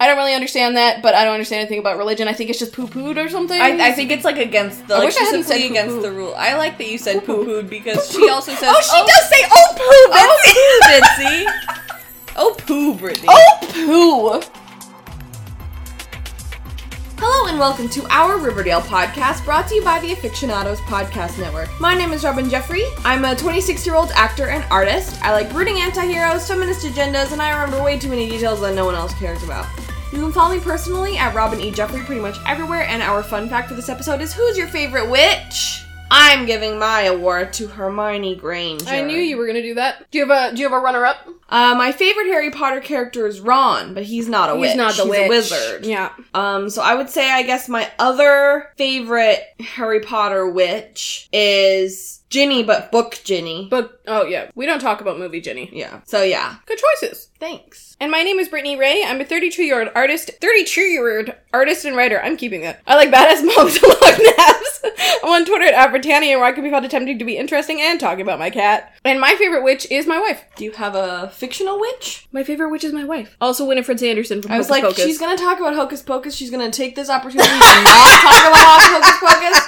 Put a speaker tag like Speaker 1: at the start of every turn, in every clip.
Speaker 1: don't really understand that, but I don't understand anything about religion. I think it's just poo pooed or something.
Speaker 2: I, I think it's like against the
Speaker 1: I
Speaker 2: like,
Speaker 1: wish I hadn't said
Speaker 2: specifically against
Speaker 1: poo-poo.
Speaker 2: the rule. I like that you said poo
Speaker 1: Poo-poo.
Speaker 2: pooed because she also says
Speaker 1: oh, she does say oh poo, Betsy.
Speaker 2: oh poo Bitsy. Oh poo Brittany.
Speaker 1: Oh poo.
Speaker 2: Hello and welcome to our Riverdale podcast brought to you by the Aficionados Podcast Network. My name is Robin Jeffrey. I'm a 26 year old actor and artist. I like brooding anti heroes, feminist agendas, and I remember way too many details that no one else cares about. You can follow me personally at Robin E. Jeffrey pretty much everywhere, and our fun fact for this episode is Who's your favorite witch? I'm giving my award to Hermione Granger.
Speaker 1: I knew you were gonna do that. Do you have a Do you have a runner up?
Speaker 2: Uh, my favorite Harry Potter character is Ron, but he's not a witch.
Speaker 1: He's not the
Speaker 2: He's
Speaker 1: witch.
Speaker 2: a wizard.
Speaker 1: Yeah.
Speaker 2: Um, so I would say, I guess my other favorite Harry Potter witch is Ginny, but book Ginny.
Speaker 1: But oh yeah, we don't talk about movie Jenny.
Speaker 2: yeah. So yeah.
Speaker 1: Good choices.
Speaker 2: Thanks.
Speaker 1: And my name is Brittany Ray. I'm a 32 year old artist, 32 year old artist and writer. I'm keeping that. I like badass moms and long naps. I'm on Twitter at Britannia, where I can be found attempting to be interesting and talking about my cat. And my favorite witch is my wife.
Speaker 2: Do you have a fictional witch?
Speaker 1: My favorite witch is my wife. Also, Winifred Sanderson from
Speaker 2: I was
Speaker 1: Hocus
Speaker 2: like,
Speaker 1: Pocus.
Speaker 2: she's gonna talk about Hocus Pocus. She's gonna take this opportunity to not talk about Hocus Pocus.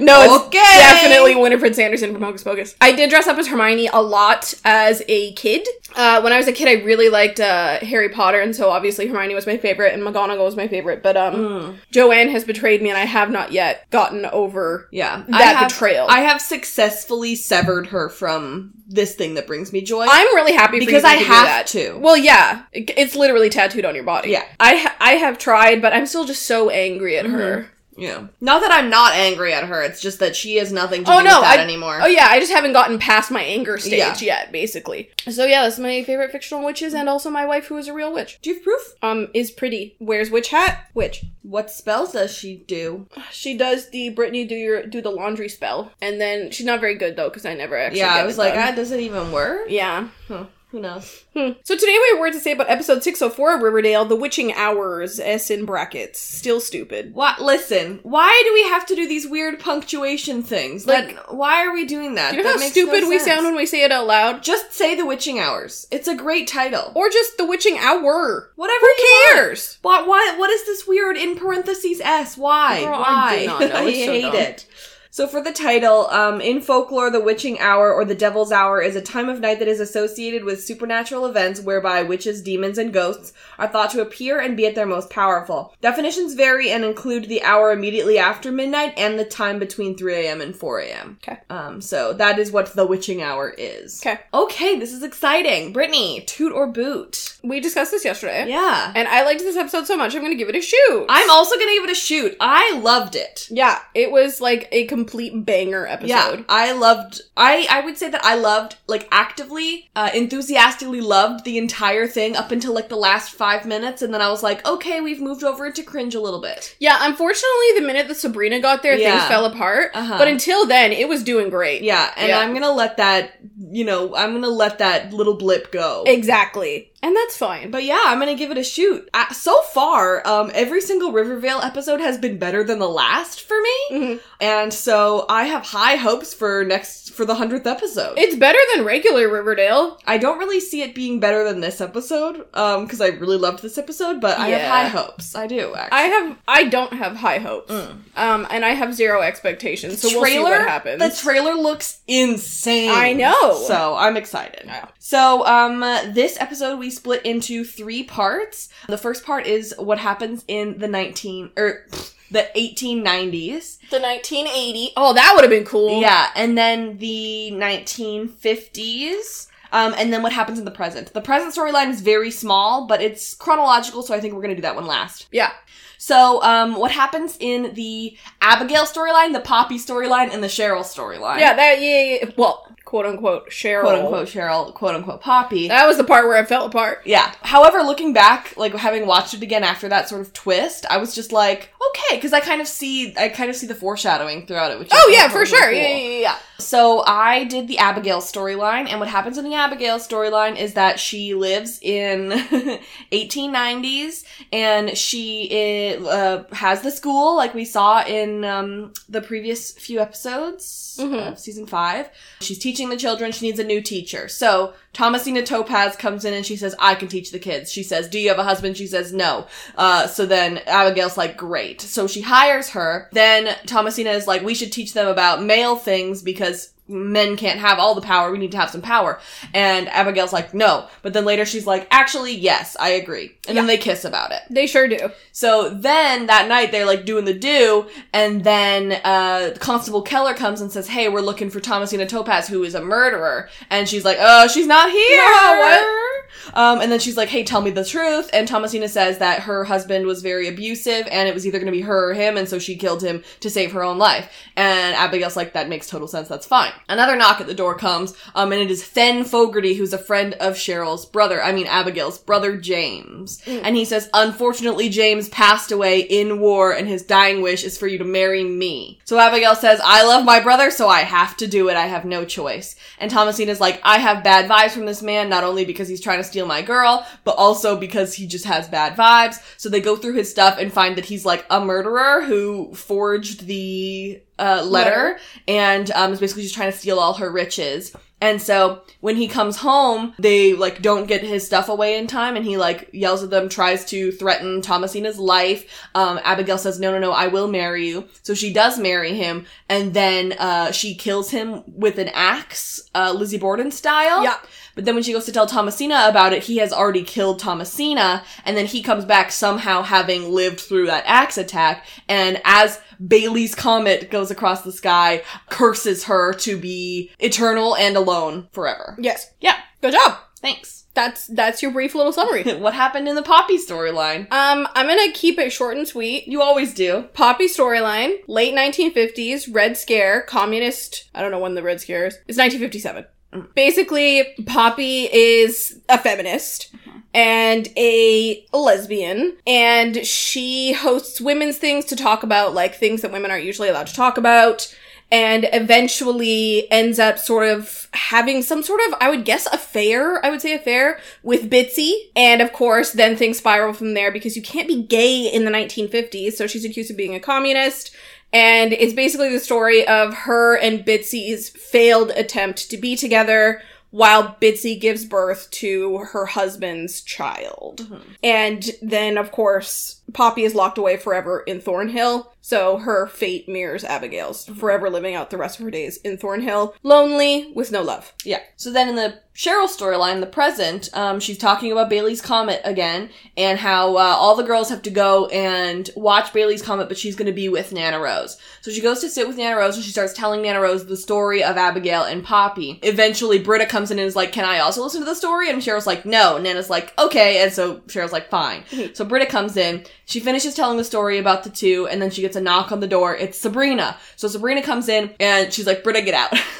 Speaker 1: no, it's
Speaker 2: Okay.
Speaker 1: definitely Winifred Sanderson from Hocus Pocus. I did dress up as Hermione a lot as a kid. Uh, when I was a kid, I really liked uh, Harry Potter, and so obviously Hermione was my favorite, and McGonagall was my favorite. But um,
Speaker 2: Mm.
Speaker 1: Joanne has betrayed me, and I have not yet gotten over
Speaker 2: Yeah. I
Speaker 1: that
Speaker 2: have-
Speaker 1: betrayal.
Speaker 2: I have successfully severed her from this thing that brings me joy.
Speaker 1: I'm really happy for
Speaker 2: because
Speaker 1: you
Speaker 2: I
Speaker 1: to do
Speaker 2: have
Speaker 1: that.
Speaker 2: to.
Speaker 1: Well, yeah, It- it's literally tattooed on your body.
Speaker 2: Yeah.
Speaker 1: I ha- I have tried, but I'm still just so angry at her.
Speaker 2: yeah. Not that I'm not angry at her. It's just that she has nothing to
Speaker 1: Oh,
Speaker 2: do
Speaker 1: no,
Speaker 2: with that
Speaker 1: I-
Speaker 2: anymore.
Speaker 1: Oh yeah, I just haven't gotten past my anger stage
Speaker 2: Yeah.
Speaker 1: yet, basically. So yeah, that's my favorite fictional witches, and also my wife, who is a real witch.
Speaker 2: Do you have proof?
Speaker 1: Um, is pretty. Wears witch hat. Witch.
Speaker 2: What spells does she do?
Speaker 1: She does the Brittany do your do the laundry spell, and then she's not very good though because I never actually.
Speaker 2: yeah,
Speaker 1: get
Speaker 2: I was
Speaker 1: it
Speaker 2: like,
Speaker 1: done.
Speaker 2: ah, does it even work?
Speaker 1: yeah.
Speaker 2: Huh, who knows?
Speaker 1: Hmm. So today we have a word to say about episode 604 of Riverdale, The Witching Hours, S in brackets. Still stupid.
Speaker 2: What? Listen, why do we have to do these weird punctuation things? Like, why are we doing that?
Speaker 1: Do you know
Speaker 2: That
Speaker 1: how
Speaker 2: makes
Speaker 1: stupid
Speaker 2: no
Speaker 1: we
Speaker 2: sense.
Speaker 1: sound when we say it out loud?
Speaker 2: Just say the witching hours. It's a great title.
Speaker 1: Or just The Witching Hour.
Speaker 2: Whatever.
Speaker 1: Who
Speaker 2: you want.
Speaker 1: cares?
Speaker 2: Why, why? What is this weird in parentheses s? Why?
Speaker 1: Girl,
Speaker 2: why?
Speaker 1: I do not know. It's so
Speaker 2: hate
Speaker 1: dumb.
Speaker 2: it. So for the title, um, in folklore, the witching hour or the devil's hour is a time of night that is associated with supernatural events whereby witches, demons, and ghosts are thought to appear and be at their most powerful. Definitions vary and include the hour immediately after midnight and the time between 3 a.m. and 4 a.m.
Speaker 1: Okay.
Speaker 2: Um, so that is what the witching hour is.
Speaker 1: Okay.
Speaker 2: Okay, this is exciting. Brittany, toot or boot?
Speaker 1: We discussed this yesterday.
Speaker 2: Yeah.
Speaker 1: And I liked this episode so much, I'm going to give it a shoot.
Speaker 2: I'm also gonna give it a shoot. I loved it.
Speaker 1: Yeah, it was like a complete banger
Speaker 2: Yeah,
Speaker 1: episode.
Speaker 2: I loved. I I would say that I loved, like, actively, uh, enthusiastically loved the entire thing up until like the last five minutes, and then I was like, okay, we've moved over into cringe a little bit.
Speaker 1: Yeah, unfortunately, the minute that Sabrina got there,
Speaker 2: Yeah.
Speaker 1: things fell apart.
Speaker 2: Uh-huh.
Speaker 1: But until then, it was doing great.
Speaker 2: Yeah, and
Speaker 1: Yeah.
Speaker 2: I'm gonna let that, you know, I'm gonna let that little blip go.
Speaker 1: Exactly. And that's fine.
Speaker 2: but yeah, I'm gonna give it a shoot. Uh, so far, um, every single Rivervale episode has been better than the last for me,
Speaker 1: Mhm.
Speaker 2: and so I have high hopes for next for the hundredth episode.
Speaker 1: It's better than regular Riverdale.
Speaker 2: I don't really see it being better than this episode, um, because I really loved this episode, but I
Speaker 1: Yeah.
Speaker 2: have high hopes. I do, actually.
Speaker 1: I have I don't have high hopes. Um and I have zero expectations. So we'll see what happens.
Speaker 2: The trailer looks insane.
Speaker 1: I know.
Speaker 2: So I'm excited.
Speaker 1: Yeah.
Speaker 2: So um, this episode we split into three parts. The first part is what happens in the 19 or pfft, the 1890s.
Speaker 1: the 1980. Oh, that would have been cool.
Speaker 2: Yeah, and then the 1950s. Um, and then what happens in the present. The present storyline is very small, but it's chronological, so I think we're gonna do that one last.
Speaker 1: Yeah.
Speaker 2: So, um, what happens in the Abigail storyline, the Poppy storyline, and the Cheryl storyline?
Speaker 1: Yeah, that yeah, yeah, yeah. well, quote unquote Cheryl.
Speaker 2: Quote unquote Cheryl, quote unquote Poppy.
Speaker 1: That was the part where I fell apart.
Speaker 2: yeah. However, looking back, like having watched it again after that sort of twist, I was just like, okay, because I kind of see, I kind of see the foreshadowing throughout it. Which
Speaker 1: Oh
Speaker 2: is
Speaker 1: yeah,
Speaker 2: really
Speaker 1: for sure.
Speaker 2: cool.
Speaker 1: Yeah, yeah, yeah, yeah.
Speaker 2: So I did the Abigail storyline, and what happens in the Abigail storyline is that she lives in 1890s, and she i- uh, has the school like we saw in um, the previous few episodes
Speaker 1: Mhm.
Speaker 2: of season five. She's teaching the children. She needs a new teacher, so Thomasina Topaz comes in and she says, I can teach the kids. She says, Do you have a husband? She says, No. Uh, so then Abigail's like, Great. So she hires her. Then Thomasina is like, We should teach them about male things because men can't have all the power. We need to have some power. And Abigail's like, No. But then later she's like, Actually, yes, I agree. And then they kiss about it.
Speaker 1: They sure do.
Speaker 2: So then that night they're like doing the do, and then uh, Constable Keller comes and says, "Hey, we're looking for Thomasina Topaz, who is a murderer," and she's like, "Oh, she's not here."
Speaker 1: No, what?
Speaker 2: Um, and then she's like, "Hey, tell me the truth." And Thomasina says that her husband was very abusive, and it was either going to be her or him, and so she killed him to save her own life. And Abigail's like, "That makes total sense. That's fine." Another knock at the door comes, um, and it is Fen Fogarty, who's a friend of Cheryl's brother. I mean Abigail's brother James, and he says, "Unfortunately, James passed away in war, and his dying wish is for you to marry me." So Abigail says, "I love my brother, so I have to do it. I have no choice." And Thomasina's like, "I have bad vibes from this man, not only because he's trying to steal my girl, but also because he just has bad vibes." So they go through his stuff and find that he's like a murderer who forged the uh, letter
Speaker 1: Letter.
Speaker 2: and um, is basically just trying to steal all her riches. And so when he comes home, they like don't get his stuff away in time, and he like yells at them, tries to threaten Thomasina's life. Um, Abigail says, "No, no, no, I will marry you." So she does marry him, and then uh, she kills him with an axe, uh, Lizzie Borden style.
Speaker 1: Yeah.
Speaker 2: But then when she goes to tell Thomasina about it, he has already killed Thomasina, and then he comes back somehow having lived through that axe attack, and as Bailey's comet goes across the sky, curses her to be eternal and alone forever.
Speaker 1: Yes.
Speaker 2: Yeah,
Speaker 1: Good job.
Speaker 2: thanks.
Speaker 1: That's that's your brief little summary.
Speaker 2: what happened in the Poppy storyline?
Speaker 1: um, I'm gonna keep it short and sweet.
Speaker 2: You always do.
Speaker 1: Poppy storyline, late 1950s, Red Scare, communist. I don't know when the Red Scare is. It's 1957. Basically, Poppy is a feminist and a lesbian, and she hosts women's things to talk about, like things that women aren't usually allowed to talk about, and eventually ends up sort of having some sort of, I would guess, affair, I would say affair with Bitsy. And of course, then things spiral from there because you can't be gay in the 1950s. So she's accused of being a communist. And it's basically the story of her and Bitsy's failed attempt to be together while Bitsy gives birth to her husband's child. And then, of course, Poppy is locked away forever in Thornhill. So her fate mirrors Abigail's, forever living out the rest of her days in Thornhill, lonely with no love.
Speaker 2: Yeah. So then in the Cheryl storyline, the present, um, she's talking about Bailey's Comet again and how uh, all the girls have to go and watch Bailey's Comet, but she's going to be with Nana Rose. So she goes to sit with Nana Rose and she starts telling Nana Rose the story of Abigail and Poppy. Eventually, Britta comes in and is like, Can I also listen to the story? And Cheryl's like, No. Nana's like, Okay. And so Cheryl's like, Fine. so Britta comes in. She finishes telling the story about the two and then she gets a knock on the door. It's Sabrina. So Sabrina comes in and she's like, Britta, get out.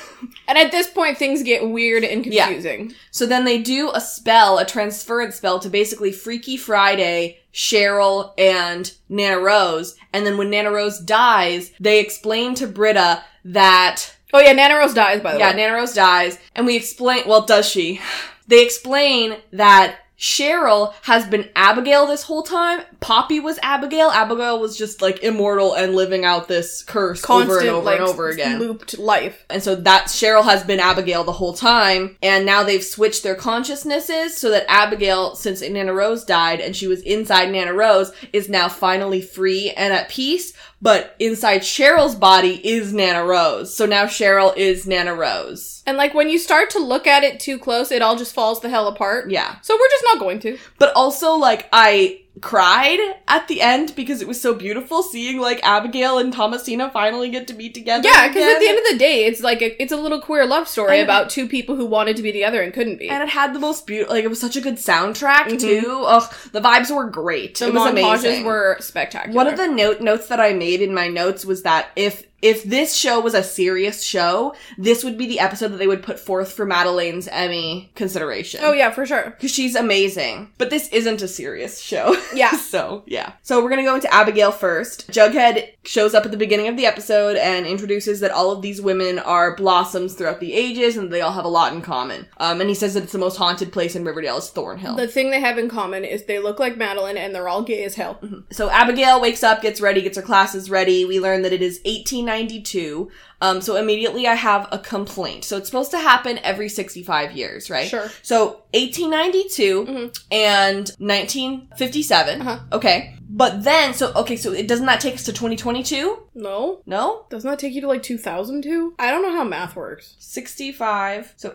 Speaker 1: And at this point, things get weird and
Speaker 2: Yeah.
Speaker 1: confusing.
Speaker 2: So then they do a spell, a transference spell to basically Freaky Friday, Cheryl, and Nana Rose. And then when Nana Rose dies, they explain to Britta that,
Speaker 1: Oh yeah, Nana Rose dies by the
Speaker 2: yeah,
Speaker 1: way.
Speaker 2: Nana Rose dies. And we explain, well, does she? They explain that Cheryl has been Abigail this whole time. Poppy was Abigail. Abigail was just like immortal and living out this curse over and over and over again.
Speaker 1: looped life.
Speaker 2: And so that Cheryl has been Abigail the whole time, and now they've switched their consciousnesses so that Abigail, since Nana Rose died and she was inside Nana Rose, is now finally free and at peace. But inside Cheryl's body is Nana Rose, so now Cheryl is Nana Rose.
Speaker 1: And like when you start to look at it too close, it all just falls the hell apart.
Speaker 2: Yeah,
Speaker 1: So we're just not going to.
Speaker 2: but also like I cried at the end because it was so beautiful seeing like Abigail and Thomasina finally get to be together.
Speaker 1: Yeah, because at
Speaker 2: again.
Speaker 1: the end of the day, it's like a, it's a little queer love story
Speaker 2: And-
Speaker 1: about two people who wanted to be together and couldn't be.
Speaker 2: And it had the most beautiful, like it was such a good soundtrack too. Ugh, the vibes were great.
Speaker 1: Mm-hmm. the
Speaker 2: it was
Speaker 1: montages
Speaker 2: amazing.
Speaker 1: were spectacular.
Speaker 2: One of the note notes that I made in my notes was that if if this show was a serious show, this would be the episode that they would put forth for Madelaine's Emmy consideration.
Speaker 1: oh yeah, for sure.
Speaker 2: Because she's amazing. But this isn't a serious show.
Speaker 1: Yeah.
Speaker 2: so, yeah. So, we're going to go into Abigail first. Jughead shows up at the beginning of the episode and introduces that all of these women are blossoms throughout the ages and they all have a lot in common. Um, and he says that it's the most haunted place in Riverdale is Thornhill.
Speaker 1: The thing they have in common is they look like Madeline
Speaker 2: Mm-hmm.
Speaker 1: and they're all gay as hell.
Speaker 2: so, Abigail wakes up, gets ready, gets her classes ready. We learn that it is 18 1992. Um, so immediately I have a complaint. So it's supposed to happen every 65 years, right?
Speaker 1: Sure.
Speaker 2: So 1892
Speaker 1: Mhm.
Speaker 2: and 1957.
Speaker 1: Uh-huh.
Speaker 2: Okay. But then, so, okay, so it doesn't that take us to 2022?
Speaker 1: No?
Speaker 2: No?
Speaker 1: Doesn't that take you to like 2002? I don't know how math works.
Speaker 2: 65. So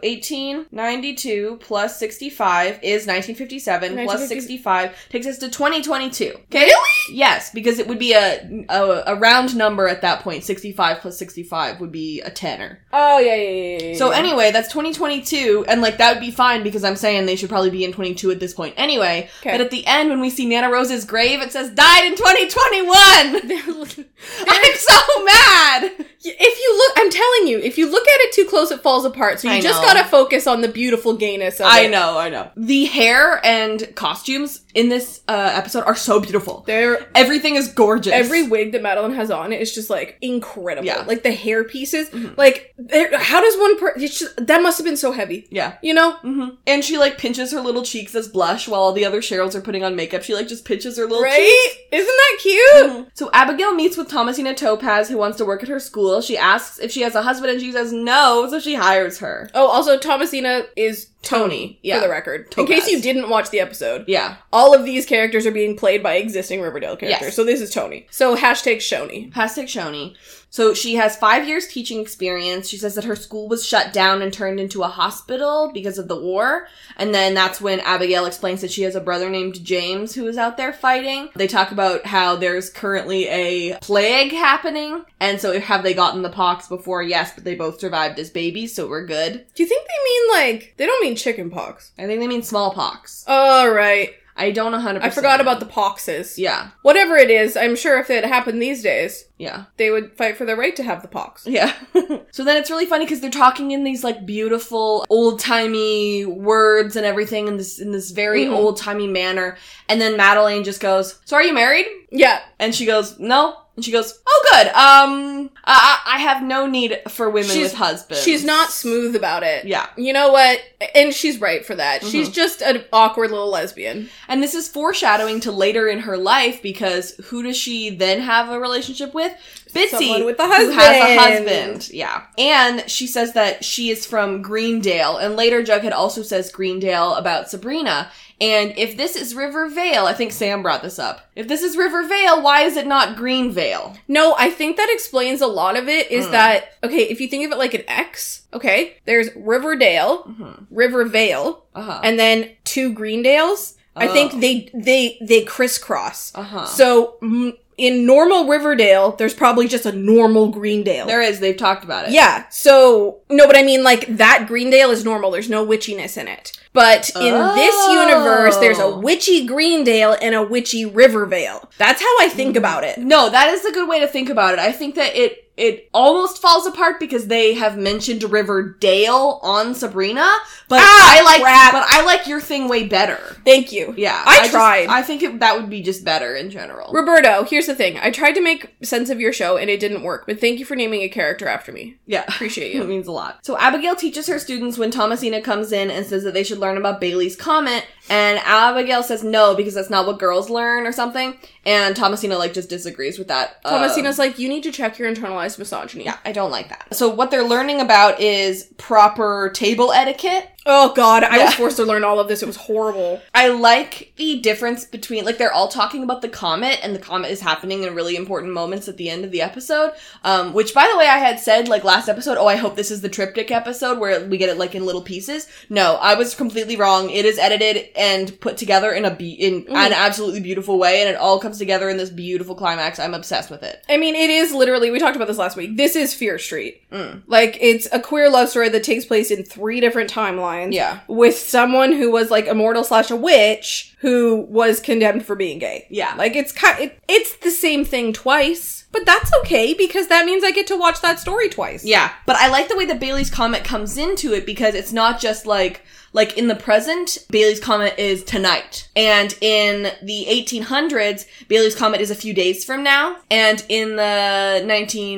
Speaker 2: 1892 plus 65 is 1957 plus
Speaker 1: 1950
Speaker 2: 65 takes us to 2022.
Speaker 1: Okay. Really?
Speaker 2: Yes, because it would be a, a a round number at that point. 65 plus 65 would be a tenner.
Speaker 1: Oh, yeah, yeah, yeah, yeah, yeah.
Speaker 2: So
Speaker 1: yeah.
Speaker 2: anyway, that's 2022 and like that would be fine because I'm saying they should probably be in 22 at this point. Anyway,
Speaker 1: Okay.
Speaker 2: but at the end when we see Nana Rose's grave it says died in 2021. I'm so mad.
Speaker 1: if you look, I'm telling you, if you look at it too close, it falls apart. So you
Speaker 2: I
Speaker 1: just
Speaker 2: know.
Speaker 1: gotta focus on the beautiful gayness of
Speaker 2: I
Speaker 1: it.
Speaker 2: know, I know. The hair and costumes in this uh, episode are so beautiful.
Speaker 1: There,
Speaker 2: Everything is gorgeous.
Speaker 1: every wig that Madeline has on is just like incredible.
Speaker 2: Yeah.
Speaker 1: Like the hair pieces,
Speaker 2: Mhm.
Speaker 1: like there- how does one? Per- it's just, that must have been so heavy.
Speaker 2: yeah.
Speaker 1: You know,
Speaker 2: hmm And she like pinches her little cheeks as blush while all the other Cheryls are putting on makeup. She like just pinches her little
Speaker 1: right? Isn't that cute?
Speaker 2: cheeks. So Abigail meets with Thomasina Topaz, who wants to work at her school. She asks if she has a husband, and she says no, so she hires her.
Speaker 1: Oh, also Thomasina is Tony,
Speaker 2: yeah.
Speaker 1: for the record. In
Speaker 2: Topaz.
Speaker 1: case you didn't watch the episode,
Speaker 2: Yeah.
Speaker 1: all of these characters are being played by existing Riverdale characters.
Speaker 2: Yes.
Speaker 1: So this is Tony. So hashtag Shoney.
Speaker 2: Hashtag Shoni. So she has five years teaching experience. She says that her school was shut down and turned into a hospital because of the war. And then that's when Abigail explains that she has a brother named James who is out there fighting. They talk about how there's currently a plague happening. And so have they gotten the pox before? Yes, but they both survived as babies, so we're good.
Speaker 1: Do you think they mean like they don't mean chicken pox?
Speaker 2: I think they mean smallpox.
Speaker 1: All right,
Speaker 2: I don't 100%.
Speaker 1: I forgot about the poxes.
Speaker 2: Yeah,
Speaker 1: Whatever it is, I'm sure if it happened these days,
Speaker 2: yeah.
Speaker 1: they would fight for their right to have the pox.
Speaker 2: Yeah. so then it's really funny because they're talking in these like beautiful old timey words and everything in this in this very
Speaker 1: Mhm.
Speaker 2: old timey manner. And then Madeline just goes, "So are you married?"
Speaker 1: Yeah,
Speaker 2: And she goes, "No." And she goes, "Oh, good. Um, I, I I have no need for women
Speaker 1: She's-
Speaker 2: with husbands."
Speaker 1: she's not smooth about it.
Speaker 2: Yeah. Mm-hmm.
Speaker 1: You know what? And she's right for that. She's just an awkward little lesbian.
Speaker 2: And this is foreshadowing to later in her life because who does she then have a relationship with? Bitsy,
Speaker 1: Someone with a
Speaker 2: who has a
Speaker 1: husband.
Speaker 2: husband. Yeah. And she says that she is from Greendale. And later, Jughead also says Greendale about Sabrina. And if this is Rivervale, I think Sam brought this up. If this is Rivervale, why is it not Greenvale?
Speaker 1: No, I think that explains a lot of it is
Speaker 2: Mm.
Speaker 1: that, okay, if you think of it like an X, okay, there's Riverdale,
Speaker 2: Mm-hmm.
Speaker 1: Rivervale,
Speaker 2: Uh huh.
Speaker 1: and then two Greendales. I
Speaker 2: Oh.
Speaker 1: think they, they, they crisscross.
Speaker 2: Uh huh.
Speaker 1: So mm, in normal Riverdale, there's probably just a normal Greendale.
Speaker 2: there is. They've talked about it.
Speaker 1: yeah. So no, but I mean like that Greendale is normal. There's no witchiness in it. But in this
Speaker 2: Oh.
Speaker 1: universe, there's a witchy Greendale and a witchy Rivervale. That's how I
Speaker 2: Hmm.
Speaker 1: think about it.
Speaker 2: No, that is a good way to think about it. I think that it it almost falls apart because they have mentioned Riverdale on Sabrina, but
Speaker 1: Ah,
Speaker 2: I like
Speaker 1: crap.
Speaker 2: but I like your thing way better.
Speaker 1: Thank you.
Speaker 2: Yeah,
Speaker 1: I
Speaker 2: just-
Speaker 1: tried.
Speaker 2: I think it, that would be just better in general.
Speaker 1: Roberto, here's the thing. I tried to make sense of your show and it didn't work, but thank you for naming a character after me.
Speaker 2: yeah.
Speaker 1: Appreciate
Speaker 2: It
Speaker 1: you.
Speaker 2: means a lot. So Abigail teaches her students when Thomasina comes in and says that they should learn about Bailey's comet, and Abigail says no because that's not what girls learn or something, and Thomasina like just disagrees with that. um,
Speaker 1: Thomasina's like, you need to check your internalized misogyny.
Speaker 2: yeah, I don't like that. So what they're learning about is proper table etiquette.
Speaker 1: Oh god, I
Speaker 2: Yeah.
Speaker 1: was forced to learn all of this. It was horrible.
Speaker 2: I like the difference between like they're all talking about the comet and the comet is happening in really important moments at the end of the episode. Um, which by the way, I had said like last episode, oh, I hope this is the triptych episode where we get it like in little pieces. No, I was completely wrong. It is edited and put together in a be- in an absolutely beautiful way, and it all comes together in this beautiful climax. I'm obsessed with it.
Speaker 1: I mean, it is literally, we talked about this last week. This is Fear Street.
Speaker 2: Mm.
Speaker 1: Like, it's a queer love story that takes place in three different timelines.
Speaker 2: Yeah.
Speaker 1: With someone who was like a mortal slash a witch who was condemned for being gay.
Speaker 2: Yeah.
Speaker 1: Like, it's kind it, it's the same thing twice, but that's okay because that means I get to watch that story twice.
Speaker 2: Yeah, but I like the way that Bailey's comment comes into it because it's not just like like in the present, Bailey's comment is tonight, and in the 1800s, Bailey's comment is a few days from now, and in the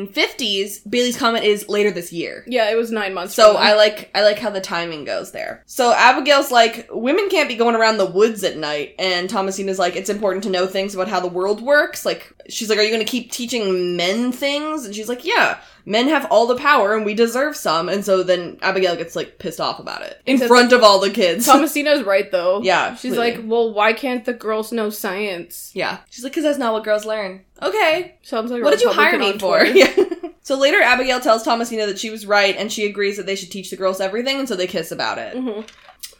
Speaker 2: 1950s, Bailey's comment is later this year.
Speaker 1: Yeah, it was nine months.
Speaker 2: So
Speaker 1: from
Speaker 2: I
Speaker 1: now.
Speaker 2: like I like how the timing goes there. So Abigail's like, women can't be going around the woods at night, and Thomasina's like, it's important to know things about how the world works. Like she's like, are you going to keep teaching fighting men things? And she's like, yeah, men have all the power and we deserve some. And so then Abigail gets like pissed off about it in
Speaker 1: Except
Speaker 2: front of all the kids.
Speaker 1: Thomasina's right though.
Speaker 2: yeah.
Speaker 1: She's
Speaker 2: completely.
Speaker 1: like, well, why can't the girls know science?
Speaker 2: yeah. She's like, because that's not what girls learn. Okay.
Speaker 1: Sounds like a
Speaker 2: What did you hire
Speaker 1: Republican
Speaker 2: me
Speaker 1: on
Speaker 2: for?
Speaker 1: Twitter.
Speaker 2: Yeah. So later, Abigail tells Thomasina that she was right, and she agrees that they should teach the girls everything, and so they kiss about it.
Speaker 1: Mhm.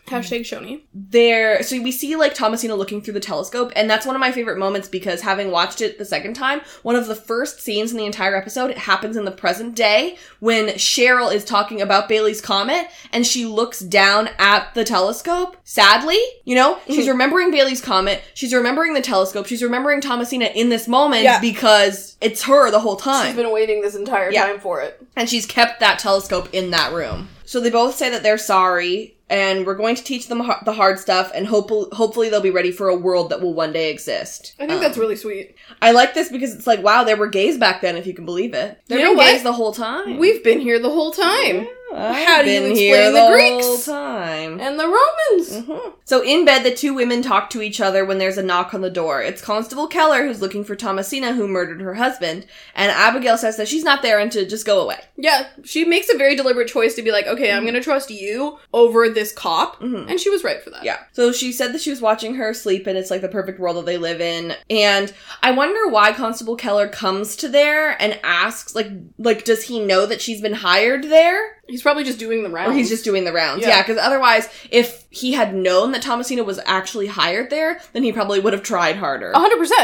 Speaker 1: Hashtag Shoni.
Speaker 2: There, so we see like Thomasina looking through the telescope, and that's one of my favorite moments because having watched it the second time, one of the first scenes in the entire episode it happens in the present day when Cheryl is talking about Bailey's comet, and she looks down at the telescope. Sadly, you know, she's remembering Bailey's comet, she's remembering the telescope, she's remembering Thomasina in this moment
Speaker 1: Yeah.
Speaker 2: because it's her the whole time.
Speaker 1: She's been waiting this entire
Speaker 2: Yeah.
Speaker 1: time for it.
Speaker 2: And she's kept that telescope in that room. So they both say that they're sorry, and we're going to teach them har- the hard stuff, and hope- hopefully they'll be ready for a world that will one day exist.
Speaker 1: I think
Speaker 2: Um,
Speaker 1: that's really sweet.
Speaker 2: I like this because it's like, wow, there were gays back then, if you can believe it. There
Speaker 1: You
Speaker 2: were
Speaker 1: know what?
Speaker 2: gays the whole time.
Speaker 1: We've been here the whole time.
Speaker 2: I've
Speaker 1: How do you
Speaker 2: been
Speaker 1: explain
Speaker 2: here
Speaker 1: the Greeks?
Speaker 2: whole time.
Speaker 1: And the Romans.
Speaker 2: Mhm. So in bed, the two women talk to each other when there's a knock on the door. It's Constable Keller who's looking for Thomasina, who murdered her husband, and Abigail says that she's not there and to just go away.
Speaker 1: Yeah, she makes a very deliberate choice to be like, okay,
Speaker 2: Mm.
Speaker 1: I'm gonna trust you over this cop.
Speaker 2: Mm-hmm.
Speaker 1: And she was right for that.
Speaker 2: Yeah. So she said that she was watching her sleep and it's like the perfect world that they live in. And I wonder why Constable Keller comes to there and asks like like does he know that she's been hired there
Speaker 1: He's probably just doing the rounds.
Speaker 2: or he's just doing the rounds?
Speaker 1: Yeah.
Speaker 2: Yeah, cuz otherwise if he had known that Thomasina was actually hired there, then he probably would have tried harder.
Speaker 1: Oh.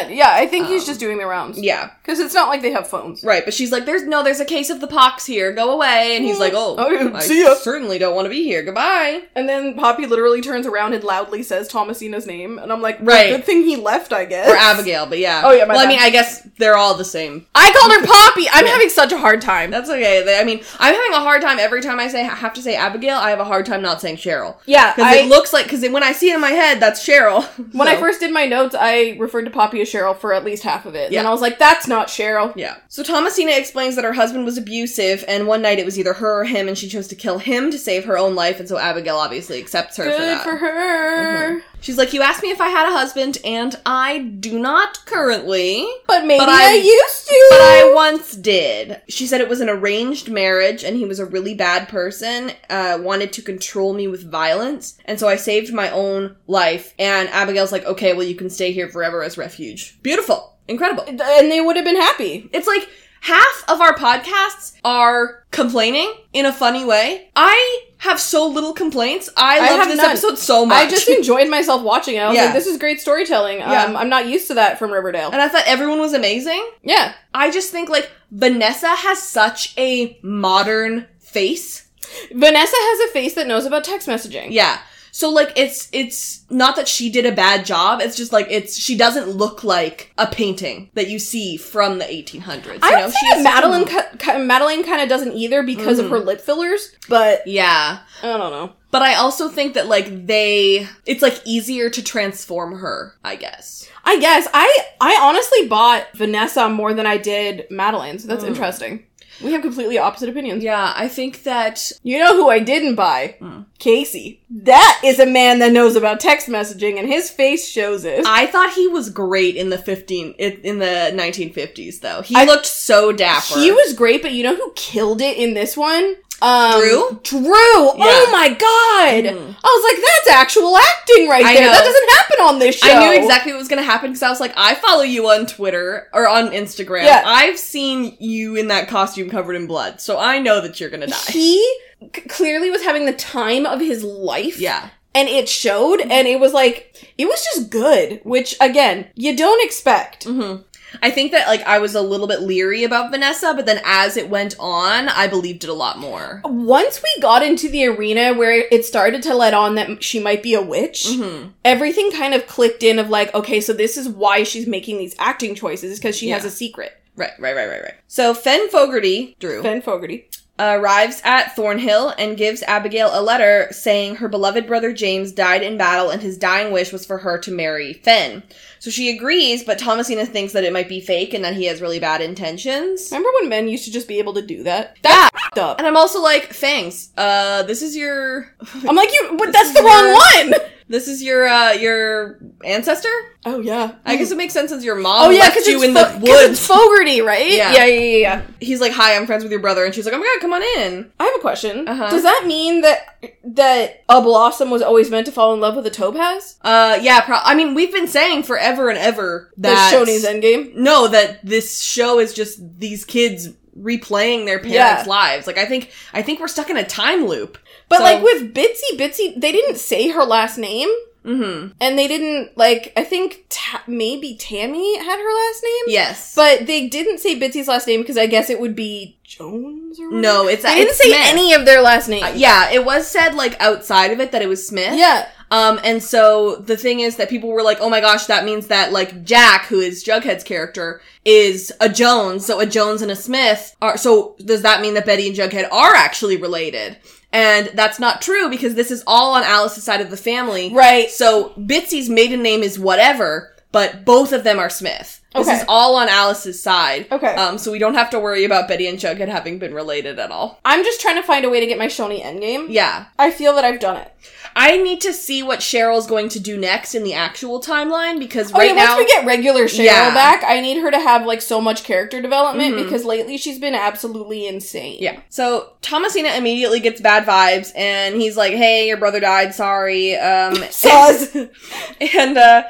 Speaker 1: 100%. Yeah, I think he's
Speaker 2: Um,
Speaker 1: just doing the rounds.
Speaker 2: Yeah.
Speaker 1: Because it's not like they have phones.
Speaker 2: Right, but she's like there's no there's a case of the pox here. Go away. And he's like, "Oh,
Speaker 1: Oh, yeah,
Speaker 2: I
Speaker 1: see ya."
Speaker 2: certainly don't want to be here. Goodbye."
Speaker 1: And then Poppy literally turns around and loudly says Thomasina's name. And I'm like, well,
Speaker 2: Right.
Speaker 1: good thing he left, I guess.
Speaker 2: Or Abigail, but yeah.
Speaker 1: Oh, yeah, my
Speaker 2: Well, I
Speaker 1: bad.
Speaker 2: mean, I guess they're all the same
Speaker 1: I called her Poppy! I'm having such a hard time.
Speaker 2: That's okay. They- I mean, I'm having a hard time every time I say have to say Abigail. I have a hard time not saying Cheryl
Speaker 1: yeah,
Speaker 2: because
Speaker 1: I,
Speaker 2: it looks like because when I see it in my head, that's Cheryl.
Speaker 1: when I
Speaker 2: So,
Speaker 1: first did my notes, I referred to Poppy as Cheryl for at least half of it. And then
Speaker 2: Yeah.
Speaker 1: I was like, that's not Cheryl.
Speaker 2: yeah. So Thomasina explains that her husband was abusive, and one night it was either her or him, and she chose to kill him to save her own life, and so Abigail obviously accepts her for
Speaker 1: Good
Speaker 2: that. Mm-hmm.
Speaker 1: for her.
Speaker 2: She's like, you asked me if I had a husband, and I do not currently.
Speaker 1: But maybe
Speaker 2: But
Speaker 1: I,
Speaker 2: I-
Speaker 1: used to.
Speaker 2: But I once did. She said it was an arranged marriage and he was a really bad person, uh, wanted to control me with violence. And so I saved my own life. And Abigail's like, okay, well, you can stay here forever as refuge. Beautiful. Incredible.
Speaker 1: and they would have been happy.
Speaker 2: It's like half of our podcasts are complaining in a funny way. I have so little complaints. I,
Speaker 1: I have
Speaker 2: love this
Speaker 1: none.
Speaker 2: episode so much.
Speaker 1: I just enjoyed myself watching it. I was
Speaker 2: Yeah.
Speaker 1: like, this is great storytelling. Um,
Speaker 2: Yeah.
Speaker 1: I'm not used to that from Riverdale.
Speaker 2: and I thought everyone was amazing.
Speaker 1: yeah.
Speaker 2: I just think like Vanessa has such a modern face.
Speaker 1: Vanessa has a face that knows about text messaging.
Speaker 2: Yeah. So like it's it's not that she did a bad job. It's just like it's she doesn't look like a painting that you see from the 1800s.
Speaker 1: I
Speaker 2: you
Speaker 1: don't
Speaker 2: know,
Speaker 1: think
Speaker 2: she
Speaker 1: that
Speaker 2: is-
Speaker 1: Madeline, ki- ki- Madeline kind of doesn't either because of her
Speaker 2: Mm.
Speaker 1: lip fillers, but
Speaker 2: Yeah.
Speaker 1: I don't know.
Speaker 2: But I also think that like they it's like easier to transform her, I guess.
Speaker 1: I guess I I honestly bought Vanessa more than I did Madeline, so that's
Speaker 2: Mm.
Speaker 1: interesting. We have completely opposite opinions.
Speaker 2: Yeah, I think that
Speaker 1: You know who I didn't buy?
Speaker 2: Mm.
Speaker 1: Casey. That is a man that knows about text messaging, and his face shows it.
Speaker 2: I thought he was great in the 15 in in the 1950s though. He
Speaker 1: I-
Speaker 2: looked so dapper.
Speaker 1: He was great, but you know who killed it in this one? Um,
Speaker 2: Drew?
Speaker 1: Drew. Oh
Speaker 2: Yeah.
Speaker 1: my god!
Speaker 2: Mhm.
Speaker 1: I was like, that's actual acting right
Speaker 2: I
Speaker 1: there.
Speaker 2: know.
Speaker 1: That doesn't happen on this show.
Speaker 2: I knew exactly what was going to happen because I was like, I follow you on Twitter or on Instagram.
Speaker 1: Yeah.
Speaker 2: I've seen you in that costume covered in blood, so I know that you're going to die.
Speaker 1: He c- clearly was having the time of his life.
Speaker 2: yeah.
Speaker 1: and it showed, and it was like it was just good. Which again, you don't expect.
Speaker 2: hmm I think that like I was a little bit leery about Vanessa, but then as it went on, I believed it a lot more.
Speaker 1: Oh, Once we got into the arena where it started to let on that she might be a witch,
Speaker 2: hmm
Speaker 1: everything kind of clicked in of like, okay, so this is why she's making these acting choices is because she has
Speaker 2: Yeah.
Speaker 1: a secret.
Speaker 2: Right, right, right, right, right. So Fen Fogarty, Drew,
Speaker 1: Ben Fogarty.
Speaker 2: arrives at Thornhill and gives Abigail a letter saying her beloved brother James died in battle and his dying wish was for her to marry Finn. So she agrees, but Thomasina thinks that it might be fake and that he has really bad intentions.
Speaker 1: Remember when men used to just be able to do that?
Speaker 2: Yeah.
Speaker 1: That's up.
Speaker 2: And I'm also like, Fangs, uh, this is your
Speaker 1: I'm like, you, but
Speaker 2: This
Speaker 1: that's
Speaker 2: is
Speaker 1: the wrong
Speaker 2: your-
Speaker 1: one.
Speaker 2: This is your uh your ancestor?
Speaker 1: Oh yeah.
Speaker 2: I guess it makes sense since your mom
Speaker 1: Oh yeah,
Speaker 2: left
Speaker 1: because
Speaker 2: you
Speaker 1: it's,
Speaker 2: in
Speaker 1: Fo-
Speaker 2: the
Speaker 1: 'cause it's
Speaker 2: woods.
Speaker 1: Fogarty, right?
Speaker 2: Yeah.
Speaker 1: yeah, yeah, yeah. yeah.
Speaker 2: He's like, "Hi, I'm friends with your brother," and she's like, "Oh my god, come on in."
Speaker 1: I have a question.
Speaker 2: Uh-huh.
Speaker 1: Does that mean that that a blossom was always meant to fall in love with a topaz?
Speaker 2: Uh, yeah. Pro- I mean, we've been saying forever and ever that
Speaker 1: That's Shoney's endgame.
Speaker 2: no, that this show is just these kids replaying their parents'
Speaker 1: Yeah.
Speaker 2: lives. Like, I think I think we're stuck in a time loop.
Speaker 1: But
Speaker 2: So-
Speaker 1: like with Bitsy, Bitsy, they didn't say her last name,
Speaker 2: Mm-hmm.
Speaker 1: and they didn't like. I think ta- maybe Tammy had her last name.
Speaker 2: Yes,
Speaker 1: But they didn't say Bitsy's last name because I guess it would be Jones or whatever.
Speaker 2: no, it's
Speaker 1: They didn't
Speaker 2: it's
Speaker 1: say
Speaker 2: Smith.
Speaker 1: any of their last names.
Speaker 2: Uh, yeah, it was said like outside of it that it was Smith.
Speaker 1: yeah.
Speaker 2: Um, and so the thing is that people were like, oh my gosh, that means that like Jack, who is Jughead's character, is a Jones. So a Jones and a Smith are, so does that mean that Betty and Jughead are actually related? And that's not true because this is all on Alice's side of the family.
Speaker 1: Right.
Speaker 2: So Bitsy's maiden name is whatever, but both of them are Smith. This
Speaker 1: Okay.
Speaker 2: is all on Alice's side.
Speaker 1: Okay.
Speaker 2: Um, so we don't have to worry about Betty and Jughead having been related at all.
Speaker 1: I'm just trying to find a way to get my Shoney endgame.
Speaker 2: Yeah.
Speaker 1: I feel that I've done it.
Speaker 2: I need to see what Cheryl's going to do next in the actual timeline because
Speaker 1: Oh
Speaker 2: right
Speaker 1: yeah,
Speaker 2: now
Speaker 1: once we get regular Cheryl
Speaker 2: Yeah.
Speaker 1: back, I need her to have like so much character development
Speaker 2: Mhm.
Speaker 1: because lately she's been absolutely insane.
Speaker 2: yeah. So Thomasina immediately gets bad vibes and he's like, "Hey, your brother died. Sorry." Um
Speaker 1: Sus.
Speaker 2: and uh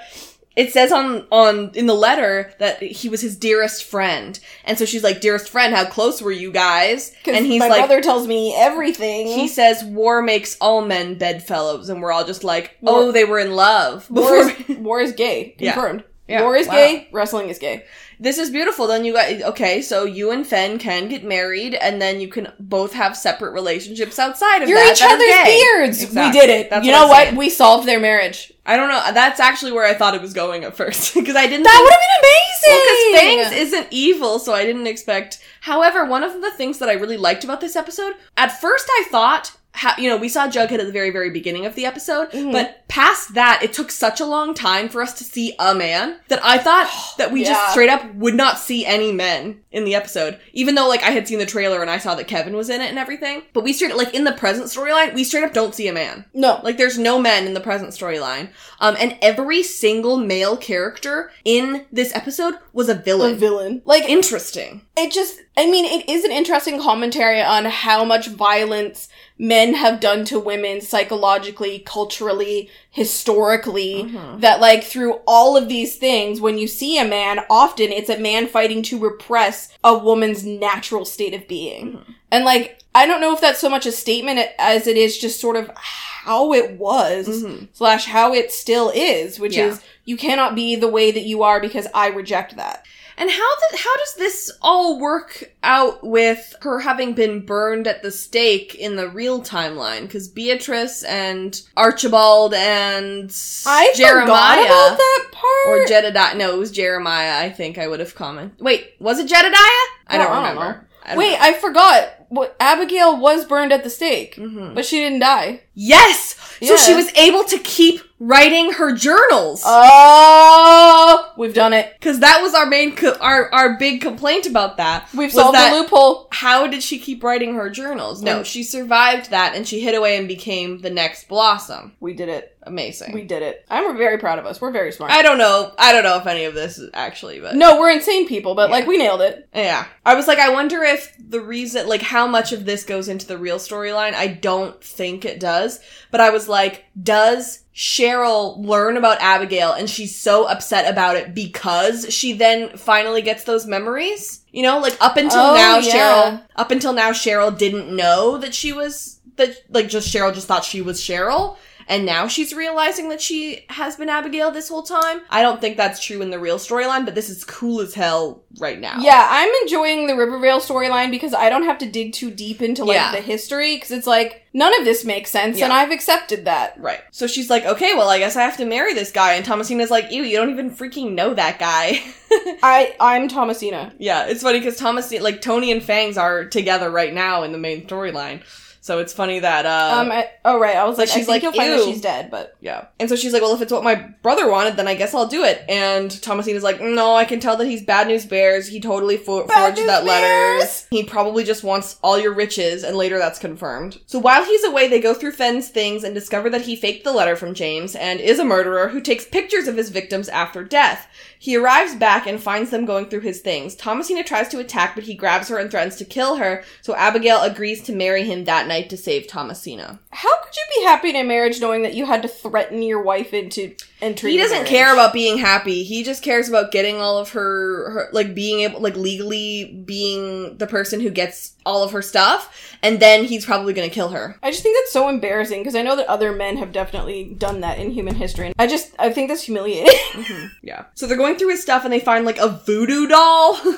Speaker 2: it says on on in the letter that he was his dearest friend. And so she's like, "Dearest friend, how close were you guys?"
Speaker 1: and
Speaker 2: And he's
Speaker 1: my
Speaker 2: like
Speaker 1: brother tells me everything.
Speaker 2: he says, "War makes all men bedfellows." And we're all just like, "Oh,
Speaker 1: War-
Speaker 2: they were in love."
Speaker 1: war,
Speaker 2: Before
Speaker 1: is, war is gay.
Speaker 2: Yeah.
Speaker 1: Confirmed.
Speaker 2: Yeah,
Speaker 1: War is
Speaker 2: wow.
Speaker 1: gay. Wrestling is gay.
Speaker 2: this is beautiful. Then you got okay, so you and Fen can get married, and then you can both have separate relationships outside of
Speaker 1: You're
Speaker 2: that.
Speaker 1: each
Speaker 2: that are
Speaker 1: other's
Speaker 2: gay.
Speaker 1: beards.
Speaker 2: Exactly.
Speaker 1: We did it.
Speaker 2: That's
Speaker 1: you
Speaker 2: what
Speaker 1: know
Speaker 2: I'm
Speaker 1: what?
Speaker 2: saying.
Speaker 1: We solved their marriage.
Speaker 2: I don't know. That's actually where I thought it was going at first because I didn't.
Speaker 1: That
Speaker 2: think-
Speaker 1: would have been amazing.
Speaker 2: well, 'cause Fangs isn't evil, so I didn't expect. However, one of the things that I really liked about this episode, at first I thought, how, you know, we saw Jughead at the very, very beginning of the episode,
Speaker 1: Mhm.
Speaker 2: but past that, it took such a long time for us to see a man that I thought that we just
Speaker 1: Yeah.
Speaker 2: straight up would not see any men in the episode, even though, like, I had seen the trailer and I saw that Kevin was in it and everything. But we straight, like, in the present storyline, we straight up don't see a man.
Speaker 1: no.
Speaker 2: Like there's no men in the present storyline. Um and every single male character in this episode was a
Speaker 1: A
Speaker 2: villain.
Speaker 1: villain. Like, it,
Speaker 2: Interesting.
Speaker 1: it just, I mean, it is an interesting commentary on how much violence men have done to women psychologically, culturally,
Speaker 2: Mm-hmm.
Speaker 1: historically. That, like, through all of these things, when you see a man, often it's a man fighting to repress a woman's natural state of being.
Speaker 2: Mm-hmm.
Speaker 1: And, like, I don't know if that's so much a statement as it is just sort of how it was.
Speaker 2: Mhm.
Speaker 1: slash how it still is, which
Speaker 2: Yeah.
Speaker 1: is you cannot be the way that you are because I reject that.
Speaker 2: And how th- how does this all work out with her having been burned at the stake in the real timeline? Because Beatrice and Archibald and
Speaker 1: I
Speaker 2: Jeremiah
Speaker 1: forgot about that part.
Speaker 2: or Jedediah. No, it was Jeremiah. I think I would have commented. Wait, was it Jedediah? I
Speaker 1: No,
Speaker 2: don't
Speaker 1: Oh, I don't
Speaker 2: remember. I
Speaker 1: Uh-uh. Wait, I forgot. What Abigail was burned at the stake,
Speaker 2: hmm
Speaker 1: but she didn't die.
Speaker 2: Yes! So
Speaker 1: Yeah. Uh,
Speaker 2: she was able to keep writing her journals.
Speaker 1: Oh, we've done it.
Speaker 2: Cause that was our main, co- our, our big complaint about that.
Speaker 1: We've
Speaker 2: was
Speaker 1: solved
Speaker 2: that-
Speaker 1: the loophole.
Speaker 2: How did she keep writing her journals? No,
Speaker 1: Mm.
Speaker 2: she survived that and she hid away and became the next blossom.
Speaker 1: We did it.
Speaker 2: Amazing.
Speaker 1: We did it. I'm very proud of us. We're very smart.
Speaker 2: I don't know, I don't know if any of this is actually, but.
Speaker 1: no, we're insane people, but like we nailed it.
Speaker 2: Yeah. I was like, I wonder if the reason, like, how much of this goes into the real storyline. I don't think it does. But I was like, does Cheryl learn about Abigail and she's so upset about it because she then finally gets those memories? You know, like, up until
Speaker 1: Oh,
Speaker 2: now,
Speaker 1: yeah.
Speaker 2: Cheryl, up until now, Cheryl didn't know that she was, that, like, just Cheryl just thought she was Cheryl. And now she's realizing that she has been Abigail this whole time. I don't think that's true in the real storyline, but this is cool as hell right now.
Speaker 1: Yeah, I'm enjoying the Rivervale storyline because I don't have to dig too deep into like
Speaker 2: Yeah.
Speaker 1: the history because it's like none of this makes sense and
Speaker 2: Yeah.
Speaker 1: I've accepted that.
Speaker 2: Right. So she's like, okay, well, I guess I have to marry this guy. And Thomasina's like, ew, you don't even freaking know that guy.
Speaker 1: I I'm Thomasina.
Speaker 2: yeah, it's funny because Thomasina, like, Tony and Fangs are together right now in the main storyline. So it's funny that uh,
Speaker 1: um, I, oh right, I was
Speaker 2: But
Speaker 1: like, she's
Speaker 2: she's
Speaker 1: I think
Speaker 2: like,
Speaker 1: you'll find that
Speaker 2: ew.
Speaker 1: she's dead, but
Speaker 2: Yeah. And so she's like, well, if it's what my brother wanted, then I guess I'll do it. And Thomasina's like, no, I can tell that he's bad news bears. He totally fo-
Speaker 1: Bad
Speaker 2: forged
Speaker 1: news
Speaker 2: that letter.
Speaker 1: bears!
Speaker 2: He probably just wants all your riches, and later that's confirmed. So while he's away, they go through Fenn's things and discover that he faked the letter from James and is a murderer who takes pictures of his victims after death. He arrives back and finds them going through his things. Thomasina tries to attack, but he grabs her and threatens to kill her, so Abigail agrees to marry him that night to save Thomasina.
Speaker 1: how could you be happy in a marriage knowing that you had to threaten your wife into entering?
Speaker 2: he
Speaker 1: the
Speaker 2: doesn't
Speaker 1: marriage?
Speaker 2: care about being happy he just cares about getting all of her, her like being able like legally being the person who gets all of her stuff and then he's probably gonna kill her
Speaker 1: I just think that's so embarrassing because I know that other men have definitely done that in human history, and I just I think that's humiliating.
Speaker 2: yeah so they're going through his stuff and they find like a voodoo doll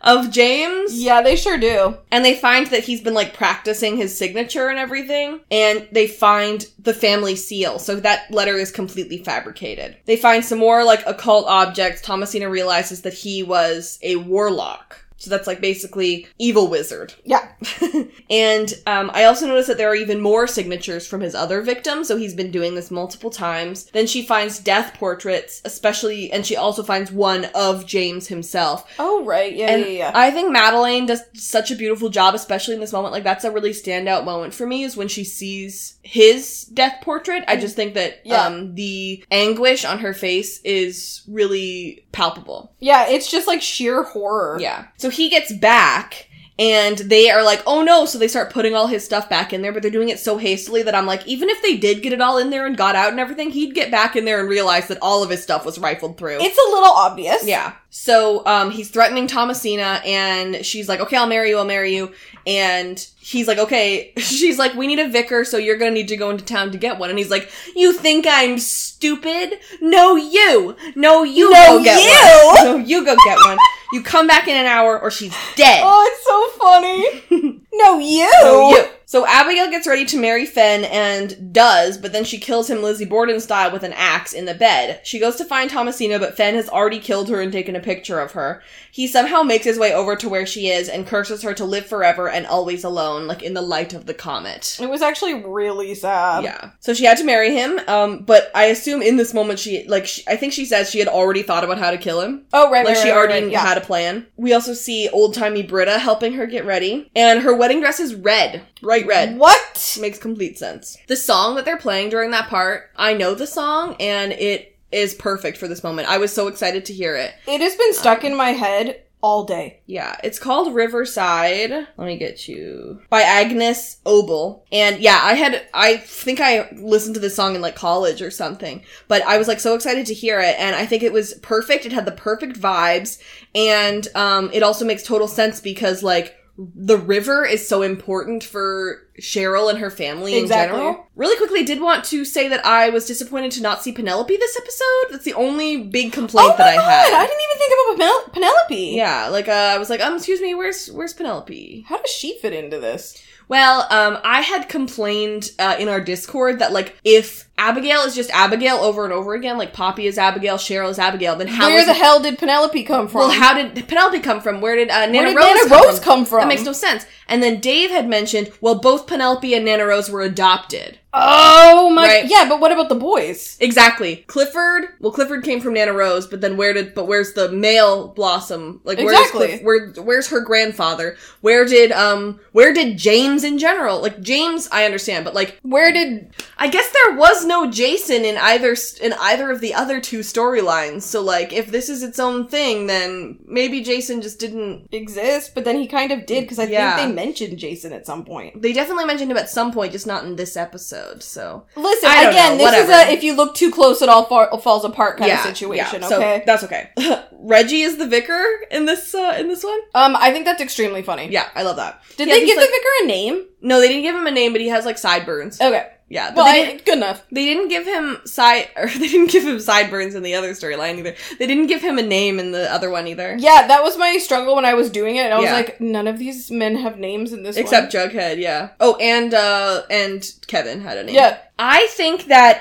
Speaker 2: of james
Speaker 1: yeah, they sure do.
Speaker 2: and they find that he's been like practicing his signature and everything and they find the family seal so that letter is completely fabricated they find some more like occult objects thomasina realizes that he was a warlock so that's like basically evil wizard
Speaker 1: Yeah,
Speaker 2: and um, I also noticed that there are even more signatures from his other victims, so he's been doing this multiple times. Then she finds death portraits, especially, and she also finds one of James himself.
Speaker 1: Oh right, yeah,
Speaker 2: And
Speaker 1: yeah, yeah.
Speaker 2: I think Madeline does such a beautiful job, especially in this moment. Like that's a really standout moment for me is when she sees his death portrait. I just think that
Speaker 1: Yeah.
Speaker 2: um, the anguish on her face is really palpable.
Speaker 1: yeah, it's just like sheer horror.
Speaker 2: Yeah. So he gets back and they are like, oh no. So they start putting all his stuff back in there, but they're doing it so hastily that I'm like, even if they did get it all in there and got out and everything, he'd get back in there and realize that all of his stuff was rifled through.
Speaker 1: It's a little obvious.
Speaker 2: yeah. So um, he's threatening Thomasina and she's like, okay, I'll marry you, I'll marry you. And he's like, okay. She's like, we need a vicar, so you're gonna need to go into town to get one. And he's like, you think I'm stupid? No, you. No, you
Speaker 1: No,
Speaker 2: go get
Speaker 1: you.
Speaker 2: one. So you go get one. You come back in an hour or she's dead.
Speaker 1: Oh, it's so funny. no, you.
Speaker 2: So you. So Abigail gets ready to marry Fenn and does, but then she kills him Lizzie Borden style with an axe in the bed. She goes to find Thomasina, but Fenn has already killed her and taken a picture of her. He somehow makes his way over to where she is and curses her to live forever and always alone, like in the light of the comet.
Speaker 1: It was actually really sad.
Speaker 2: Yeah. So she had to marry him, um, but I assume in this moment she, like, she, I think she says she had already thought about how to kill him
Speaker 1: Oh right,
Speaker 2: like
Speaker 1: right,
Speaker 2: she
Speaker 1: right,
Speaker 2: already
Speaker 1: right, yeah.
Speaker 2: had a plan. We also see old timey Britta helping her get ready, and her wedding dress is red, bright red.
Speaker 1: What?
Speaker 2: Makes complete sense. The song that they're playing during that part, I know the song, and it is perfect for this moment. I was so excited to hear it.
Speaker 1: It has been stuck in my head all day.
Speaker 2: Yeah, it's called Riverside. Let me get you by Agnes Obel. And yeah, I had I think I listened to this song in like college or something, but I was like so excited to hear it and I think it was perfect. It had the perfect vibes and um it also makes total sense because like the river is so important for Cheryl and her family
Speaker 1: Exactly.
Speaker 2: in general. Really quickly, I did want to say that I was disappointed to not see Penelope this episode. That's the only big complaint
Speaker 1: oh my
Speaker 2: that I
Speaker 1: god!
Speaker 2: had.
Speaker 1: I didn't even think about Penel- Penelope.
Speaker 2: Yeah, like uh, I was like, um, excuse me, where's where's Penelope?
Speaker 1: How does she fit into this?
Speaker 2: Well, um, I had complained uh, in our Discord that like if Abigail is just Abigail over and over again, like Poppy is Abigail, Cheryl is Abigail, then how
Speaker 1: Where
Speaker 2: is
Speaker 1: the hell did Penelope come from?
Speaker 2: well how did Penelope come from? Where did uh, Nana
Speaker 1: Where did
Speaker 2: Rose,
Speaker 1: Nana
Speaker 2: come,
Speaker 1: Rose
Speaker 2: from?
Speaker 1: come from?
Speaker 2: That makes no sense. And then Dave had mentioned, well, both Penelope and Nana Rose were adopted.
Speaker 1: Oh my!
Speaker 2: Right.
Speaker 1: Yeah, but what about the boys?
Speaker 2: Exactly. Clifford. Well, Clifford came from Nana Rose, but then where did? But where's the male blossom? Like where's
Speaker 1: Exactly.
Speaker 2: Cliff, where where's her grandfather? Where did um where did James in general? Like James, I understand, but like
Speaker 1: Where did?
Speaker 2: I guess there was no Jason in either s- in either of the other two storylines. So like if this is its own thing, then maybe Jason just didn't.
Speaker 1: exist, but then he kind of did because I
Speaker 2: Yeah.
Speaker 1: think they mentioned Jason at some point.
Speaker 2: They definitely mentioned him at some point, just not in this episode. So
Speaker 1: Listen,
Speaker 2: I don't
Speaker 1: again,
Speaker 2: know,
Speaker 1: this is
Speaker 2: whatever.
Speaker 1: a if you look too close, it all fa- falls apart kind of situation.
Speaker 2: yeah. So
Speaker 1: Okay,
Speaker 2: that's okay. Reggie is the vicar in this uh, in this one.
Speaker 1: um, I think that's extremely funny.
Speaker 2: Yeah, I love that.
Speaker 1: Did
Speaker 2: Yeah,
Speaker 1: they
Speaker 2: he's
Speaker 1: give
Speaker 2: like-
Speaker 1: the vicar a name?
Speaker 2: No, they didn't give him a name, but he has like sideburns.
Speaker 1: Okay,
Speaker 2: Yeah, but
Speaker 1: Oh, well,
Speaker 2: they,
Speaker 1: I-
Speaker 2: didn't,
Speaker 1: good enough.
Speaker 2: they didn't give him side or they didn't give him sideburns in the other storyline either. They didn't give him a name in the other one either.
Speaker 1: Yeah, that was my struggle when I was doing it. And I was
Speaker 2: Yeah.
Speaker 1: like, none of these men have names in this.
Speaker 2: Except Jughead, yeah. Oh, and uh and Kevin had a
Speaker 1: one.
Speaker 2: name.
Speaker 1: yeah,
Speaker 2: I think that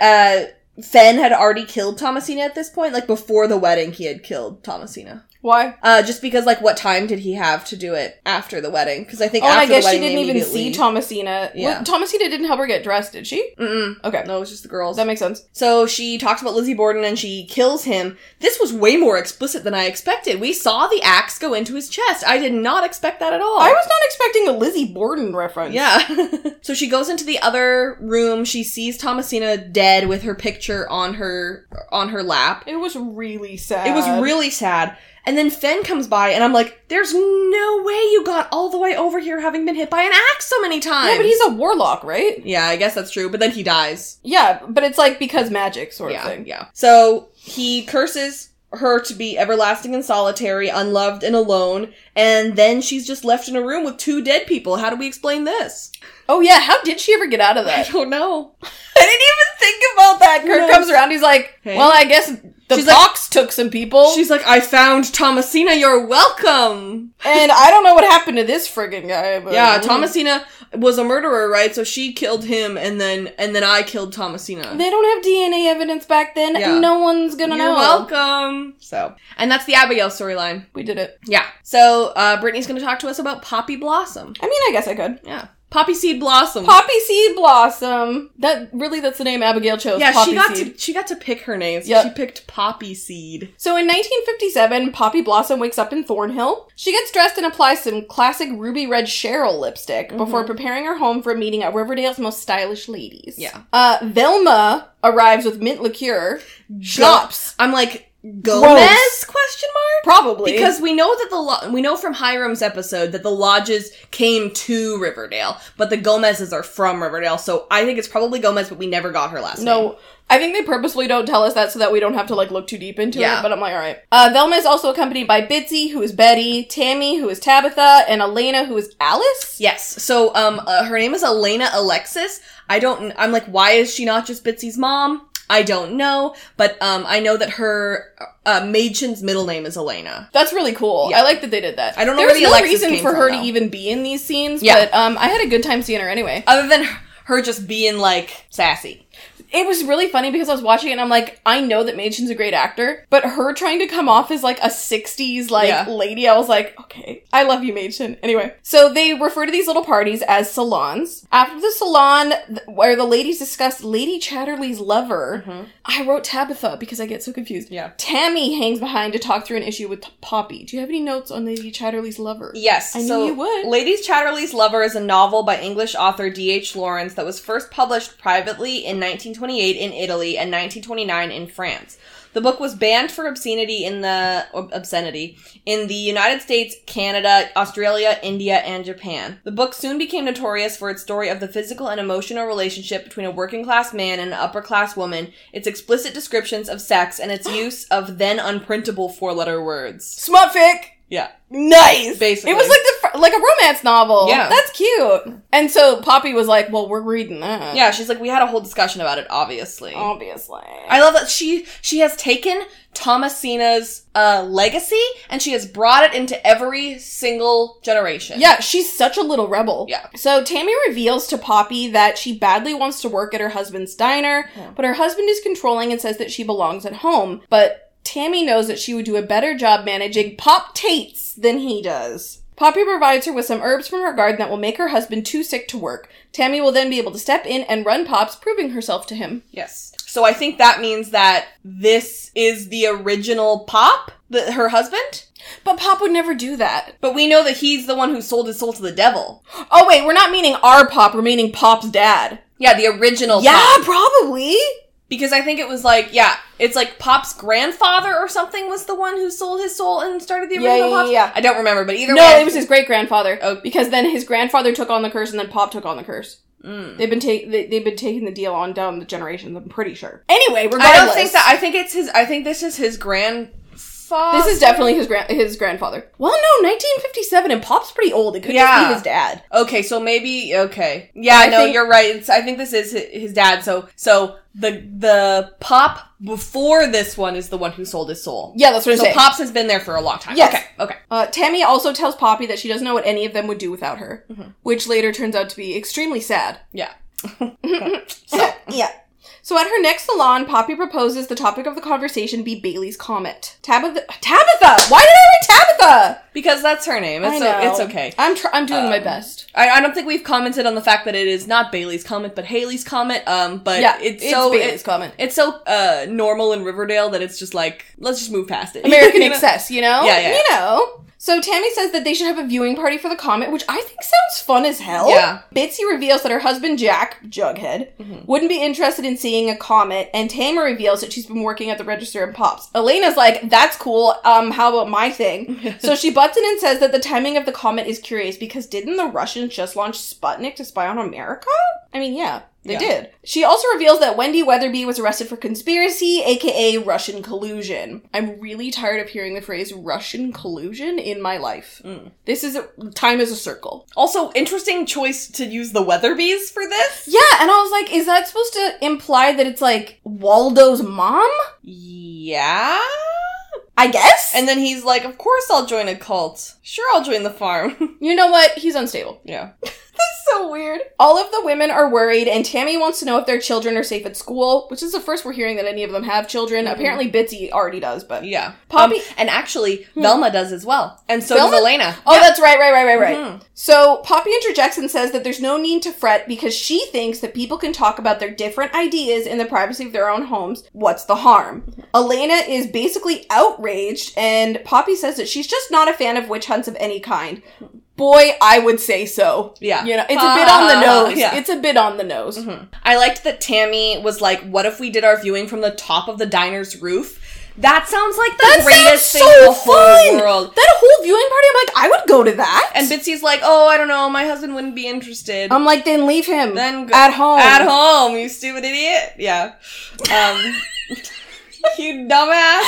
Speaker 2: uh Fenn had already killed Thomasina at this point. Like before the wedding, he had killed Thomasina.
Speaker 1: Why?
Speaker 2: Uh, just because, like, what time did he have to do it after the wedding? Because I think
Speaker 1: Oh, and
Speaker 2: after
Speaker 1: I guess
Speaker 2: the
Speaker 1: she
Speaker 2: wedding,
Speaker 1: didn't
Speaker 2: they
Speaker 1: even see
Speaker 2: immediately-
Speaker 1: Thomasina.
Speaker 2: Yeah.
Speaker 1: Well, Thomasina didn't help her get dressed, did she?
Speaker 2: Mm-mm.
Speaker 1: Okay.
Speaker 2: No, it was just the girls.
Speaker 1: That makes sense.
Speaker 2: So she talks about Lizzie Borden and she kills him. This was way more explicit than I expected. We saw the axe go into his chest. I did not expect that at all.
Speaker 1: I was not expecting a Lizzie Borden reference.
Speaker 2: Oh. Yeah. so she goes into the other room. She sees Thomasina dead with her picture on her on her lap.
Speaker 1: It was really sad.
Speaker 2: It was really sad. And then Fenn comes by and I'm like, "There's no way you got all the way over here having been hit by an axe so many times."
Speaker 1: Yeah, but he's a warlock, right?
Speaker 2: Yeah, I guess that's true, but then he dies.
Speaker 1: Yeah, but it's like because magic sort
Speaker 2: yeah,
Speaker 1: of thing.
Speaker 2: Yeah. So he curses her to be everlasting and solitary, unloved and alone, and then she's just left in a room with two dead people. How do we explain this?
Speaker 1: Oh yeah, how did she ever get out of
Speaker 2: I
Speaker 1: that?
Speaker 2: don't know.
Speaker 1: I didn't even think about that. Kurt
Speaker 2: No.
Speaker 1: comes around, he's like,
Speaker 2: Hey.
Speaker 1: Well, I guess the
Speaker 2: She's like-
Speaker 1: fox took some people.
Speaker 2: She's like, I found Thomasina, you're welcome.
Speaker 1: and I don't know what happened to this friggin' guy, but
Speaker 2: Yeah, Thomasina was a murderer, right? So she killed him and then and then I killed Thomasina.
Speaker 1: They don't have DNA evidence back then,
Speaker 2: Yeah.
Speaker 1: and no one's gonna
Speaker 2: You're
Speaker 1: know.
Speaker 2: welcome. So, and that's the Abigail storyline.
Speaker 1: We did it.
Speaker 2: Yeah. So, uh, Brittany's going to talk to us about Poppy Blossom.
Speaker 1: I mean, I guess I could.
Speaker 2: Yeah. Poppy seed blossom.
Speaker 1: Poppy Seed Blossom. That really, that's the name Abigail chose.
Speaker 2: yeah,
Speaker 1: Poppy
Speaker 2: she got
Speaker 1: Seed.
Speaker 2: to she got to pick her names.
Speaker 1: Yep.
Speaker 2: She picked Poppy Seed.
Speaker 1: So in 1957, Poppy Blossom wakes up in Thornhill. She gets dressed and applies some classic ruby red Cheryl lipstick
Speaker 2: Mm-hmm.
Speaker 1: before preparing her home for a meeting at Riverdale's most stylish ladies.
Speaker 2: Yeah.
Speaker 1: Uh, Velma arrives with mint liqueur. Shops.
Speaker 2: I'm like Gomez question mark
Speaker 1: Probably.
Speaker 2: because we know that the lo- we know from Hiram's episode that the lodges came to Riverdale, but the Gomez's are from Riverdale, so I think it's probably Gomez, but we never got her last name.
Speaker 1: No, I think they purposely don't tell us that so that we don't have to like look too deep into
Speaker 2: Yeah.
Speaker 1: it. But I'm like, all right. Uh, Velma is also accompanied by Bitsy, who is Betty, Tammy, who is Tabitha, and Elena, who is Alice.
Speaker 2: Yes. So um, uh, her name is Elena Alexis. I don't. I'm like, why is she not just Bitsy's mom? I don't know, but um, I know that her uh, Machen's middle name is Elena.
Speaker 1: That's really cool.
Speaker 2: Yeah.
Speaker 1: I like that they did that.
Speaker 2: I don't know
Speaker 1: There
Speaker 2: where
Speaker 1: was
Speaker 2: the
Speaker 1: no
Speaker 2: Alexis
Speaker 1: reason
Speaker 2: came
Speaker 1: for
Speaker 2: from,
Speaker 1: her
Speaker 2: though.
Speaker 1: to even be in these scenes,
Speaker 2: Yeah.
Speaker 1: but um, I had a good time seeing her anyway.
Speaker 2: Other than her just being like sassy.
Speaker 1: It was really funny because I was watching it and I'm like, I know that Machen's a great actor, but her trying to come off as like a 60s like
Speaker 2: Yeah.
Speaker 1: lady, I was like, okay, I love you, Machen. Anyway, so they refer to these little parties as salons. After the salon th- where the ladies discuss Lady Chatterley's lover, I wrote Tabitha because I get so confused.
Speaker 2: Mm-hmm. Yeah.
Speaker 1: Tammy hangs behind to talk through an issue with Poppy. Do you have any notes on Lady Chatterley's lover?
Speaker 2: Yes.
Speaker 1: I knew
Speaker 2: so
Speaker 1: you would.
Speaker 2: Ladies Chatterley's Lover is a novel by English author D.H. Lawrence that was first published privately in 1928 in Italy and 1929 in France. The book was banned for obscenity in the ob- obscenity in the United States, Canada, Australia, India, and Japan. The book soon became notorious for its story of the physical and emotional relationship between a working class man and an upper class woman, its explicit descriptions of sex, and its use of then unprintable four letter words.
Speaker 1: Smutfic!
Speaker 2: Yeah.
Speaker 1: Nice.
Speaker 2: Basically.
Speaker 1: it was like the fir- like a romance novel.
Speaker 2: Yeah.
Speaker 1: that's cute. And so Poppy was like, "Well, we're reading that."
Speaker 2: Yeah, she's like, we had a whole discussion about it, obviously.
Speaker 1: obviously.
Speaker 2: I love that she she has taken Thomasina's uh, legacy and she has brought it into every single generation.
Speaker 1: yeah, she's such a little rebel.
Speaker 2: Yeah.
Speaker 1: So Tammy reveals to Poppy that she badly wants to work at her husband's diner,
Speaker 2: Yeah.
Speaker 1: but her husband is controlling and says that she belongs at home. But Tammy knows that she would do a better job managing Pop Tates than he does. Poppy provides her with some herbs from her garden that will make her husband too sick to work. Tammy will then be able to step in and run Pops, proving herself to him.
Speaker 2: Yes. So I think that means that this is the original Pop, the, her husband.
Speaker 1: But Pop would never do that.
Speaker 2: But we know that he's the one who sold his soul to the devil.
Speaker 1: Oh wait, we're not meaning our pop, we're meaning Pop's dad.
Speaker 2: Yeah, the original
Speaker 1: yeah,
Speaker 2: Pop.
Speaker 1: probably.
Speaker 2: Because I think it was like, yeah, it's like Pop's grandfather or something was the one who sold his soul and started the
Speaker 1: Yeah,
Speaker 2: original
Speaker 1: yeah,
Speaker 2: Pop.
Speaker 1: yeah, yeah.
Speaker 2: I don't remember, but either
Speaker 1: No,
Speaker 2: way.
Speaker 1: it was his great grandfather.
Speaker 2: Oh.
Speaker 1: because then his grandfather took on the curse, and then Pop took on the curse.
Speaker 2: Mm.
Speaker 1: They've been ta- they, they've been taking the deal on down the generations. I'm pretty sure. Anyway, regardless,
Speaker 2: I don't think that. I think it's his. I think this is his grandfather.
Speaker 1: this is definitely his grand his grandfather. Well, no, 1957, and Pop's pretty old. It could just
Speaker 2: Yeah.
Speaker 1: be his dad.
Speaker 2: okay. So maybe okay. Yeah,
Speaker 1: I
Speaker 2: no,
Speaker 1: think-
Speaker 2: you're right. It's, I think this is hi- his dad. So so the the pop before this one is the one who sold his soul.
Speaker 1: Yeah, that's what I'm
Speaker 2: So
Speaker 1: saying.
Speaker 2: pops has been there for a long time.
Speaker 1: Yes.
Speaker 2: Okay. Okay.
Speaker 1: Uh, Tammy also tells Poppy that she doesn't know what any of them would do without her, which later turns out to be extremely sad.
Speaker 2: Yeah.
Speaker 1: So yeah. So at her next salon, Poppy proposes the topic of the conversation be Bailey's Comet. Tabitha. Tabitha! Why did I write Tabitha?
Speaker 2: Because that's her name. It's,
Speaker 1: I
Speaker 2: o-
Speaker 1: know.
Speaker 2: it's okay.
Speaker 1: I'm tr- I'm doing my
Speaker 2: Um,
Speaker 1: best.
Speaker 2: I, I don't think we've commented on the fact that it is not Bailey's Comet, but Haley's Comet. Um, but
Speaker 1: yeah,
Speaker 2: it's, so
Speaker 1: Bailey's
Speaker 2: it-
Speaker 1: Comet.
Speaker 2: it's so uh normal in Riverdale that it's just like let's just move past it.
Speaker 1: American
Speaker 2: You know?
Speaker 1: excess, you know?
Speaker 2: Yeah, yeah.
Speaker 1: You know. So Tammy says that they should have a viewing party for the comet, which I think sounds fun as hell.
Speaker 2: Yeah. Mm-hmm.
Speaker 1: Bitsy reveals that her husband Jack, Jughead, wouldn't be interested in seeing a comet, and Tamer reveals that she's been working at the register and pops. Elena's like, that's cool, um, how about my thing? so she butts in and says that the timing of the comet is curious because didn't the Russians just launch Sputnik to spy on America? I mean, yeah, they
Speaker 2: Yeah.
Speaker 1: did. She also reveals that Wendy Weatherby was arrested for conspiracy, aka Russian collusion. I'm really tired of hearing the phrase Russian collusion in my life.
Speaker 2: Mm.
Speaker 1: This is a, time is a circle.
Speaker 2: Also, interesting choice to use the Weatherbees for this.
Speaker 1: Yeah, and I was like, is that supposed to imply that it's like Waldo's mom?
Speaker 2: Yeah.
Speaker 1: I guess.
Speaker 2: And then he's like, "Of course I'll join a cult. Sure, I'll join the farm."
Speaker 1: you know what? He's unstable.
Speaker 2: yeah.
Speaker 1: so weird. All of the women are worried, and Tammy wants to know if their children are safe at school, which is the first we're hearing that any of them have children.
Speaker 2: Mhm.
Speaker 1: Apparently, Bitsy already does, but
Speaker 2: Yeah.
Speaker 1: Poppy-
Speaker 2: Um, and actually, Velma does as well. And so
Speaker 1: Hmm. Velma-
Speaker 2: does Elena.
Speaker 1: Oh, that's right, right, right, right, right.
Speaker 2: Mhm.
Speaker 1: So Poppy interjects and says that there's no need to fret because she thinks that people can talk about their different ideas in the privacy of their own homes. What's the harm? Elena is basically outraged, and Poppy says that she's just not a fan of witch hunts of any kind. Boy, I would say so.
Speaker 2: Yeah. Uh,
Speaker 1: You know, it's a bit on the nose.
Speaker 2: Yeah.
Speaker 1: It's a bit on the nose.
Speaker 2: I liked that Tammy was like, "What if we did our viewing from the top of the diner's roof?" That sounds like the
Speaker 1: sounds
Speaker 2: greatest thing
Speaker 1: so
Speaker 2: in the whole
Speaker 1: fun!
Speaker 2: world.
Speaker 1: That whole viewing party, I'm like, I would go to that.
Speaker 2: And Bitsy's like, "Oh, I don't know. My husband wouldn't be interested."
Speaker 1: I'm like, then leave him.
Speaker 2: Then go-
Speaker 1: at home.
Speaker 2: At home, you stupid idiot. Yeah. Um, you dumbass.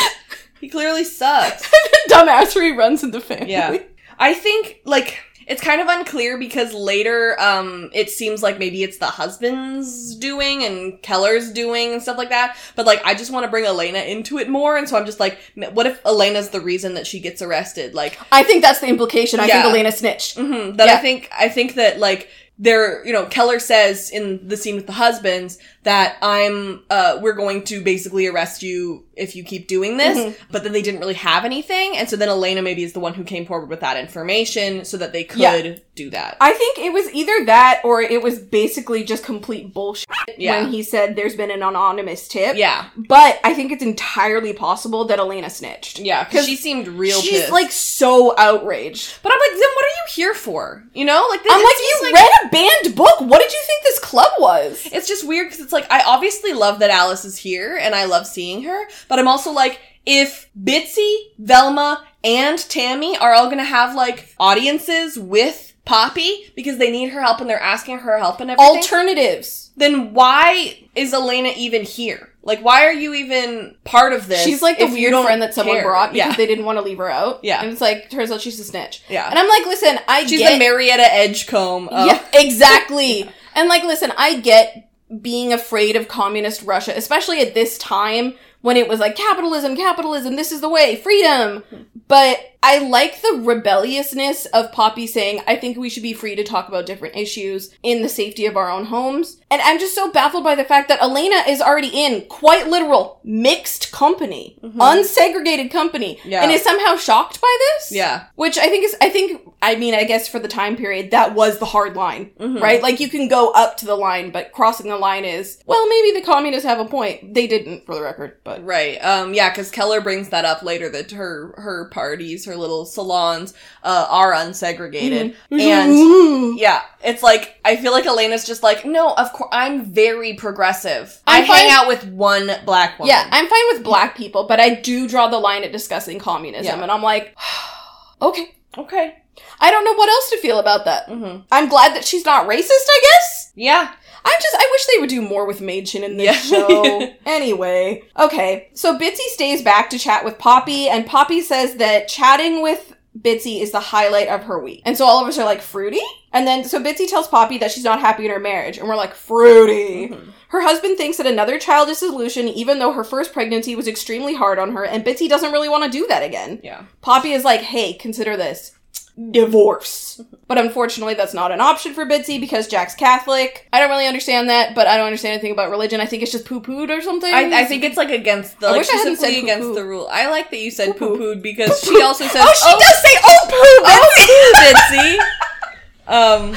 Speaker 2: He clearly sucks.
Speaker 1: Dumbass reruns in the family.
Speaker 2: Yeah. I think like it's kind of unclear because later um it seems like maybe it's the husband's doing and Keller's doing and stuff like that. But like I just want to bring Elena into it more and so I'm just like m- what if Elena's the reason that she gets arrested? Like
Speaker 1: I think that's the implication. I
Speaker 2: Yeah.
Speaker 1: think Elena snitched.
Speaker 2: mhm, that I
Speaker 1: Yeah.
Speaker 2: think I think that like there you know Keller says in the scene with the husbands that I'm uh we're going to basically arrest you if you keep doing this
Speaker 1: Mhm.
Speaker 2: but then they didn't really have anything and so then Elena maybe is the one who came forward with that information so that they could
Speaker 1: Yeah.
Speaker 2: do that.
Speaker 1: I think it was either that or it was basically just complete bullshit
Speaker 2: Yeah.
Speaker 1: when he said there's been an anonymous tip.
Speaker 2: yeah.
Speaker 1: But I think it's entirely possible that Elena snitched.
Speaker 2: Yeah,
Speaker 1: 'Cause
Speaker 2: cuz she seemed real
Speaker 1: She's
Speaker 2: pissed.
Speaker 1: like so outraged.
Speaker 2: but I'm like then what are you here for? You know? Like this
Speaker 1: I'm
Speaker 2: it
Speaker 1: like,
Speaker 2: seems
Speaker 1: you read a banned book. What did you think this club was?
Speaker 2: It's just weird because it's like I obviously love that Alice is here and I love seeing her, but I'm also like if Bitsy, Velma, and Tammy are all gonna have like audiences with Poppy because they need her help and they're asking her help and everything,
Speaker 1: Alternatives.
Speaker 2: then why is Elena even here? Like, why are you even part of this?
Speaker 1: She's like the
Speaker 2: if you
Speaker 1: weird
Speaker 2: don't
Speaker 1: friend that someone
Speaker 2: care?
Speaker 1: brought because
Speaker 2: Yeah,
Speaker 1: they didn't want to leave her out.
Speaker 2: Yeah.
Speaker 1: And it's like, turns out she's a snitch.
Speaker 2: yeah.
Speaker 1: And I'm like, listen, I
Speaker 2: She's
Speaker 1: get
Speaker 2: the Marietta Edgecombe. Of,
Speaker 1: Yeah, exactly. And like, listen, I get being afraid of communist Russia, especially at this time when it was like capitalism, capitalism, this is the way, freedom. But I like the rebelliousness of Poppy saying, I think we should be free to talk about different issues in the safety of our own homes. And I'm just so baffled by the fact that Elena is already in quite literal mixed company,
Speaker 2: Mhm.
Speaker 1: unsegregated company,
Speaker 2: Yeah.
Speaker 1: and is somehow shocked by this.
Speaker 2: Yeah.
Speaker 1: Which I think is, I think, I mean, I guess for the time period, that was the hard line,
Speaker 2: Mhm.
Speaker 1: right? Like you can go up to the line, but crossing the line is, well, maybe the communists have a point. They didn't, for the record, but.
Speaker 2: Right. Um yeah, cuz Keller brings that up later that her her parties, her little salons uh are unsegregated.
Speaker 1: Mm-hmm.
Speaker 2: And
Speaker 1: And
Speaker 2: yeah, it's like I feel like Elena's just like, "No, of course I'm very progressive. i
Speaker 1: I'm
Speaker 2: hang
Speaker 1: fine-
Speaker 2: out with one black woman."
Speaker 1: yeah, I'm fine with black people, but I do draw the line at discussing communism,
Speaker 2: Yeah.
Speaker 1: and I'm like, okay.
Speaker 2: okay.
Speaker 1: I don't know what else to feel about that.
Speaker 2: Mhm.
Speaker 1: I'm glad that she's not racist, I guess.
Speaker 2: Yeah.
Speaker 1: I just I wish they would do more with Maidchen in this
Speaker 2: Yeah.
Speaker 1: show. anyway, okay. So Bitsy stays back to chat with Poppy, and Poppy says that chatting with Bitsy is the highlight of her week. And so all of us are like, Fruity? And then so Bitsy tells Poppy that she's not happy in her marriage, and we're like, Fruity.
Speaker 2: Mhm.
Speaker 1: Her husband thinks that another child is the solution, even though her first pregnancy was extremely hard on her, and Bitsy doesn't really want to do that again.
Speaker 2: Yeah.
Speaker 1: Poppy is like, hey, consider this.
Speaker 3: divorce.
Speaker 1: But unfortunately, that's not an option for Bitsy because Jack's Catholic. I don't really understand that, but I don't understand anything about religion. I think it's just poo pooed or something.
Speaker 2: I, I think it's like against the
Speaker 1: I
Speaker 2: like
Speaker 1: wish I hadn't
Speaker 2: specifically
Speaker 1: said
Speaker 2: against
Speaker 1: poo-poo.
Speaker 2: the rule. I like that you said
Speaker 1: Poo-poo.
Speaker 2: poo pooed because she also said
Speaker 1: oh, she does say oh poo.
Speaker 2: Bitsy. um,
Speaker 1: but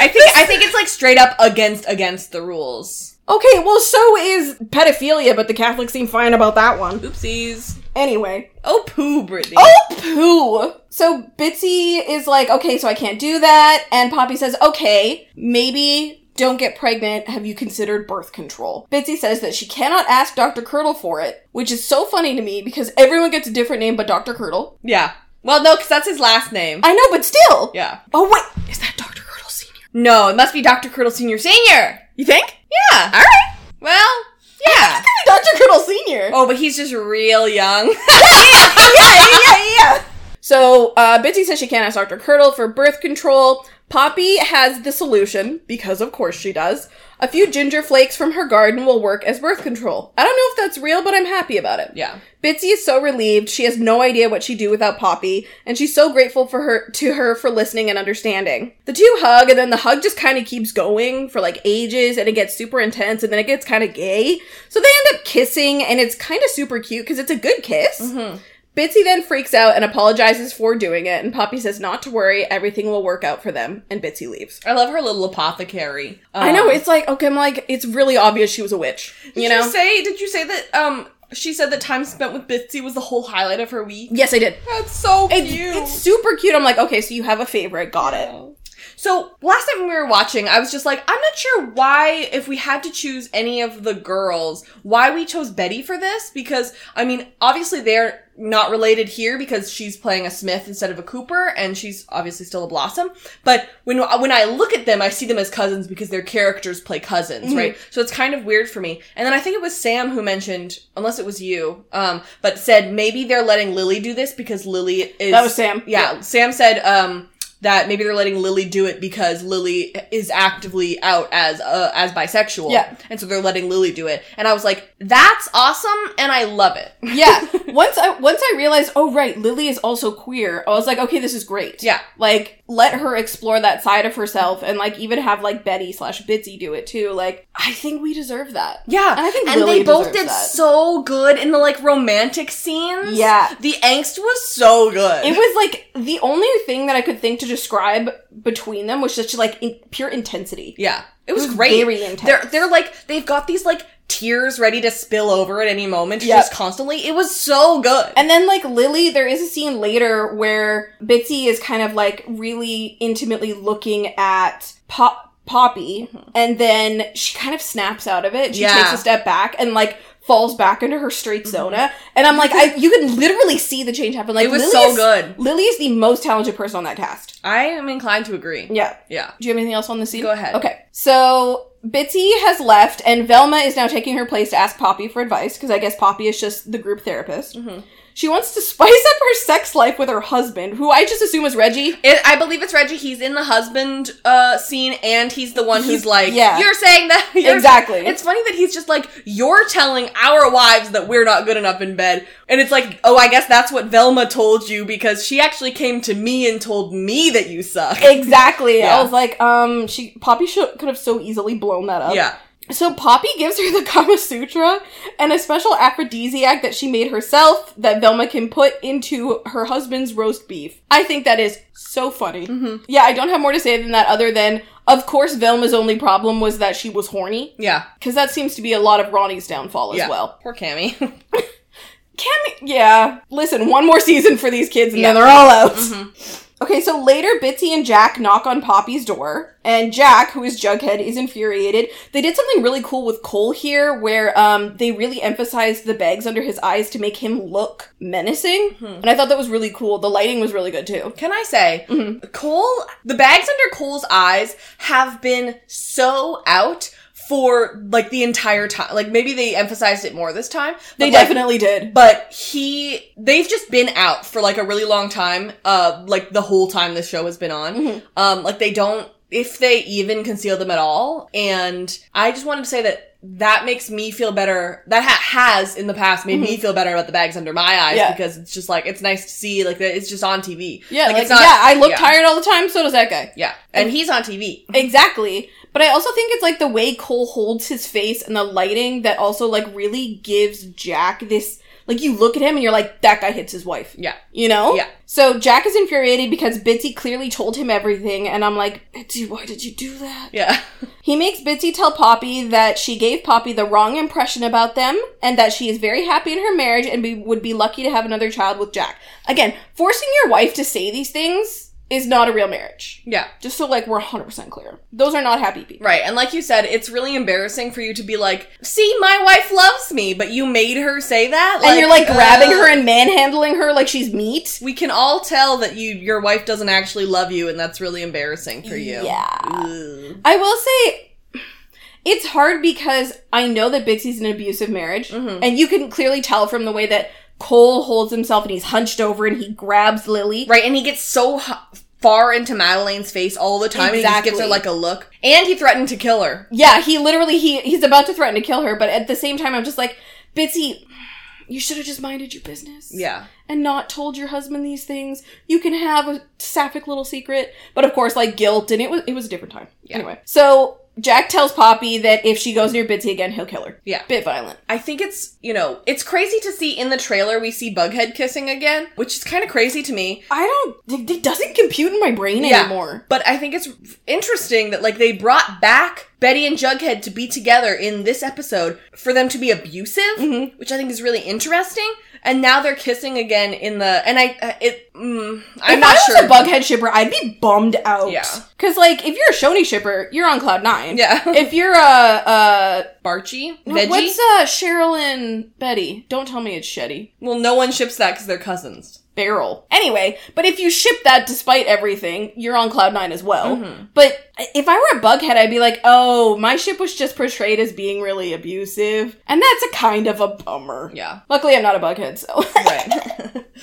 Speaker 2: I think I think it's like straight up against against the rules.
Speaker 1: okay, well, so is pedophilia, but the Catholics seem fine about that one.
Speaker 2: Oopsies.
Speaker 1: Anyway,
Speaker 2: Oh poo, Brittany.
Speaker 1: Oh, poo! So Bitsy is like, okay, so I can't do that. And Poppy says, okay, maybe don't get pregnant. Have you considered birth control? Bitsy says that she cannot ask Dr. Curdle for it, which is so funny to me because everyone gets a different name but Dr. Curdle.
Speaker 2: Yeah. Well, no, because that's his last name.
Speaker 1: I know, but still.
Speaker 2: yeah.
Speaker 1: Oh, wait. Is that Dr. Curdle Sr.?
Speaker 2: No, it must be Dr. Curdle Senior Senior.
Speaker 1: You think?
Speaker 2: Yeah. All right. Well. Yeah.
Speaker 1: Dr. Curdle Sr.
Speaker 2: Oh, but he's just real young.
Speaker 1: yeah, yeah, yeah. So uh, Bitsy says she can't ask Dr. Curdle for birth control. Poppy has the solution because, of course, she does. A few ginger flakes from her garden will work as birth control. I don't know if that's real, but I'm happy about it.
Speaker 2: yeah.
Speaker 1: Bitsy is so relieved. She has no idea what she'd do without Poppy, and she's so grateful for her to her for listening and understanding. The two hug, and then the hug just kind of keeps going for like ages, and it gets super intense, and then it gets kind of gay. So they end up kissing, and it's kind of super cute because it's a good kiss.
Speaker 2: Mm-hmm.
Speaker 1: Bitsy then freaks out and apologizes for doing it, and Poppy says not to worry, everything will work out for them, and Bitsy leaves.
Speaker 2: I love her little apothecary.
Speaker 1: I know
Speaker 2: Um,
Speaker 1: it's like okay, I'm like it's really obvious she was a witch, you
Speaker 2: Did
Speaker 1: know.
Speaker 2: you say? Did you say that? Um, she said that time spent with Bitsy was the whole highlight of her week.
Speaker 1: yes, I did.
Speaker 2: That's so
Speaker 1: It-
Speaker 2: cute.
Speaker 1: it's super cute. I'm like, okay, so you have a favorite, got it.
Speaker 2: so last time when we were watching, I was just like, I'm not sure why, if we had to choose any of the girls, why we chose Betty for this. Because I mean, obviously they're not related here because she's playing a Smith instead of a Cooper, and she's obviously still a Blossom. But when when I look at them, I see them as cousins because their characters play cousins,
Speaker 1: Mm-hmm.
Speaker 2: right? So it's kind of weird for me. And then I think it was Sam who mentioned, unless it was you, um, but said maybe they're letting Lily do this because Lily is
Speaker 1: That was Sam.
Speaker 2: yeah, Sam said um, that maybe they're letting Lily do it because Lily is actively out as uh, as bisexual.
Speaker 1: Yeah.
Speaker 2: and so they're letting Lily do it. And I was like, that's awesome, and I love it.
Speaker 1: yeah. Once I once I realized, oh right, Lily is also queer. I was like, okay, this is great.
Speaker 2: Yeah.
Speaker 1: Like, let her explore that side of herself, and like even have like Betty slash Bitsy do it too. Like, I think we deserve that.
Speaker 2: Yeah,
Speaker 1: And I think
Speaker 2: and
Speaker 1: Lily
Speaker 2: they both
Speaker 1: deserves
Speaker 2: did
Speaker 1: that.
Speaker 2: so good in the like romantic scenes.
Speaker 1: Yeah.
Speaker 2: the angst was so good.
Speaker 1: It was like the only thing that I could think to describe between them was just like in, pure intensity.
Speaker 2: yeah, it was,
Speaker 1: was
Speaker 2: great.
Speaker 1: very intense.
Speaker 2: They're they're like they've got these like tears ready to spill over at any moment,
Speaker 1: Yep.
Speaker 2: just constantly. It was so good.
Speaker 1: And then like Lily, there is a scene later where Bitsy is kind of like really intimately looking at Pop- Poppy, and then she kind of snaps out of it. She
Speaker 2: Yeah. Mm-hmm.
Speaker 1: takes a step back and like falls back into her straight zona. And I'm like, I you can literally see the change happen. Like
Speaker 2: it was
Speaker 1: Lily
Speaker 2: so
Speaker 1: is-
Speaker 2: good.
Speaker 1: Lily is the most talented person on that cast.
Speaker 2: I am inclined to agree.
Speaker 1: Yeah.
Speaker 2: Yeah.
Speaker 1: Do you have anything else on the scene?
Speaker 2: Go ahead.
Speaker 1: Okay. So Bitsy has left, and Velma is now taking her place to ask Poppy for advice because I guess Poppy is just the group therapist.
Speaker 2: Mm-hmm.
Speaker 1: She wants to spice up her sex life with her husband, who I just assume is Reggie.
Speaker 2: It, I believe it's Reggie. He's in the husband uh, scene, and he's the one who's
Speaker 1: He's-
Speaker 2: like,
Speaker 1: yeah.
Speaker 2: "You're saying that you're-
Speaker 1: Exactly.
Speaker 2: It's funny that he's just like, "You're telling our wives that we're not good enough in bed," and it's like, "Oh, I guess that's what Velma told you because she actually came to me and told me that you suck."
Speaker 1: Exactly. I
Speaker 2: Yeah.
Speaker 1: was like, um, she Poppy should, could have so easily blown that up.
Speaker 2: yeah,
Speaker 1: So Poppy gives her the Kama Sutra and a special aphrodisiac that she made herself that Velma can put into her husband's roast beef. I think that is so funny. Yeah, I don't have more to say than that other than, of course, Velma's only problem was that she was horny.
Speaker 2: yeah,
Speaker 1: Because that seems to be a lot of Ronnie's downfall as
Speaker 2: yeah.
Speaker 1: well.
Speaker 2: poor Cammy.
Speaker 1: Cammy, yeah. Listen, one more season for these kids and
Speaker 2: Yeah. Mm-hmm.
Speaker 1: then they're all out. Okay, so later Bitsy and Jack knock on Poppy's door, and Jack, who is Jughead, is infuriated. They did something really cool with Cole here, where um they really emphasized the bags under his eyes to make him look menacing,
Speaker 2: Mm-hmm.
Speaker 1: and I thought that was really cool. The lighting was really good too.
Speaker 2: Can I say,
Speaker 1: Mm-hmm.
Speaker 2: Cole, the bags under Cole's eyes have been so out for like the entire time. Like maybe they emphasized it more this time.
Speaker 1: They
Speaker 2: but, like,
Speaker 1: definitely did.
Speaker 2: but he they've just been out for like a really long time uh like the whole time this show has been on
Speaker 1: Mm-hmm.
Speaker 2: um like they don't if they even conceal them at all and i just wanted to say that that makes me feel better. That ha- has in the past made me feel better about the bags under my eyes
Speaker 1: Mm-hmm. Yeah.
Speaker 2: because it's just like it's nice to see like that it's just on TV.
Speaker 1: Yeah, like,
Speaker 2: it's not-
Speaker 1: yeah, I look
Speaker 2: yeah.
Speaker 1: tired all the time, so does that guy.
Speaker 2: Yeah, and he's on TV.
Speaker 1: Exactly. But I also think it's like the way Cole holds his face and the lighting that also like really gives Jack this like you look at him and you're like, that guy hits his wife.
Speaker 2: Yeah,
Speaker 1: You know?
Speaker 2: Yeah.
Speaker 1: So Jack is infuriated because Bitsy clearly told him everything, and I'm like, Bitsy, why did you do that?
Speaker 2: yeah,
Speaker 1: He makes Bitsy tell Poppy that she gave Poppy the wrong impression about them and that she is very happy in her marriage and be, would be lucky to have another child with Jack. Again, forcing your wife to say these things is not a real marriage.
Speaker 2: yeah.
Speaker 1: Just so like we're 100% clear. Those are not happy people.
Speaker 2: Right, and like you said, it's really embarrassing for you to be like, "See, my wife loves me," but you made her say that,
Speaker 1: and you're like grabbing
Speaker 2: uh,
Speaker 1: her and manhandling her like she's meat.
Speaker 2: we can all tell that you your wife doesn't actually love you, and that's really embarrassing for you.
Speaker 1: Yeah.
Speaker 2: Ugh.
Speaker 1: I will say it's hard because I know that Bixie's in an abusive marriage, and you can clearly tell from the way that Cole holds himself and he's hunched over and he grabs Lily.
Speaker 2: Right, and he gets so h- far into Madeline's face all the time, and he just gives
Speaker 1: Exactly.
Speaker 2: her like a look, and he threatened to kill her.
Speaker 1: Yeah, he literally he he's about to threaten to kill her, but at the same time, I'm just like, Bitsy, you should have just minded your business.
Speaker 2: Yeah,
Speaker 1: and not told your husband these things. You can have a sapphic little secret, but of course, like guilt, and it was it was a different time.
Speaker 2: Yeah.
Speaker 1: Anyway, so Jack tells Poppy that if she goes near Bitsy again, he'll kill her.
Speaker 2: Yeah.
Speaker 1: bit violent.
Speaker 2: I think it's you know it's crazy to see in the trailer we see Bughead kissing again, which is kind of crazy to me.
Speaker 1: I don't. It doesn't compute in my brain
Speaker 2: Yeah.
Speaker 1: anymore.
Speaker 2: But I think it's interesting that like they brought back Betty and Jughead to be together in this episode for them to be abusive,
Speaker 1: Mm-hmm.
Speaker 2: which I think is really interesting. And now they're kissing again in the and I uh, it mm, I'm
Speaker 1: if
Speaker 2: not
Speaker 1: I was
Speaker 2: sure.
Speaker 1: a Bughead shipper, I'd be bummed out.
Speaker 2: Yeah.
Speaker 1: Cause like, if you're a Shoney shipper, you're on cloud nine.
Speaker 2: Yeah.
Speaker 1: if you're a, uh,
Speaker 2: Barchi,
Speaker 1: no,
Speaker 2: Veggie.
Speaker 1: what's uh, Cheryl and Betty? Don't tell me it's Shetty.
Speaker 2: well, no one ships that because they're cousins.
Speaker 1: barrel. Anyway, but if you ship that despite everything, you're on cloud nine as well.
Speaker 2: Mm-hmm.
Speaker 1: But if I were a bughead, I'd be like, oh, my ship was just portrayed as being really abusive. And that's a kind of a bummer.
Speaker 2: Yeah.
Speaker 1: Luckily, I'm not a bughead, so.
Speaker 2: Right.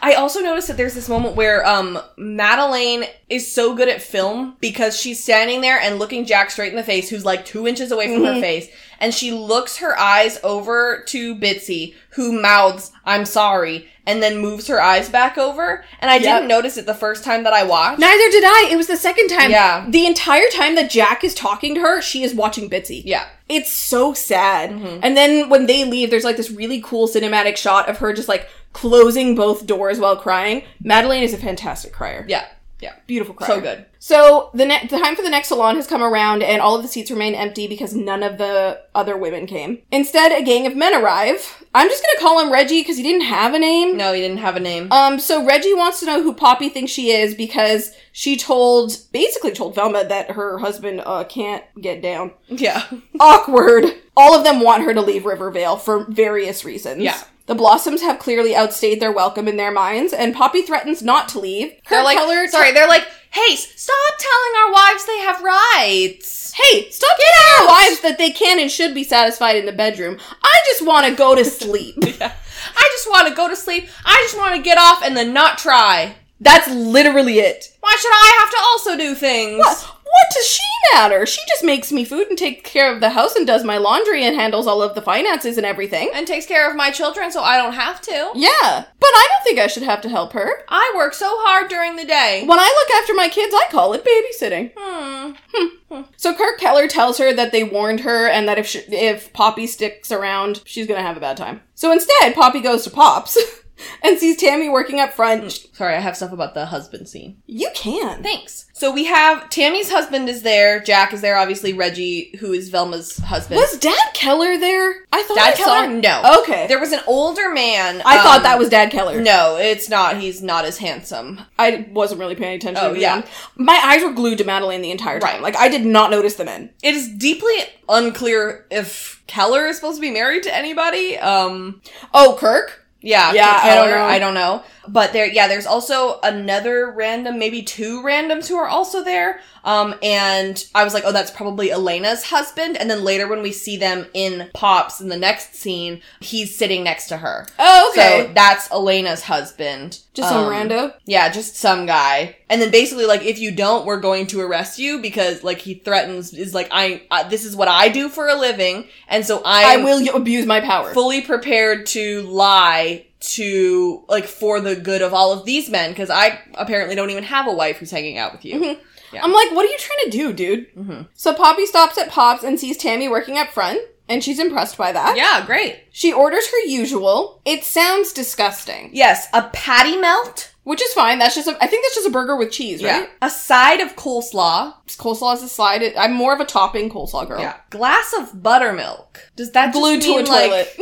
Speaker 2: I also noticed that there's this moment where um Madeline is so good at film because she's standing there and looking Jack straight in the face, who's like two inches away from her face, and she looks her eyes over to Bitsy, who mouths, I'm sorry, and then moves her eyes back over. And I
Speaker 1: Yep.
Speaker 2: didn't notice it the first time that I watched.
Speaker 1: Neither did I. It was the second time.
Speaker 2: Yeah.
Speaker 1: The entire time that Jack is talking to her, she is watching Bitsy.
Speaker 2: Yeah. Mm-hmm.
Speaker 1: It's so sad. And then when they leave, there's like this really cool cinematic shot of her just like closing both doors while crying. Madeline is a fantastic crier.
Speaker 2: Yeah. Yeah.
Speaker 1: Beautiful crier.
Speaker 2: So good.
Speaker 1: So the ne- the time for the next salon has come around, and all of the seats remain empty because none of the other women came. Instead, a gang of men arrive. I'm just gonna call him Reggie because he didn't have a name.
Speaker 2: No, he didn't have a name.
Speaker 1: Um, so Reggie wants to know who Poppy thinks she is because she told, basically told Velma that her husband uh, can't get down.
Speaker 2: yeah.
Speaker 1: Awkward. All of them want her to leave Rivervale for various reasons.
Speaker 2: Yeah.
Speaker 1: The Blossoms have clearly outstayed their welcome in their minds, and Poppy threatens not to leave.
Speaker 2: They're
Speaker 1: Kurt
Speaker 2: like,
Speaker 1: Keller-
Speaker 2: sorry, they're like, hey, s- stop telling our wives they have rights.
Speaker 1: Hey, stop telling our wives that they can and should be satisfied in the bedroom. I just want to go to sleep.
Speaker 2: Yeah. I just want to go to sleep. I just want to get off and then not try.
Speaker 1: That's literally it.
Speaker 2: Why should I have to also do things?
Speaker 1: What, what does she matter? She just makes me food and takes care of the house and does my laundry and handles all of the finances and everything.
Speaker 2: And takes care of my children so I don't have to.
Speaker 1: Yeah, but I don't think I should have to help her.
Speaker 2: I work so hard during the day.
Speaker 1: When I look after my kids, I call it babysitting.
Speaker 2: Hmm.
Speaker 1: So Kirk Keller tells her that they warned her and that if she, if Poppy sticks around, she's gonna have a bad time. So instead, Poppy goes to Pops and sees Tammy working up front.
Speaker 2: Sorry, I have stuff about the husband scene.
Speaker 1: You can.
Speaker 2: Thanks. So we have Tammy's husband is there, Jack is there, obviously Reggie, who is Velma's husband.
Speaker 1: Was Dad Keller there? I thought I
Speaker 2: Dad
Speaker 1: saw-
Speaker 2: Keller? No.
Speaker 1: Okay.
Speaker 2: There was an older man.
Speaker 1: Oh. I thought
Speaker 2: um,
Speaker 1: that was Dad Keller.
Speaker 2: No, it's not. He's not as handsome.
Speaker 1: I wasn't really paying attention.
Speaker 2: Oh,
Speaker 1: to be
Speaker 2: yeah.
Speaker 1: honest. My eyes were glued to Madeline the entire time.
Speaker 2: Right.
Speaker 1: Like I did not notice the men.
Speaker 2: It is deeply unclear if Keller is supposed to be married to anybody. Um,
Speaker 1: Oh, Kirk.
Speaker 2: yeah,
Speaker 1: Yeah,
Speaker 2: Kirk
Speaker 1: I don't
Speaker 2: Keller,
Speaker 1: know.
Speaker 2: I don't know. But there, yeah, there's also another random, maybe two randoms who are also there. Um, and I was like, oh, that's probably Elena's husband. And then later when we see them in Pops in the next scene, he's sitting next to her.
Speaker 1: Oh, okay.
Speaker 2: So that's Elena's husband.
Speaker 3: Just some
Speaker 2: Um,
Speaker 3: rando.
Speaker 2: Yeah, just some guy. And then basically, like, if you don't, we're going to arrest you because, like, he threatens, is like, I, I this is what I do for a living. And so I,
Speaker 1: I
Speaker 2: am
Speaker 1: will abuse my power.
Speaker 2: fully prepared to lie to, like, for the good of all of these men because I apparently don't even have a wife who's hanging out with you. Yeah.
Speaker 1: I'm like, what are you trying to do, dude?
Speaker 2: Mhm.
Speaker 1: So Poppy stops at Pops and sees Tammy working up front, and she's impressed by that.
Speaker 2: Yeah, great.
Speaker 1: She orders her usual. It sounds disgusting,
Speaker 2: Yes, a patty melt.
Speaker 1: which is fine. That's just a, I think that's just a burger with cheese,
Speaker 2: Yeah.
Speaker 1: right?
Speaker 2: A side of coleslaw.
Speaker 1: Coleslaw is a slide. I'm more of a topping coleslaw girl.
Speaker 2: Yeah. Glass of buttermilk. Does that just
Speaker 1: Glued to a
Speaker 2: mean, like-
Speaker 1: toilet.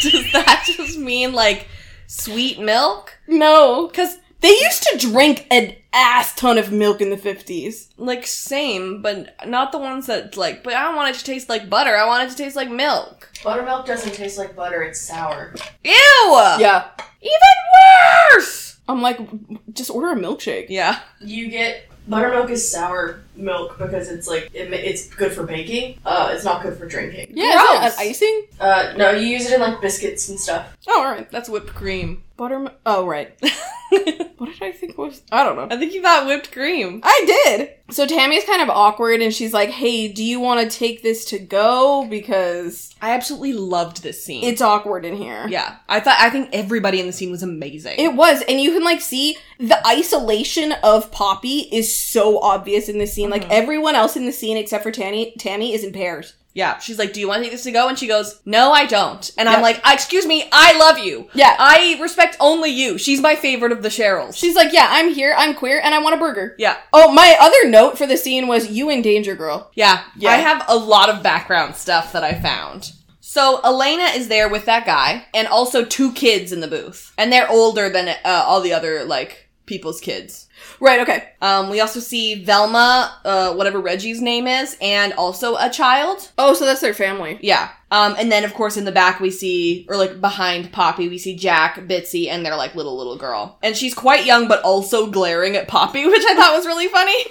Speaker 2: does that just mean like sweet milk?
Speaker 1: No,
Speaker 2: Because
Speaker 1: they used to drink an ass ton of milk in the 50s.
Speaker 2: like same, but not the ones that like. But I don't want it to taste like butter. I want it to taste like milk.
Speaker 4: Buttermilk doesn't taste like butter, it's sour.
Speaker 2: Ew.
Speaker 1: Yeah.
Speaker 2: Even worse.
Speaker 1: I'm like, just order a milkshake.
Speaker 2: Yeah.
Speaker 4: You get buttermilk is sour milk because it's like it, ma- it's good for baking. Uh, it's not good for drinking.
Speaker 1: Yeah, is
Speaker 2: Gross.
Speaker 1: that an icing?
Speaker 4: Uh, no, you use it in like biscuits and stuff.
Speaker 1: Oh, all right.
Speaker 2: That's whipped cream.
Speaker 1: Buttermilk. Oh, right.
Speaker 2: I
Speaker 1: What did I think was? I don't know.
Speaker 2: think you thought whipped cream.
Speaker 1: I did. So Tammy's kind of awkward and she's like, hey, do you want to take this to go? Because
Speaker 2: I absolutely loved this scene.
Speaker 1: it's awkward in here.
Speaker 2: yeah. I thought I think everybody in the scene was amazing.
Speaker 1: It was, and you can like see the isolation of Poppy is so obvious in this scene. Like everyone else in the scene except for Tammy, Tammy is in pairs.
Speaker 2: Yeah, she's like, "Do you want to take this to go?" And she goes, "No, I don't." And
Speaker 1: Yeah.
Speaker 2: I'm like, "Uh, "Excuse me, I love you.
Speaker 1: Yeah.
Speaker 2: I respect only you. She's my favorite of the Cheryls."
Speaker 1: She's like, yeah, I'm here, I'm queer, and I want a burger.
Speaker 2: yeah,
Speaker 1: Oh, my other note for the scene was you in danger, girl.
Speaker 2: yeah,
Speaker 1: Yeah.
Speaker 2: I have a lot of background stuff that I found. So Elena is there with that guy, and also two kids in the booth, and they're older than uh, all the other like people's kids.
Speaker 1: Right, okay.
Speaker 2: Um, we also see Velma, uh, whatever Reggie's name is, and also a child.
Speaker 1: Oh, so that's their family.
Speaker 2: Yeah. Um, and then of course in the back we see, or like behind Poppy, we see Jack, Bitsy, and their like little little girl. And she's quite young, but also glaring at Poppy, which I thought was really funny.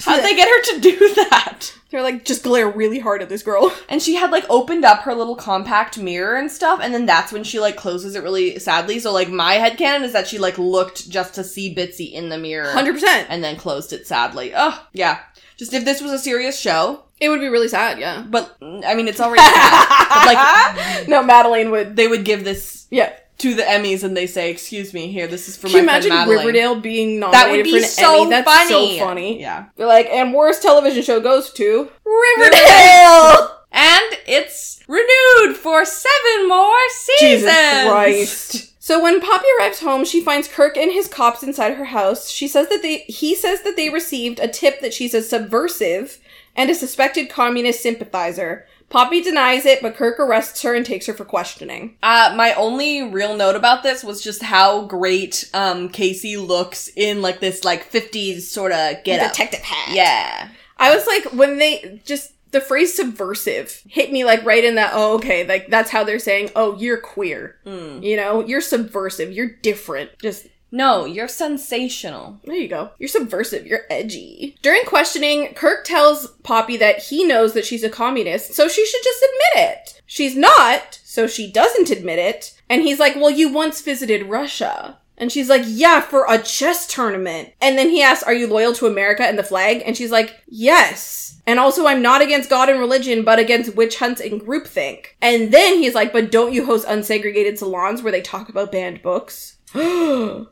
Speaker 2: How'd they get her to do that?
Speaker 1: They're like, just glare really hard at this girl.
Speaker 2: And she had like opened up her little compact mirror and stuff, and then that's when she like closes it really sadly. So like my headcanon is that she like looked just to see Bitsy in the mirror
Speaker 1: 100%.
Speaker 2: and then closed it sadly. Oh, yeah. Just if this was a serious show,
Speaker 1: It would be really sad, yeah.
Speaker 2: but mm, I mean it's already sad. But, like
Speaker 1: no, Madeline would.
Speaker 2: they would give this
Speaker 1: Yeah.
Speaker 2: to the Emmys and they say, "Excuse me, here, this is for
Speaker 1: Can you
Speaker 2: my friend
Speaker 1: imagine
Speaker 2: Madeline."
Speaker 1: Riverdale being nominated
Speaker 2: That would
Speaker 1: for
Speaker 2: be
Speaker 1: an
Speaker 2: so
Speaker 1: Emmy? That's
Speaker 2: funny.
Speaker 1: so funny.
Speaker 2: Yeah,
Speaker 1: They're like, and worst television show goes to
Speaker 2: Riverdale, and it's renewed for seven more seasons.
Speaker 1: Jesus Christ. So when Poppy arrives home, she finds Kirk and his cops inside her house. She says that they he says that they received a tip that she's a subversive and a suspected communist sympathizer. Poppy denies it, but Kirk arrests her and takes her for questioning.
Speaker 2: Uh, my only real note about this was just how great um Casey looks in like this like fifties sort of get up.
Speaker 1: Detective hat.
Speaker 2: Yeah,
Speaker 1: I was like, when they just the phrase subversive hit me like right in that, oh, okay, like that's how they're saying, oh, you're queer.
Speaker 2: Mm.
Speaker 1: You know, you're subversive, you're different. Just
Speaker 2: no, you're sensational.
Speaker 1: There you go. You're subversive. You're edgy. During questioning, Kirk tells Poppy that he knows that she's a communist, so she should just admit it. She's not, so she doesn't admit it. And he's like, Well, you once visited Russia. And she's like, Yeah, for a chess tournament. And then he asks, Are you loyal to America and the flag? And she's like, Yes. And also, I'm not against God and religion, but against witch hunts and groupthink. And then he's like, But don't you host unsegregated salons where they talk about banned books?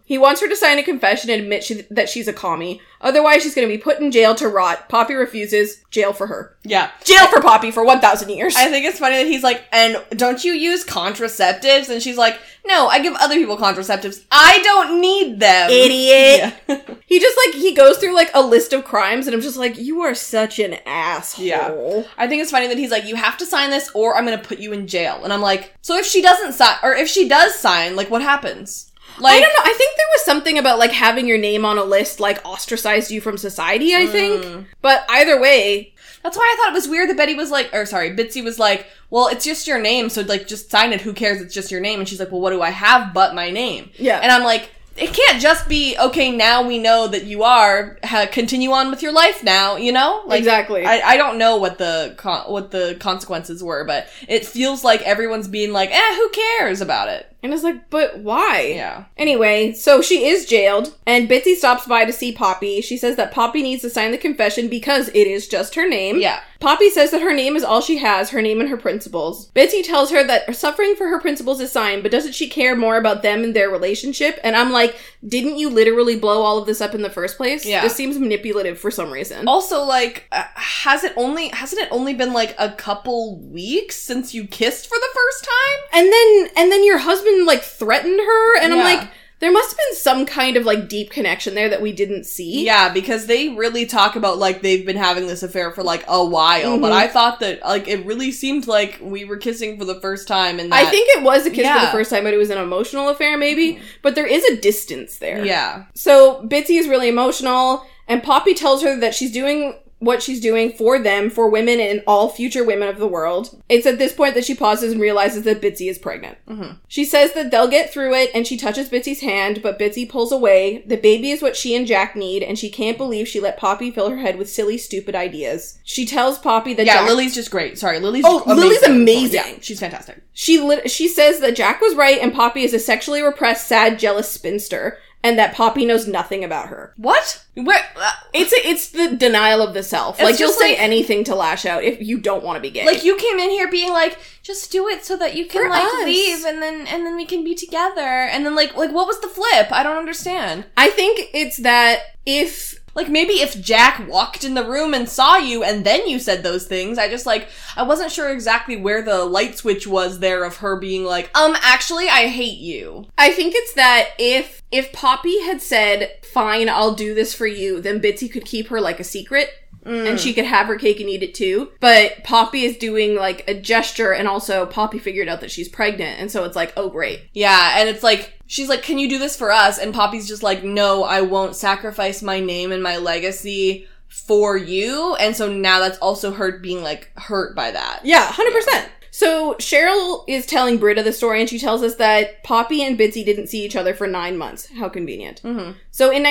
Speaker 1: he wants her to sign a confession and admit she, that she's a commie. Otherwise, she's going to be put in jail to rot. Poppy refuses. Jail for her.
Speaker 2: Yeah,
Speaker 1: Jail for Poppy for 1,000 years.
Speaker 2: I think it's funny that he's like, and don't you use contraceptives? And she's like, no, I give other people contraceptives. I don't need them.
Speaker 1: Idiot.
Speaker 2: Yeah.
Speaker 1: He just like, he goes through like a list of crimes and I'm just like, you are such an asshole.
Speaker 2: Yeah. I think it's funny that he's like, you have to sign this or I'm going to put you in jail. And I'm like, so if she doesn't sign, or if she does sign, like, what happens?
Speaker 1: I
Speaker 2: Like,
Speaker 1: don't know. I think there was something about like having your name on a list like ostracized you from society, I
Speaker 2: Mm.
Speaker 1: think. But either way,
Speaker 2: that's why I thought it was weird that Betty was like, or sorry, Bitsy was like, well, it's just your name. So, like, just sign it. Who cares? It's just your name. And she's like, well, what do I have but my name?
Speaker 1: Yeah.
Speaker 2: And I'm like, it can't just be okay. Now we know that you are. Ha- continue on with your life now. You know, like
Speaker 1: exactly.
Speaker 2: I, I don't know what the con- what the consequences were, but it feels like everyone's being like, eh, who cares about it?
Speaker 1: and it's like, but why?
Speaker 2: Yeah,
Speaker 1: Anyway, so she is jailed, and Bitsy stops by to see Poppy. She says that Poppy needs to sign the confession because it is just her name.
Speaker 2: yeah.
Speaker 1: Poppy says that her name is all she has, her name and her principles. Bitsy tells her that suffering for her principles is fine, but doesn't she care more about them and their relationship? And I'm like, didn't you literally blow all of this up in the first place?
Speaker 2: Yeah.
Speaker 1: This seems manipulative for some reason.
Speaker 2: Also, like, uh, has it only hasn't it only been like a couple weeks since you kissed for the first time?
Speaker 1: And then and then your husband like threatened her and I'm
Speaker 2: Yeah.
Speaker 1: like there must have been some kind of like deep connection there that we didn't see.
Speaker 2: Yeah, because they really talk about like they've been having this affair for like a while, but
Speaker 1: Mhm.
Speaker 2: I thought that like it really seemed like we were kissing for the first time, and that,
Speaker 1: I think it was a kiss for the
Speaker 2: Yeah.
Speaker 1: first time, but it was an emotional affair, maybe. But there is a distance there.
Speaker 2: yeah,
Speaker 1: So Bitsy is really emotional, and Poppy tells her that she's doing what she's doing for them, for women and all future women of the world. It's at this point that she pauses and realizes that Bitsy is pregnant.
Speaker 2: Mhm.
Speaker 1: She says that they'll get through it, and she touches Bitsy's hand, but Bitsy pulls away. The baby is what she and Jack need, and she can't believe she let Poppy fill her head with silly, stupid ideas. She tells Poppy that
Speaker 2: yeah.
Speaker 1: Jack-
Speaker 2: Lily's just great. Sorry, Lily's
Speaker 1: Oh,
Speaker 2: amazing.
Speaker 1: Lily's amazing.
Speaker 2: Yeah, she's fantastic.
Speaker 1: She lit- she says that Jack was right and Poppy is a sexually repressed, sad, jealous spinster, and that Poppy knows nothing about her.
Speaker 2: What? What?
Speaker 1: It's a, it's the denial of the self.
Speaker 2: It's
Speaker 1: like you'll
Speaker 2: just
Speaker 1: say
Speaker 2: like-
Speaker 1: anything to lash out if you don't want to be gay.
Speaker 2: Like you came in here being like, just do it so that you can
Speaker 1: Eh. For
Speaker 2: like
Speaker 1: us.
Speaker 2: leave and then and then we can be together. And then like like what was the flip? I don't understand.
Speaker 1: I think it's that if
Speaker 2: Like maybe if Jack walked in the room and saw you and then you said those things, I just like I wasn't sure exactly where the light switch was there of her being like, um, actually I hate you.
Speaker 1: I think it's that if if Poppy had said, "Fine, I'll do this for you," then Bitsy could keep her like a secret. And she could have her cake and eat it too. But Poppy is doing like a gesture, and also Poppy figured out that she's pregnant. And so it's like, oh, great.
Speaker 2: Yeah, and it's like she's like, Can you do this for us? And Poppy's just like, No, I won't sacrifice my name and my legacy for you. And so now that's also her being like hurt by that.
Speaker 1: Yeah, hundred percent. So Cheryl is telling Britta the story, and she tells us that Poppy and Bitsy didn't see each other for nine months. How convenient.
Speaker 2: Mhm.
Speaker 1: So in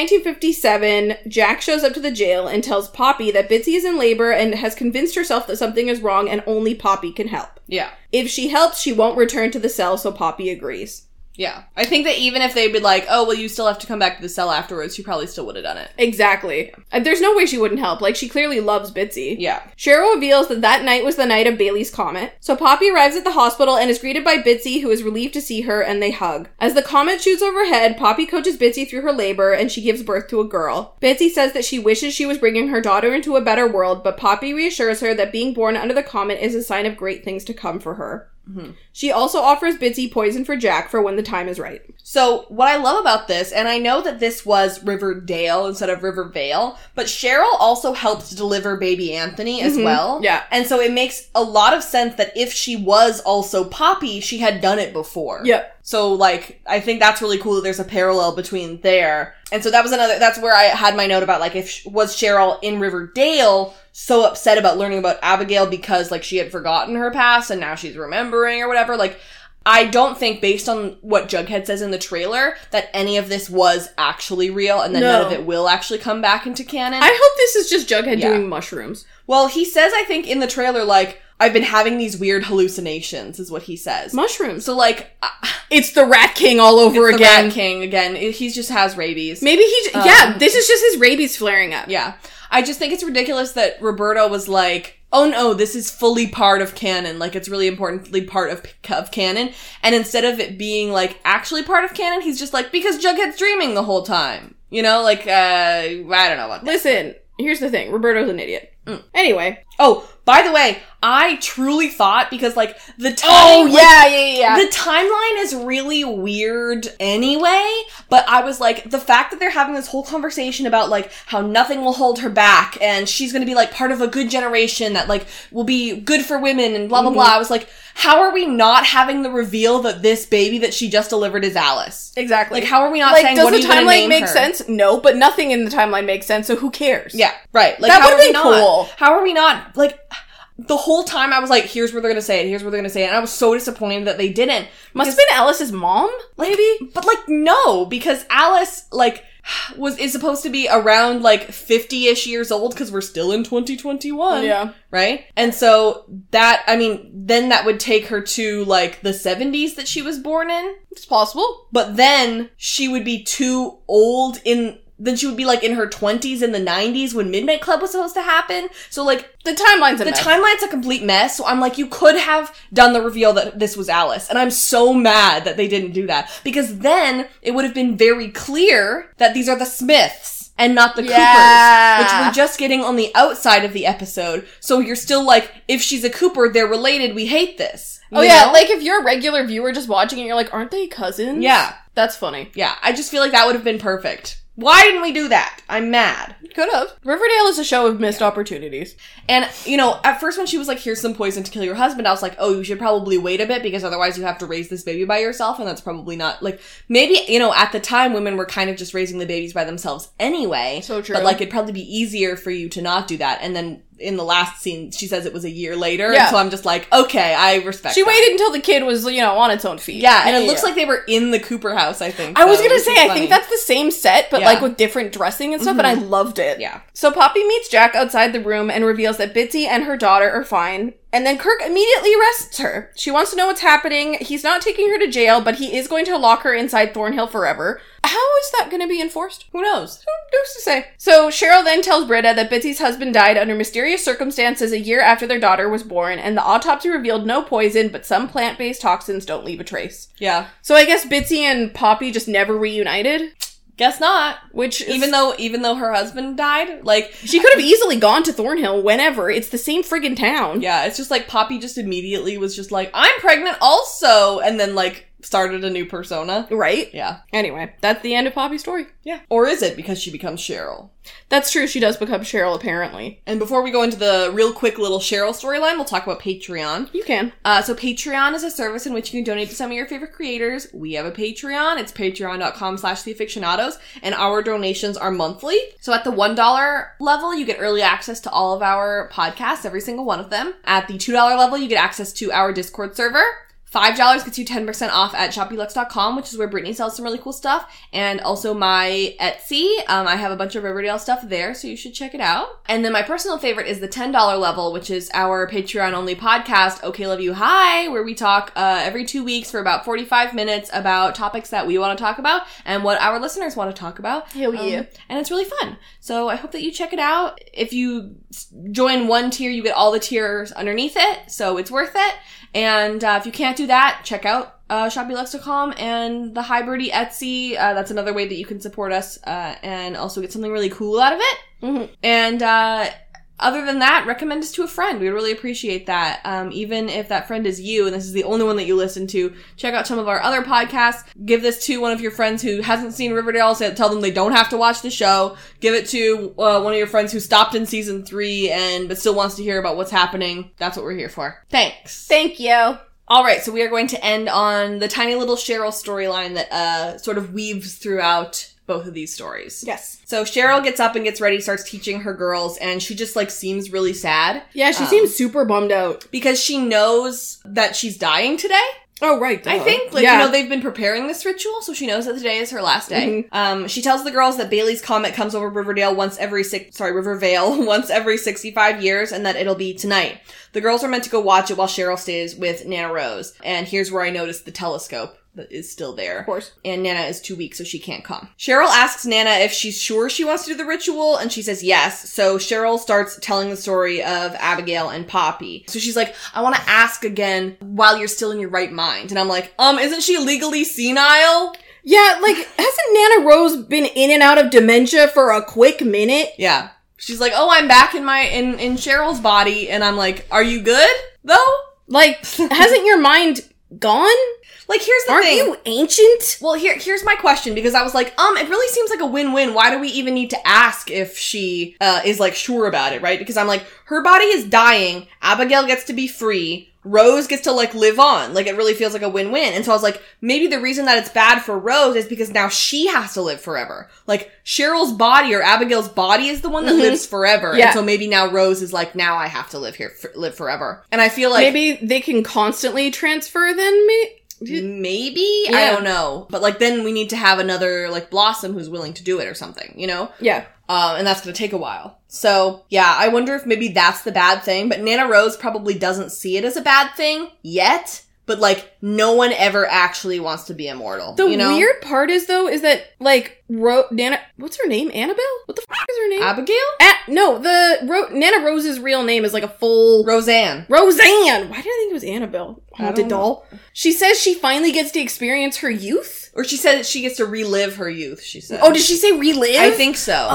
Speaker 1: 1957, Jack shows up to the jail and tells Poppy that Bitsy is in labor and has convinced herself that something is wrong, and only Poppy can help.
Speaker 2: Yeah.
Speaker 1: If she helps, she won't return to the cell. So Poppy agrees.
Speaker 2: Yeah. I think that even if they'd been like, oh, well, you still have to come back to the cell afterwards, she probably still would have done it.
Speaker 1: Exactly. Uh, There's no way she wouldn't help. Like she clearly loves Bitsy.
Speaker 2: Yeah.
Speaker 1: Cheryl reveals that that night was the night of Bailey's comet. So Poppy arrives at the hospital and is greeted by Bitsy, who is relieved to see her, and they hug. As the comet shoots overhead, Poppy coaches Bitsy through her labor and she gives birth to a girl. Bitsy says that she wishes she was bringing her daughter into a better world, but Poppy reassures her that being born under the comet is a sign of great things to come for her.
Speaker 2: Mhm.
Speaker 1: She also offers Bitsy poison for Jack for when the time is right.
Speaker 2: So, what I love about this, and I know that this was Riverdale instead of Rivervale, but Cheryl also helped deliver baby Anthony as
Speaker 1: Mhm.
Speaker 2: well.
Speaker 1: Yeah.
Speaker 2: And so it makes a lot of sense that if she was also Poppy, she had done it before.
Speaker 1: Yep.
Speaker 2: So like I think that's really cool that there's a parallel between there. And so that was another that's where I had my note about like if was Cheryl in Riverdale so upset about learning about Abigail because like she had forgotten her past and now she's remembering or whatever like I don't think based on what Jughead says in the trailer that any of this was actually real and that none
Speaker 1: No.
Speaker 2: of it will actually come back into canon.
Speaker 1: I hope this is just Jughead
Speaker 2: Yeah.
Speaker 1: doing mushrooms.
Speaker 2: Well, he says, I think in the trailer, like, I've been having these weird hallucinations, is what he says.
Speaker 1: Mushrooms.
Speaker 2: So, like, uh,
Speaker 1: It's the Rat King all over
Speaker 2: the
Speaker 1: again.
Speaker 2: Rat King again. He just has rabies.
Speaker 1: Maybe he. j
Speaker 2: Um,
Speaker 1: yeah, this is just his rabies flaring up.
Speaker 2: Yeah. I just think it's ridiculous that Roberto was like, oh no, this is fully part of canon. Like, it's really importantly part of, of canon. And instead of it being, like, actually part of canon, he's just like, because Jughead's dreaming the whole time. You know, like, uh, I don't know about that.
Speaker 1: Listen, here's the thing. Roberto's an idiot. Anyway.
Speaker 2: Oh, by the way, I truly thought, because, like, the time.
Speaker 1: Oh, yeah,
Speaker 2: The timeline is really weird anyway, but I was like, the fact that they're having this whole conversation about like how nothing will hold her back and she's gonna be like part of a good generation that like will be good for women and
Speaker 1: Mm-hmm.
Speaker 2: blah blah blah. I was like, how are we not having the reveal that this baby that she just delivered is Alice?
Speaker 1: Exactly.
Speaker 2: Like, how are we not
Speaker 1: Like,
Speaker 2: saying
Speaker 1: does
Speaker 2: what
Speaker 1: the
Speaker 2: are you gonna
Speaker 1: timeline
Speaker 2: name
Speaker 1: make
Speaker 2: her?
Speaker 1: sense? No, but nothing in the timeline makes sense. So who cares?
Speaker 2: Yeah, right. Like
Speaker 1: That
Speaker 2: how
Speaker 1: would've
Speaker 2: are we
Speaker 1: been
Speaker 2: not-
Speaker 1: cool.
Speaker 2: How are we not like? the whole time I was like, here's where they're gonna say it, here's where they're gonna say it, and I was so disappointed that they didn't.
Speaker 1: Must have been Alice's mom, maybe.
Speaker 2: But like, no, because Alice like was is supposed to be around like 50-ish years old because we're still in 2021
Speaker 1: Yeah.
Speaker 2: right and so that i mean then that would take her to like the 70s that she was born in
Speaker 1: It's possible.
Speaker 2: but then she would be too old in then she would be like in her 20s in the 90s when midnight club was supposed to happen so like
Speaker 1: The timeline's a
Speaker 2: the
Speaker 1: mess.
Speaker 2: timeline's a complete mess so i'm like you could have done the reveal that this was alice and i'm so mad that they didn't do that because then it would have been very clear that these are the smiths and not the
Speaker 1: Yeah.
Speaker 2: coopers which we're just getting on the outside of the episode so you're still like if she's a cooper they're related we hate this
Speaker 1: Oh
Speaker 2: you
Speaker 1: yeah,
Speaker 2: know?
Speaker 1: like if you're a regular viewer just watching it, you're like, aren't they cousins?
Speaker 2: yeah
Speaker 1: That's funny.
Speaker 2: Yeah, I just feel like that would have been perfect. Why didn't we do that? I'm mad.
Speaker 1: Could have. Riverdale is a show of missed opportunities.
Speaker 2: And, you know, at first when she was like, here's some poison to kill your husband, I was like, oh, you should probably wait a bit because otherwise you have to raise this baby by yourself. And that's probably not like, maybe, you know, at the time women were kind of just raising the babies by themselves anyway.
Speaker 1: So true.
Speaker 2: But like, it'd probably be easier for you to not do that. And then in the last scene, she says it was a year later.
Speaker 1: Yeah.
Speaker 2: And so I'm just like, okay, I respect
Speaker 1: She
Speaker 2: that.
Speaker 1: waited until the kid was, you know, on its own feet.
Speaker 2: Yeah, and it looks
Speaker 1: Yeah.
Speaker 2: like they were in the Cooper house, I think.
Speaker 1: I was
Speaker 2: so,
Speaker 1: gonna
Speaker 2: which
Speaker 1: say,
Speaker 2: is
Speaker 1: I
Speaker 2: funny.
Speaker 1: think that's the same set, but
Speaker 2: Yeah. Mm-hmm.
Speaker 1: like with different dressing and stuff, and I loved it.
Speaker 2: Yeah.
Speaker 1: So Poppy meets Jack outside the room and reveals that Bitsy and her daughter are fine. And then Kirk immediately arrests her. She wants to know what's happening. He's not taking her to jail, but he is going to lock her inside Thornhill forever. How is that going to be enforced?
Speaker 2: Who knows?
Speaker 1: Who's to say? So Cheryl then tells Britta that Bitsy's husband died under mysterious circumstances a year after their daughter was born, and the autopsy revealed no poison, but some plant-based toxins don't leave a trace.
Speaker 2: Yeah.
Speaker 1: So I guess Bitsy and Poppy just never reunited,
Speaker 2: Guess not.
Speaker 1: which is-
Speaker 2: even though even though her husband died like
Speaker 1: she could have easily gone to Thornhill whenever. It's the same friggin' town.
Speaker 2: yeah it's just like poppy just immediately was just like i'm pregnant also and then like started a new persona
Speaker 1: Right?
Speaker 2: yeah
Speaker 1: Anyway, that's the end of Poppy's story.
Speaker 2: yeah or is it because she becomes cheryl
Speaker 1: That's true, she does become Cheryl, apparently.
Speaker 2: and before we go into the real quick little cheryl storyline we'll talk about patreon
Speaker 1: You can.
Speaker 2: Uh, so Patreon is a service in which you can donate to some of your favorite creators. We have a Patreon. It's patreon.com slash theaficionados, and our donations are monthly. So at the $1 level, you get early access to all of our podcasts, every single one of them. At the $2 level, you get access to our Discord server. $5 gets you 10% off at shopbelux.com, which is where Brittany sells some really cool stuff. And also my Etsy. Um, I have a bunch of Riverdale stuff there, so you should check it out. And then my personal favorite is the $10 level, which is our Patreon only podcast, Okay Love You Hi, where we talk uh, every two weeks for about 45 minutes about topics that we want to talk about and what our listeners want to talk about.
Speaker 1: Hell
Speaker 4: Oh,
Speaker 2: Um,
Speaker 1: yeah.
Speaker 2: and it's really fun. So I hope that you check it out. If you s- join one tier, you get all the tiers underneath it, so it's worth it. And uh, if you can't do that, check out uh, shopbelux.com and the High Birdie Etsy. Uh, that's another way that you can support us uh, and also get something really cool out of it.
Speaker 1: Mhm.
Speaker 2: And uh, other than that, recommend us to a friend. We really appreciate that. Um, even if that friend is you and this is the only one that you listen to, check out some of our other podcasts. Give this to one of your friends who hasn't seen Riverdale. Say, tell them they don't have to watch the show. Give it to uh, one of your friends who stopped in season three and but still wants to hear about what's happening. That's what we're here for. Thanks.
Speaker 1: Thank you.
Speaker 2: All right, so we are going to end on the tiny little Cheryl storyline that uh, sort of weaves throughout both of these stories.
Speaker 1: Yes.
Speaker 2: So Cheryl gets up and gets ready, starts teaching her girls, and she just like seems really sad
Speaker 1: Yeah, she
Speaker 2: Um,
Speaker 1: seems super bummed out.
Speaker 2: because she knows that she's dying today.
Speaker 1: Oh, right.
Speaker 2: I think, like
Speaker 1: yeah.
Speaker 2: you know, they've been preparing this ritual, so she knows that today is her last
Speaker 1: Mm-hmm.
Speaker 2: day. Um, she tells the girls that Bailey's comet comes over Riverdale once every six, sorry, Rivervale once every sixty-five years, and that it'll be tonight. The girls are meant to go watch it while Cheryl stays with Nana Rose. And here's where I noticed the telescope that is still there
Speaker 1: of course.
Speaker 2: and Nana is too weak, so she can't come. Cheryl asks Nana if she's sure she wants to do the ritual, and she says yes. So Cheryl starts telling the story of Abigail and Poppy. So she's like, I want to ask again while you're still in your right mind. And I'm like, um, isn't she legally senile?
Speaker 1: Yeah, like, hasn't Nana Rose been in and out of dementia for a quick minute?
Speaker 2: Yeah. She's like, oh, I'm back in my, in, in Cheryl's body. And I'm like, are you good though?
Speaker 1: Like, hasn't your mind gone?
Speaker 2: Like, here's the
Speaker 1: Aren't
Speaker 2: thing.
Speaker 1: you ancient?
Speaker 2: Well, here here's my question because I was like, um, it really seems like a win-win. Why do we even need to ask if she uh, is like sure about it, right? Because I'm like, her body is dying. Abigail gets to be free. Rose gets to like live on. Like it really feels like a win-win. And so I was like, maybe the reason that it's bad for Rose is because now she has to live forever. Like Cheryl's body or Abigail's body is the one that
Speaker 1: Mhm.
Speaker 2: lives forever.
Speaker 1: Yeah.
Speaker 2: And so maybe now Rose is like, now I have to live here, f- live forever. And I feel like
Speaker 1: Maybe they can constantly transfer then me.
Speaker 2: maybe I
Speaker 1: Yeah.
Speaker 2: don't know. But like then we need to have another like Blossom who's willing to do it or something. You know.
Speaker 1: Yeah.
Speaker 2: Um, and that's gonna take a while. So yeah, I wonder if maybe that's the bad thing. But Nana Rose probably doesn't see it as a bad thing yet. But like, no one ever actually wants to be immortal.
Speaker 1: The
Speaker 2: you know?
Speaker 1: weird part is though is that like Ro- Nana what's her name? Annabelle? What the fuck is her name?
Speaker 2: Abigail,
Speaker 1: Ah, no, the Ro- Nana Rose's real name is like a full
Speaker 2: Roseanne.
Speaker 1: Roseanne. Why did I think it was Annabelle?
Speaker 2: I don't
Speaker 1: Haunted doll. She says she finally gets to experience her youth.
Speaker 2: Or she said that she gets to relive her youth. She said.
Speaker 1: Oh, did she say relive?
Speaker 2: I think so.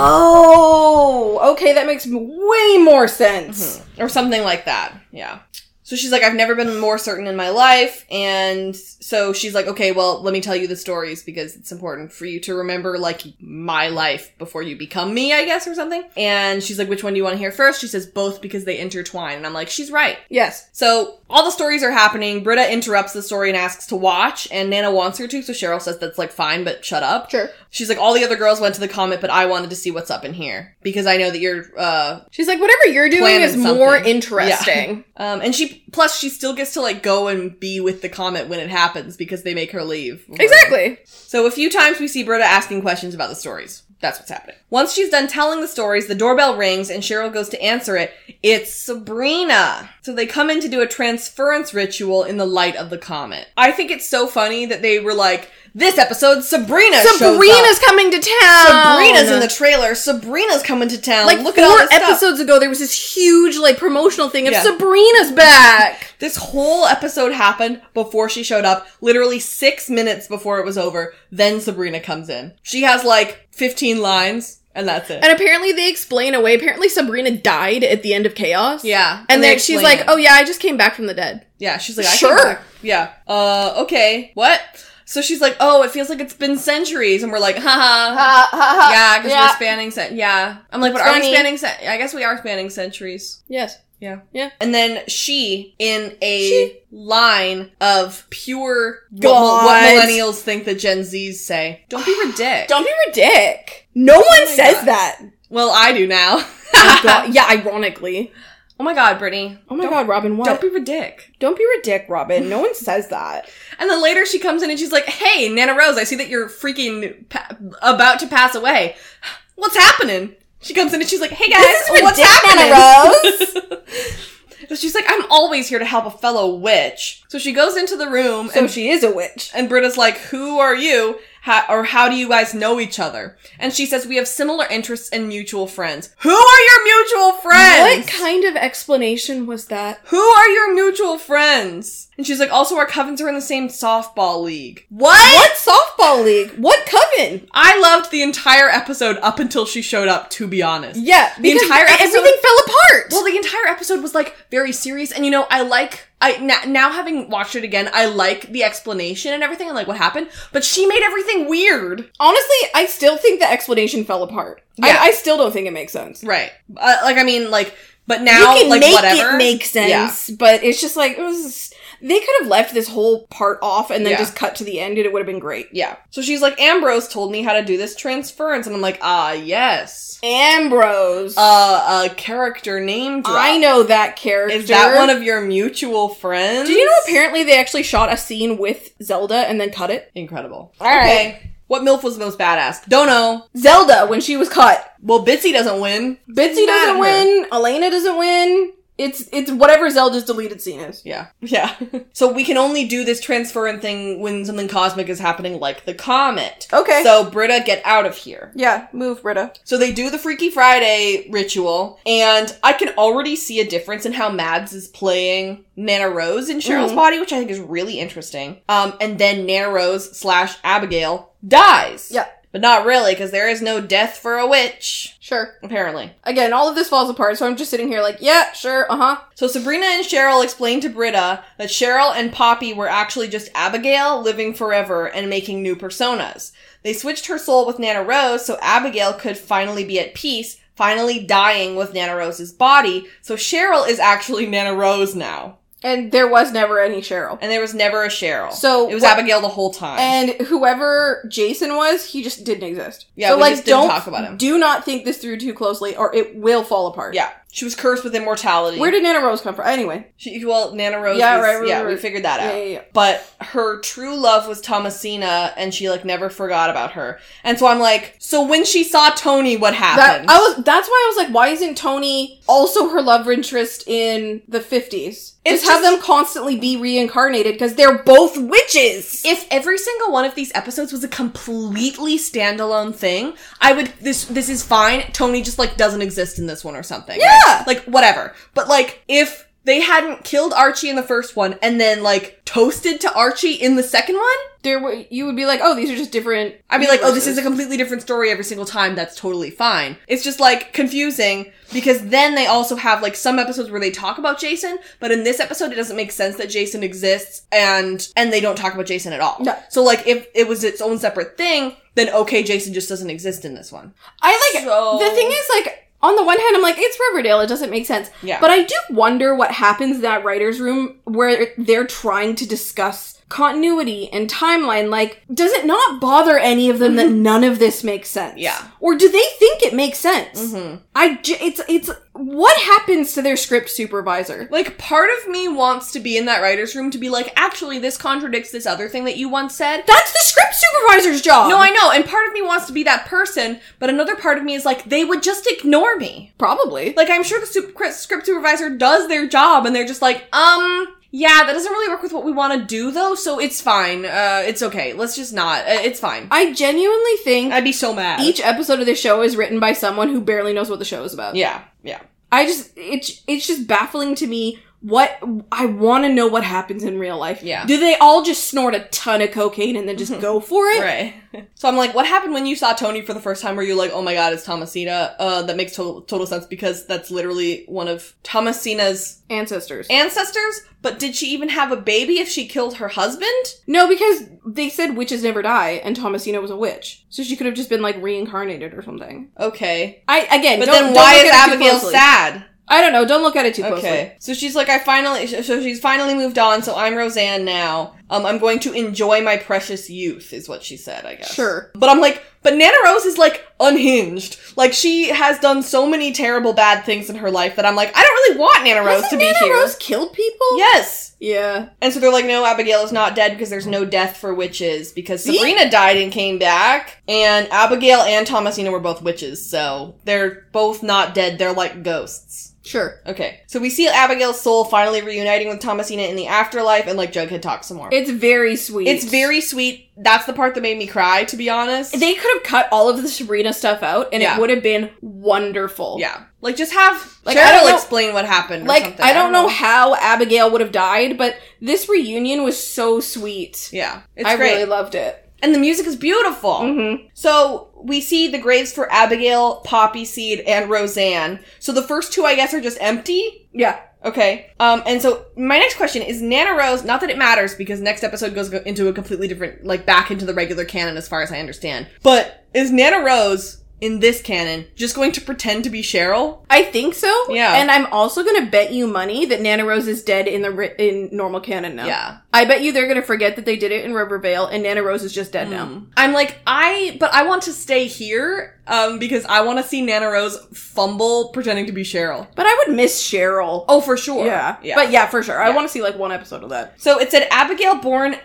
Speaker 1: Oh, okay, that makes way more sense.
Speaker 2: Mhm. Or something like that. Yeah. So she's like, I've never been more certain in my life. And so she's like, okay, well, let me tell you the stories because it's important for you to remember, like, my life before you become me, I guess, or something. And she's like, which one do you want to hear first? She says, both because they intertwine. And I'm like, she's right.
Speaker 1: Yes.
Speaker 2: So all the stories are happening. Britta interrupts the story and asks to watch. And Nana wants her to. So Cheryl says, that's like fine, but shut up.
Speaker 1: Sure.
Speaker 2: She's like, all the other girls went to the comet, but I wanted to see what's up in here because I know that you're, uh,
Speaker 1: She's like, whatever you're doing
Speaker 2: Planning
Speaker 1: is more
Speaker 2: something.
Speaker 1: interesting.
Speaker 2: Um, and she plus she still gets to like go and be with the comet when it happens because they make her leave.
Speaker 1: Exactly.
Speaker 2: So a few times we see Britta asking questions about the stories. That's what's happening. Once she's done telling the stories, the doorbell rings and Cheryl goes to answer it. It's Sabrina. So they come in to do a transference ritual in the light of the comet. I think it's so funny that they were like, "This episode, Sabrina." shows up.
Speaker 1: Sabrina's coming to town.
Speaker 2: Sabrina's in the trailer. Sabrina's coming to town.
Speaker 1: like
Speaker 2: Um, Look
Speaker 1: four
Speaker 2: at all this stuff.
Speaker 1: episodes ago, there was this huge like promotional thing of
Speaker 2: Yeah.
Speaker 1: Sabrina's back.
Speaker 2: This whole episode happened before she showed up, literally six minutes before it was over. Then Sabrina comes in. She has like 15 lines, and that's it.
Speaker 1: and apparently, they explain away. Apparently, Sabrina died at the end of Chaos.
Speaker 2: yeah.
Speaker 1: And,
Speaker 2: they
Speaker 1: then she's
Speaker 2: explain
Speaker 1: like,
Speaker 2: it.
Speaker 1: "Oh yeah, I just came back from the dead."
Speaker 2: Yeah, she's like, I
Speaker 1: Sure.
Speaker 2: sure. Yeah. Uh, okay. What? So she's like, oh, it feels like it's been centuries. And we're like, haha. Yeah, because we're spanning cent. Yeah. I'm like, but
Speaker 1: It's
Speaker 2: are we
Speaker 1: funny.
Speaker 2: spanning cent? I guess we are spanning centuries.
Speaker 1: Yes.
Speaker 2: Yeah.
Speaker 1: Yeah.
Speaker 2: And then she, in a
Speaker 1: She-
Speaker 2: line of pure what,
Speaker 1: God.
Speaker 2: what millennials think that Gen Zs say, don't be ridiculous.
Speaker 1: Don't be ridic. No one
Speaker 2: Oh my
Speaker 1: says
Speaker 2: God.
Speaker 1: that.
Speaker 2: Well, I do now.
Speaker 1: Oh, God. Yeah, ironically.
Speaker 2: Oh my god, Brittany.
Speaker 1: Oh my
Speaker 2: Don't-
Speaker 1: God, Robin. What?
Speaker 2: Don't be ridic.
Speaker 1: Don't be ridic, Robin. No one says that.
Speaker 2: And then later she comes in and she's like, hey, Nana Rose, I see that you're freaking pa- about to pass away. What's happening? She comes in and she's like, hey guys,
Speaker 1: This is
Speaker 2: what's
Speaker 1: ridic,
Speaker 2: happening?
Speaker 1: Nana
Speaker 2: So she's like, I'm always here to help a fellow witch. So she goes into the room
Speaker 1: So
Speaker 2: and
Speaker 1: she is a witch.
Speaker 2: And Britta's like, who are you? How, or how do you guys know each other? And she says, we have similar interests and mutual friends. Who are your mutual friends?
Speaker 1: What kind of explanation was that?
Speaker 2: Who are your mutual friends? And she's like, also our covens are in the same softball league. What?
Speaker 1: What softball league? What coven?
Speaker 2: I loved the entire episode up until she showed up, to be honest.
Speaker 1: Yeah,
Speaker 2: The
Speaker 1: because
Speaker 2: entire episode-
Speaker 1: everything fell apart.
Speaker 2: Well, the entire episode was like very serious, and you know, I like I na- now having watched it again, I like the explanation and everything, and like what happened. But she made everything weird.
Speaker 1: honestly, I still think the explanation fell apart.
Speaker 2: Yeah.
Speaker 1: I, I still don't think it makes sense.
Speaker 2: Right. Uh, like I mean, like, but now,
Speaker 1: you can
Speaker 2: like,
Speaker 1: make
Speaker 2: whatever.
Speaker 1: it make sense, but it's just like it was. They could have left this whole part off and then
Speaker 2: Yeah.
Speaker 1: just cut to the end, and it would have been great.
Speaker 2: Yeah. So she's like, Ambrose told me how to do this transference, and I'm like, ah, yes.
Speaker 1: Ambrose,
Speaker 2: Uh, a character name drop.
Speaker 1: I know that character.
Speaker 2: Is that one of your mutual friends?
Speaker 1: Do you know? Apparently, they actually shot a scene with Zelda and then cut it.
Speaker 2: Incredible.
Speaker 1: All right.
Speaker 2: Okay. What MILF was the most badass? Don't know.
Speaker 1: Zelda when she was cut.
Speaker 2: Well, Bitsy doesn't win.
Speaker 1: Bitsy
Speaker 2: Mad at
Speaker 1: doesn't
Speaker 2: her.
Speaker 1: win. Elena doesn't win. It's it's whatever Zelda's deleted scene is.
Speaker 2: Yeah. Yeah. so we can only do this transference thing when something cosmic is happening, like the comet.
Speaker 1: Okay.
Speaker 2: So, Britta, get out of here.
Speaker 1: yeah, move Britta.
Speaker 2: So they do the Freaky Friday ritual, and I can already see a difference in how Mads is playing Nana Rose in Cheryl's
Speaker 1: Mhm.
Speaker 2: body, which I think is really interesting. Um, and then Nana Rose slash Abigail dies.
Speaker 1: Yeah.
Speaker 2: But not really, because there is no death for a witch,
Speaker 1: Sure.
Speaker 2: apparently.
Speaker 1: Again, all of this falls apart, so I'm just sitting here like, yeah, sure, uh huh.
Speaker 2: So Sabrina and Cheryl explain to Britta that Cheryl and Poppy were actually just Abigail living forever and making new personas. They switched her soul with Nana Rose so Abigail could finally be at peace, finally dying with Nana Rose's body. So Cheryl is actually Nana Rose now.
Speaker 1: And there was never any Cheryl.
Speaker 2: and there was never a Cheryl.
Speaker 1: So
Speaker 2: it was
Speaker 1: what-
Speaker 2: Abigail the whole time.
Speaker 1: And whoever Jason was, he just didn't exist.
Speaker 2: Yeah,
Speaker 1: so
Speaker 2: we
Speaker 1: like,
Speaker 2: just didn't
Speaker 1: don't
Speaker 2: talk about him.
Speaker 1: Do not think this through too closely, or it will fall apart.
Speaker 2: yeah, she was cursed with immortality.
Speaker 1: Where did Nana Rose come from? Anyway.
Speaker 2: she, well Nana Rose?
Speaker 1: Yeah,
Speaker 2: was-
Speaker 1: right, right,
Speaker 2: yeah,
Speaker 1: right,
Speaker 2: we
Speaker 1: right.
Speaker 2: figured that out.
Speaker 1: Yeah, yeah, yeah.
Speaker 2: But her true love was Thomasina, and she like never forgot about her. And so I'm like, so when she saw Tony, what
Speaker 1: That,
Speaker 2: happened?
Speaker 1: I was. That's why I was like, why isn't Tony also her love interest in the fifties?
Speaker 2: It's
Speaker 1: Just have
Speaker 2: just-
Speaker 1: them constantly be reincarnated because they're both witches.
Speaker 2: if every single one of these episodes was a completely standalone thing, I would this this is fine. Tony just like doesn't exist in this one or something. right?
Speaker 1: Yeah.
Speaker 2: Like whatever. But like if they hadn't killed Archie in the first one and then like toasted to Archie in the second one,
Speaker 1: there, were, you would be like, oh, these are just different.
Speaker 2: I'd be like, oh, this
Speaker 1: universes.
Speaker 2: is a completely different story every single time. That's totally fine. It's just like confusing because then they also have like some episodes where they talk about Jason, but in this episode it doesn't make sense that Jason exists and and they don't talk about Jason at all.
Speaker 1: No.
Speaker 2: So like if it was its own separate thing, then okay, Jason just doesn't exist in this one.
Speaker 1: I like
Speaker 2: So-
Speaker 1: the thing is like on the one hand I'm like it's Riverdale it doesn't make sense
Speaker 2: Yeah.
Speaker 1: but I do wonder what happens in that writers room where they're trying to discuss continuity and timeline like does it not bother any of them that none of this makes sense
Speaker 2: Mm-hmm. Yeah.
Speaker 1: or do they think it makes sense
Speaker 2: Mhm.
Speaker 1: I j- it's it's what happens to their script supervisor
Speaker 2: Like part of me wants to be in that writer's room to be like, actually this contradicts this other thing that you once said.
Speaker 1: that's the script supervisor's job
Speaker 2: No, I know, and part of me wants to be that person, but another part of me is like, they would just ignore me.
Speaker 1: probably
Speaker 2: Like, I'm sure the sup- cri- script supervisor does their job, and they're just like, um, yeah, that doesn't really work with what we want to do, though, so it's fine. Uh, it's okay. Let's just not. Uh, it's fine.
Speaker 1: I genuinely think
Speaker 2: I'd be so mad.
Speaker 1: each episode of the show is written by someone who barely knows what the show is about
Speaker 2: yeah, yeah.
Speaker 1: I just it's it's just baffling to me what I want to know what happens in real life.
Speaker 2: Yeah.
Speaker 1: Do they all just snort a ton of cocaine and then just go for it?
Speaker 2: Right. so I'm like, what happened when you saw Tony for the first time? Were you like, oh my god, it's Thomasina? Uh, that makes total, total sense because that's literally one of Thomasina's
Speaker 1: Ancestors.
Speaker 2: ancestors, but did she even have a baby if she killed her husband?
Speaker 1: no, because they said witches never die and Thomasina was a witch. So she could have just been like reincarnated or something.
Speaker 2: Okay.
Speaker 1: I again,
Speaker 2: But
Speaker 1: don't,
Speaker 2: then
Speaker 1: don't
Speaker 2: why
Speaker 1: look
Speaker 2: is
Speaker 1: at it too
Speaker 2: Abigail
Speaker 1: closely.
Speaker 2: sad?
Speaker 1: I don't know, don't look at it too closely.
Speaker 2: Okay. So she's like, I finally, so she's finally moved on. So I'm Roseanne now. Um, I'm going to enjoy my precious youth, is what she said. I guess.
Speaker 1: Sure.
Speaker 2: But I'm like, but Nana Rose is like unhinged. Like she has done so many terrible bad things in her life that I'm like, I don't really want Nana Rose
Speaker 1: Hasn't
Speaker 2: to be
Speaker 1: Nana
Speaker 2: here.
Speaker 1: Rose killed people?
Speaker 2: Yes.
Speaker 1: Yeah.
Speaker 2: And so they're like, no, Abigail is not dead because there's no death for witches because
Speaker 1: See?
Speaker 2: Sabrina died and came back, and Abigail and Thomasina were both witches, so they're both not dead. They're like ghosts.
Speaker 1: Sure.
Speaker 2: Okay, so we see Abigail's soul finally reuniting with Thomasina in the afterlife, and like Jughead talks some more.
Speaker 1: It's very sweet.
Speaker 2: It's very sweet. That's the part that made me cry, to be honest.
Speaker 1: they could have cut all of the Sabrina stuff out and
Speaker 2: Yeah.
Speaker 1: it would have been wonderful.
Speaker 2: yeah, like just have
Speaker 1: Like,
Speaker 2: like
Speaker 1: I don't know-
Speaker 2: explain what happened. or
Speaker 1: like
Speaker 2: something.
Speaker 1: I don't know, how Abigail would have died, but this reunion was so sweet.
Speaker 2: Yeah, it's
Speaker 1: I
Speaker 2: great,
Speaker 1: really loved it.
Speaker 2: and the music is beautiful.
Speaker 1: Mm-hmm.
Speaker 2: So we see the graves for Abigail, Poppy Seed, and Roseanne. So the first two, I guess, are just empty.
Speaker 1: Yeah,
Speaker 2: Okay. Um, and so my next question is Nana Rose, not that it matters because next episode goes go- into a completely different, like back into the regular canon as far as I understand. But is Nana Rose in this canon just going to pretend to be Cheryl?
Speaker 1: I think so.
Speaker 2: Yeah.
Speaker 1: and I'm also gonna bet you money that Nana Rose is dead in the ri- in normal canon now.
Speaker 2: Yeah.
Speaker 1: I bet you they're gonna forget that they did it in Rivervale, and Nana Rose is just dead now.
Speaker 2: Mm. I'm like, I, but I want to stay here, um, because I want to see Nana Rose fumble pretending to be Cheryl.
Speaker 1: But I would miss Cheryl.
Speaker 2: Oh, for sure.
Speaker 1: yeah.
Speaker 2: Yeah.
Speaker 1: but yeah, for sure. I
Speaker 2: Yeah.
Speaker 1: want to see like one episode of that.
Speaker 2: So it said Abigail born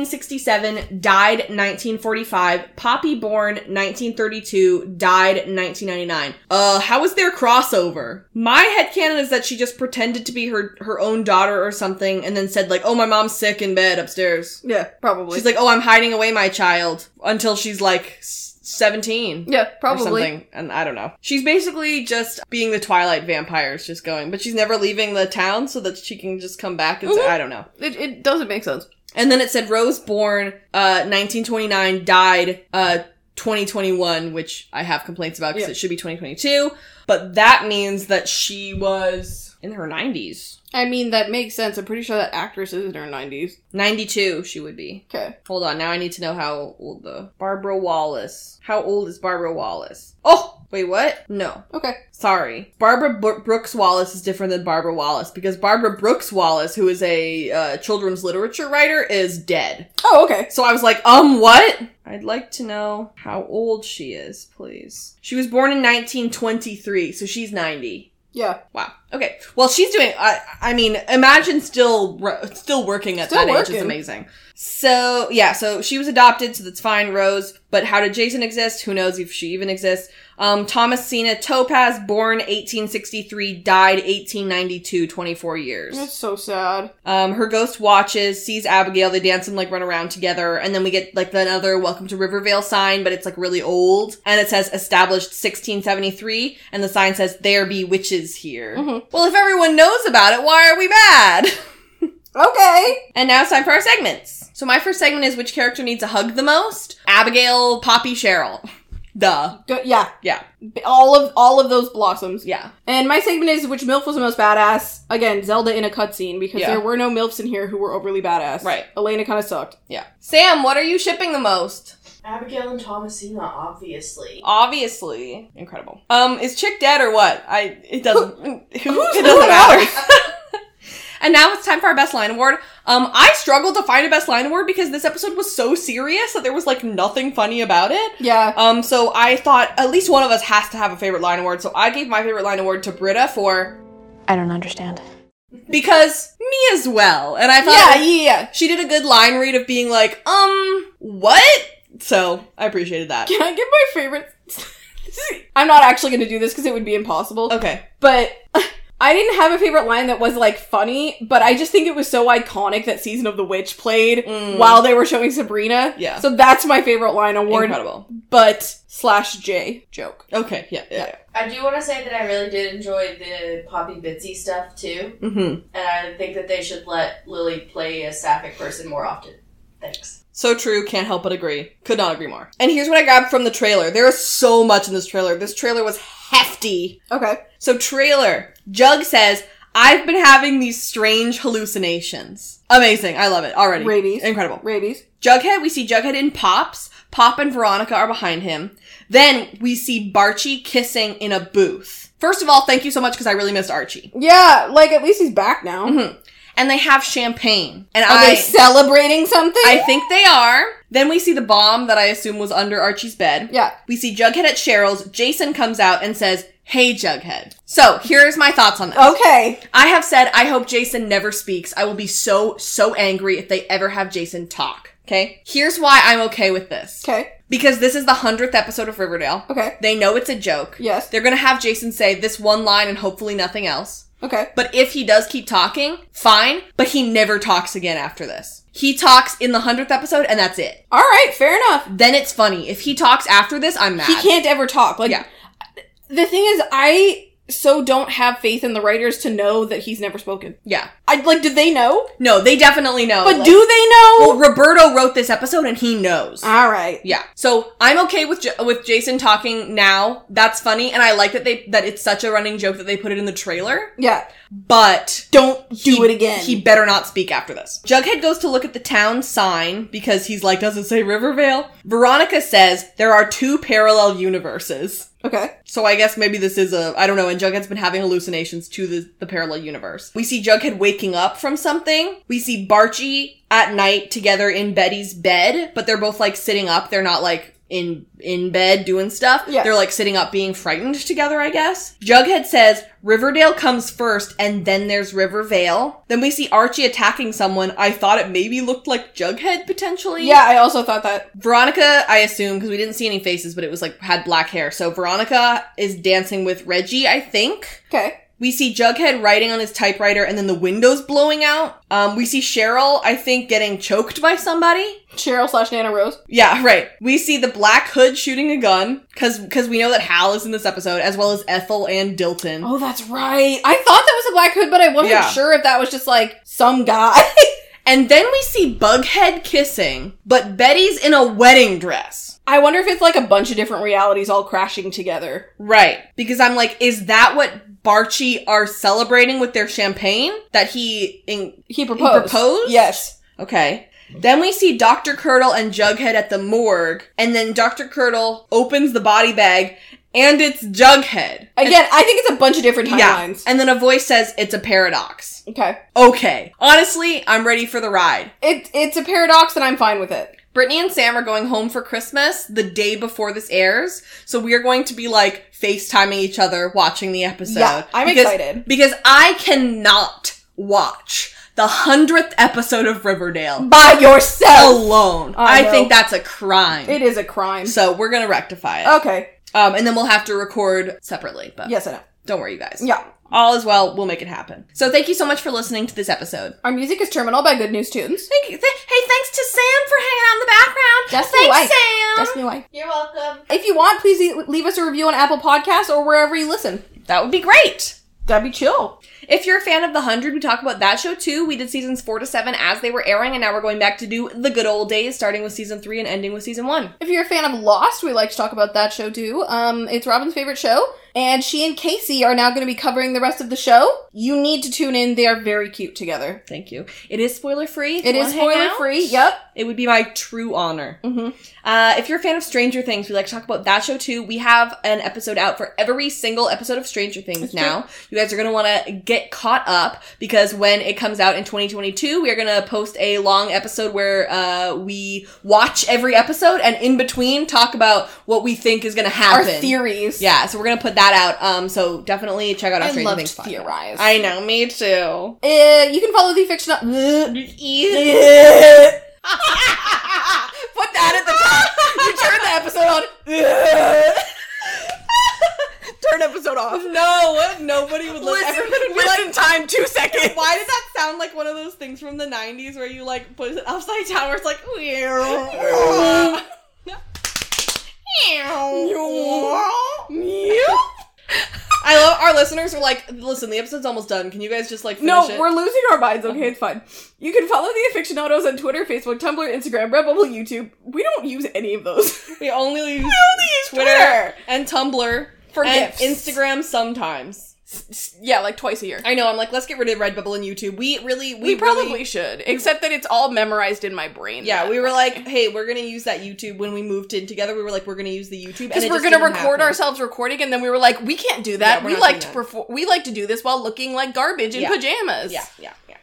Speaker 2: 1867, died 1945. Poppy born 1932, died 1999. Uh, how was their crossover? My headcanon is that she just pretended to be her, her own daughter or something and then said like, oh, my mom's sick in bed upstairs.
Speaker 1: Yeah, probably.
Speaker 2: She's like, oh, I'm hiding away my child until she's like s- 17.
Speaker 1: yeah,
Speaker 2: Or
Speaker 1: probably.
Speaker 2: something, and I don't know. She's basically just being the Twilight vampires, just going, but she's never leaving the town so that she can just come back and say,
Speaker 1: Mhm.
Speaker 2: I don't know.
Speaker 1: It, it doesn't make sense.
Speaker 2: And then it said Rose born uh 1929 died uh 2021, which I have complaints about because
Speaker 1: Yeah.
Speaker 2: it should be 2022. But that means that she was in her 90s.
Speaker 1: I mean, that makes sense. I'm pretty sure that actress is in her 90s.
Speaker 2: 92 she would be.
Speaker 1: Okay.
Speaker 2: Hold on, now I need to know how old the Barbara Wallace. How old is Barbara Wallace? Oh, wait, what? No.
Speaker 1: Okay.
Speaker 2: Sorry. Barbara Bro- Brooks Wallace is different than Barbara Wallace because Barbara Brooks Wallace, who is a uh, children's literature writer, is dead.
Speaker 1: Oh, okay.
Speaker 2: So I was like, um, what? I'd like to know how old she is, please. She was born in 1923, so she's 90.
Speaker 1: Yeah.
Speaker 2: Wow. Okay. Well, she's doing. I. I mean, imagine still, ro- still working at
Speaker 1: Still
Speaker 2: that age is
Speaker 1: working.
Speaker 2: amazing. So yeah. So she was adopted, so that's fine, Rose. But how did Jason exist? Who knows if she even exists? Um, Thomas Cena Topaz, born 1863, died 1892, 24 years.
Speaker 1: That's so sad.
Speaker 2: Um, her ghost watches, sees Abigail, they dance and like run around together, and then we get like another welcome to Rivervale sign, but it's like really old, and it says established 1673, and the sign says there be witches here.
Speaker 1: Mhm.
Speaker 2: Well, if everyone knows about it, why are we mad?
Speaker 1: Okay.
Speaker 2: and now it's time for our segments. So my first segment is which character needs a hug the most? Abigail, Poppy, Cheryl. Duh.
Speaker 1: Go- yeah.
Speaker 2: Yeah.
Speaker 1: B- All of all of those blossoms.
Speaker 2: Yeah.
Speaker 1: And my segment is which MILF was the most badass. Again, Zelda in a cutscene because
Speaker 2: Yeah.
Speaker 1: there were no MILFs in here who were overly badass.
Speaker 2: Right.
Speaker 1: Elena kind of sucked.
Speaker 2: Yeah. Sam, what are you shipping the most?
Speaker 4: Abigail and Thomasina, obviously.
Speaker 2: Obviously. Incredible. Um, is Chick dead or what? I it doesn't it
Speaker 1: who
Speaker 2: doesn't matter. and now it's time for our best line award. Um, I struggled to find a best line award because this episode was so serious that there was like nothing funny about it.
Speaker 1: Yeah.
Speaker 2: Um, so I thought at least one of us has to have a favorite line award. So I gave my favorite line award to Britta for
Speaker 5: I don't understand.
Speaker 2: because me as well. And I thought
Speaker 1: Yeah, yeah, yeah.
Speaker 2: she did a good line read of being like, um, what? So I appreciated that.
Speaker 1: Can I get my favorite? I'm not actually going to do this because it would be impossible.
Speaker 2: Okay.
Speaker 1: But I didn't have a favorite line that was like funny, but I just think it was so iconic that Season of the Witch played
Speaker 2: Mm.
Speaker 1: while they were showing Sabrina.
Speaker 2: Yeah.
Speaker 1: So that's my favorite line award,
Speaker 2: Incredible.
Speaker 1: but slash J joke.
Speaker 2: Okay. Yeah. Yeah.
Speaker 4: I do want to say that I really did enjoy the Poppy Bitsy stuff too,
Speaker 2: Mm-hmm.
Speaker 4: and I think that they should let Lily play a sapphic person more often. Thanks.
Speaker 2: So true, can't help but agree. Could not agree more. And here's what I grabbed from the trailer. There is so much in this trailer. This trailer was hefty.
Speaker 1: Okay.
Speaker 2: So, trailer. Jug says, I've been having these strange hallucinations. Amazing. I love it already.
Speaker 1: Rabies.
Speaker 2: Incredible.
Speaker 1: Rabies.
Speaker 2: Jughead, we see Jughead in Pops. Pop and Veronica are behind him. Then we see Barchi kissing in a booth. First of all, thank you so much because I really missed Archie.
Speaker 1: Yeah, like at least he's back now.
Speaker 2: And they have champagne. And
Speaker 1: Are
Speaker 2: Mm-hmm. I
Speaker 1: they celebrating something?
Speaker 2: I think they are. Then we see the bomb that I assume was under Archie's bed.
Speaker 1: yeah.
Speaker 2: We see Jughead at Cheryl's. Jason comes out and says, Hey, Jughead. So here's my thoughts on this.
Speaker 1: Oh. Okay.
Speaker 2: I have said, I hope Jason never speaks. I will be so, so angry if they ever have Jason talk. Okay? Here's why I'm okay with this.
Speaker 1: Okay.
Speaker 2: Because this is the 100th episode of Riverdale.
Speaker 1: Okay.
Speaker 2: They know it's a joke.
Speaker 1: Yes.
Speaker 2: They're gonna have Jason say this one line and hopefully nothing else.
Speaker 1: Okay.
Speaker 2: But if he does keep talking, fine. But he never talks again after this. He talks in the 100th episode and that's it.
Speaker 1: All right. Fair enough.
Speaker 2: Then it's funny. If he talks after this, I'm mad.
Speaker 1: He can't ever talk. Like
Speaker 2: Yeah.
Speaker 1: the thing is, I so don't have faith in the writers to know that he's never spoken.
Speaker 2: Yeah.
Speaker 1: I like. Did they know?
Speaker 2: No, they definitely know.
Speaker 1: But
Speaker 2: Oh, Like,
Speaker 1: do they know?
Speaker 2: well, Roberto wrote this episode and he knows.
Speaker 1: All right.
Speaker 2: yeah. So I'm okay with J- with Jason talking now. That's funny, and I like that they that it's such a running joke that they put it in the trailer.
Speaker 1: Yeah.
Speaker 2: But
Speaker 1: Don't do
Speaker 2: he-
Speaker 1: it again.
Speaker 2: He better not speak after this. Jughead goes to look at the town sign because he's like, does it say Rivervale? Veronica says there are two parallel universes.
Speaker 1: okay.
Speaker 2: So I guess maybe this is a I don't know. And Jughead's been having hallucinations to the, the parallel universe. We see Jughead waking up from something. We see Barchi at night together in Betty's bed, but they're both like sitting up. They're not like in in bed doing stuff.
Speaker 1: Yeah.
Speaker 2: They're like sitting up being frightened together, I guess. Jughead says Riverdale comes first and then there's Rivervale. Then we see Archie attacking someone. I thought it maybe looked like Jughead potentially.
Speaker 1: Yeah, I also thought that.
Speaker 2: Veronica, I assume, because we didn't see any faces, but it was like had black hair. So Veronica is dancing with Reggie, I think.
Speaker 1: Okay.
Speaker 2: We see Jughead writing on his typewriter and then the windows blowing out. Um, we see Cheryl, I think, getting choked by somebody.
Speaker 1: Cheryl slash Nana Rose.
Speaker 2: Yeah, right. We see the Black Hood shooting a gun, because we know that Hal is in this episode, as well as Ethel and Dilton.
Speaker 1: Oh, that's right. I thought that was a Black Hood, but I wasn't
Speaker 2: Yeah.
Speaker 1: sure if that was just like some guy.
Speaker 2: And then we see Bughead kissing, but Betty's in a wedding dress.
Speaker 1: I wonder if it's like a bunch of different realities all crashing together.
Speaker 2: Right. Because I'm like, is that what Barchi are celebrating with their champagne? That he in-
Speaker 1: He proposed.
Speaker 2: proposed?
Speaker 1: Yes.
Speaker 2: Okay. Then we see Dr. Curdle and Jughead at the morgue, and then Dr. Curdle opens the body bag, and it's Jughead.
Speaker 1: Again, I think it's a bunch of different timelines.
Speaker 2: And then a voice says, it's a paradox.
Speaker 1: Okay.
Speaker 2: Okay. Honestly, I'm ready for the ride.
Speaker 1: It it's a paradox and I'm fine with it.
Speaker 2: Brittany and Sam are going home for Christmas the day before this airs, so we are going to be like FaceTiming each other watching the episode.
Speaker 1: Yeah, I'm
Speaker 2: Because-
Speaker 1: excited.
Speaker 2: Because I cannot watch the 100th episode of Riverdale
Speaker 1: By yourself.
Speaker 2: alone.
Speaker 1: I
Speaker 2: I,
Speaker 1: know.
Speaker 2: think that's a crime.
Speaker 1: It is a crime.
Speaker 2: So we're gonna rectify it.
Speaker 1: Okay.
Speaker 2: Um, and then we'll have to record separately, but
Speaker 1: Yes, I know.
Speaker 2: don't worry, you guys.
Speaker 1: Yeah.
Speaker 2: All is well. We'll make it happen. So thank you so much for listening to this episode.
Speaker 1: Our music is Terminal by Good News Tunes.
Speaker 2: Thank you. Th- hey, thanks to Sam for hanging out in the background.
Speaker 1: Just
Speaker 2: thanks,
Speaker 1: like-
Speaker 2: Sam.
Speaker 1: Destiny White.
Speaker 4: You're welcome.
Speaker 1: If you want, please e- leave us a review on Apple Podcasts or wherever you listen.
Speaker 2: that would be great.
Speaker 1: That'd be chill.
Speaker 2: If you're a fan of The Hundred, we talk about that show too. We did seasons four to seven as they were airing, and now we're going back to do the good old days, starting with season three and ending with season one.
Speaker 1: If you're a fan of Lost, we like to talk about that show too. Um, it's Robin's favorite show, and she and Casey are now going to be covering the rest of the show. You need to tune in; they are very cute together.
Speaker 2: Thank you. It is spoiler free.
Speaker 1: It is spoiler free. Yep.
Speaker 2: It would be my true honor.
Speaker 1: Mhm.
Speaker 2: Uh, if you're a fan of Stranger Things, we like to talk about that show too. We have an episode out for every single episode of Stranger Things now. You guys are going to want to get caught up because when it comes out in 2022, we are going to post a long episode where uh, we watch every episode and in between talk about what we think is going to
Speaker 1: Our
Speaker 2: happen.
Speaker 1: theories.
Speaker 2: Yeah, so we're going to put that out. Um, so definitely check out our
Speaker 1: I
Speaker 2: Stranger
Speaker 1: love to
Speaker 2: Things podcast.
Speaker 1: theorize.
Speaker 2: I know, me too.
Speaker 1: Uh, you can follow the fictional.
Speaker 2: Put that at the top. You turn the episode on.
Speaker 1: Turn episode off.
Speaker 2: No, nobody would
Speaker 1: Listen,
Speaker 2: listen. Everybody would be
Speaker 1: listen
Speaker 2: like,
Speaker 1: time two seconds.
Speaker 2: why did that sound like one of those things from the '90s where you like put it upside down, where it's like, I love our listeners are like, listen, the episode's almost done. Can you guys just like finish
Speaker 1: No,
Speaker 2: it?
Speaker 1: we're losing our minds. Okay, it's fine. You can follow the aficionados on Twitter, Facebook, Tumblr, Instagram, Redbubble, YouTube. We don't use any of those.
Speaker 2: we only use, Twitter,
Speaker 1: Twitter.
Speaker 2: and Tumblr
Speaker 1: For
Speaker 2: and
Speaker 1: gifts.
Speaker 2: Instagram sometimes.
Speaker 1: yeah, like twice a year.
Speaker 2: I know. I'm like, let's get rid of Redbubble and YouTube. We really, we,
Speaker 1: We, probably
Speaker 2: really-
Speaker 1: should, except that it's all memorized in my brain.
Speaker 2: yeah, we were like, hey, we're gonna use that YouTube when we moved in together. We were like, we're gonna use the YouTube
Speaker 1: because
Speaker 2: it
Speaker 1: we're
Speaker 2: just
Speaker 1: gonna
Speaker 2: didn't
Speaker 1: record
Speaker 2: happen.
Speaker 1: ourselves recording, and then we were like, we can't do that.
Speaker 2: Yeah, we're
Speaker 1: we
Speaker 2: not
Speaker 1: like to
Speaker 2: doing
Speaker 1: perform. We like to do this while looking like garbage in
Speaker 2: Yeah.
Speaker 1: pajamas.
Speaker 2: Yeah, yeah, yeah.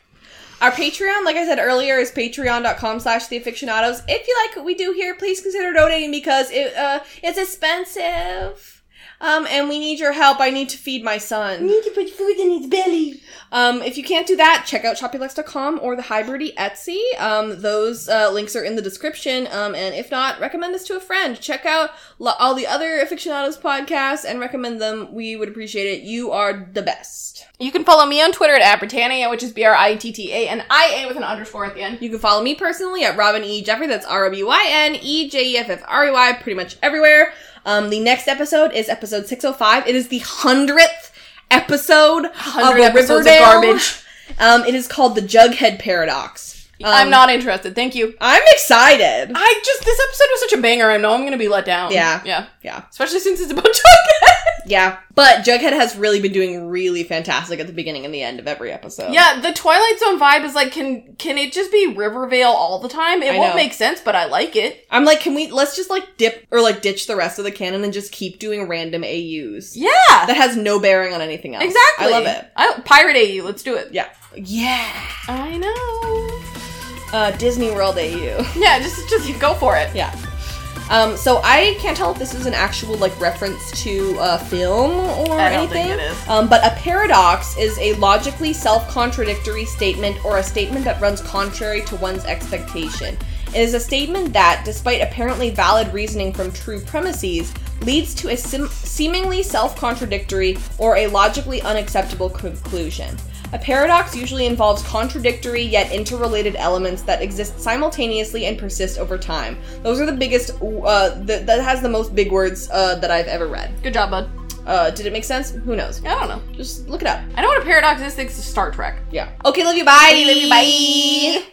Speaker 2: Our Patreon, like I said earlier, is patreon.com slash the aficionados. If you like what we do here, please consider donating because it uh it's expensive. Um, and we need your help. I need to feed my son.
Speaker 4: to put food in his belly.
Speaker 2: Um, if you can't do that, check out shopulux.com or the Hybridy Etsy. Um, those uh, links are in the description. Um, and if not, recommend us to a friend. Check out lo- all the other aficionados podcasts and recommend them. We would appreciate it. You are the best.
Speaker 1: You can follow me on Twitter at Britannia, which is B R I T T A and I A with an underscore at the end.
Speaker 2: You can follow me personally at Robin E. Jeffrey. That's R O B Y N E J E F F R E Y, pretty much everywhere. Um, the next episode is episode 605. It is the 100th episode of a
Speaker 1: episodes of
Speaker 2: Riverdale.
Speaker 1: garbage.
Speaker 2: Um, it is called the Jughead Paradox. Um,
Speaker 1: I'm not interested. Thank you.
Speaker 2: I'm excited.
Speaker 1: I just this episode was such a banger. I know I'm gonna be let down.
Speaker 2: Yeah.
Speaker 1: yeah,
Speaker 2: Yeah.
Speaker 1: Especially since it's about Jughead.
Speaker 2: Yeah. But Jughead has really been doing really fantastic at the beginning and the end of every episode.
Speaker 1: yeah, the Twilight Zone vibe is like, can can it just be Rivervale all the time? It
Speaker 2: I
Speaker 1: won't
Speaker 2: know.
Speaker 1: make sense, but I like it.
Speaker 2: I'm like, can we, let's just like dip or like ditch the rest of the canon and just keep doing random AUs.
Speaker 1: Yeah,
Speaker 2: That has no bearing on anything else.
Speaker 1: exactly.
Speaker 2: I love it.
Speaker 1: I, Pirate AU, let's do it.
Speaker 2: Yeah. Yeah.
Speaker 1: I know.
Speaker 2: uh, Disney World AU.
Speaker 1: Yeah, just just go for it.
Speaker 2: yeah. Um, so I can't tell if this is an actual like reference to a film or
Speaker 1: I don't
Speaker 2: anything.
Speaker 1: think it is.
Speaker 2: Um, but a paradox is a logically self-contradictory statement or a statement that runs contrary to one's expectation. It is a statement that, despite apparently valid reasoning from true premises, leads to a sim- seemingly self-contradictory or a logically unacceptable conclusion. A paradox usually involves contradictory yet interrelated elements that exist simultaneously and persist over time. Those are the biggest. Uh, th- that has the most big words uh, that I've ever read.
Speaker 1: Good job, bud.
Speaker 2: Uh, did it make sense? Who knows?
Speaker 1: I don't know.
Speaker 2: Just look it up.
Speaker 1: I know what a paradox is. Thanks to Star Trek.
Speaker 2: Yeah. Okay, love you. Bye.
Speaker 1: Okay, love you, bye.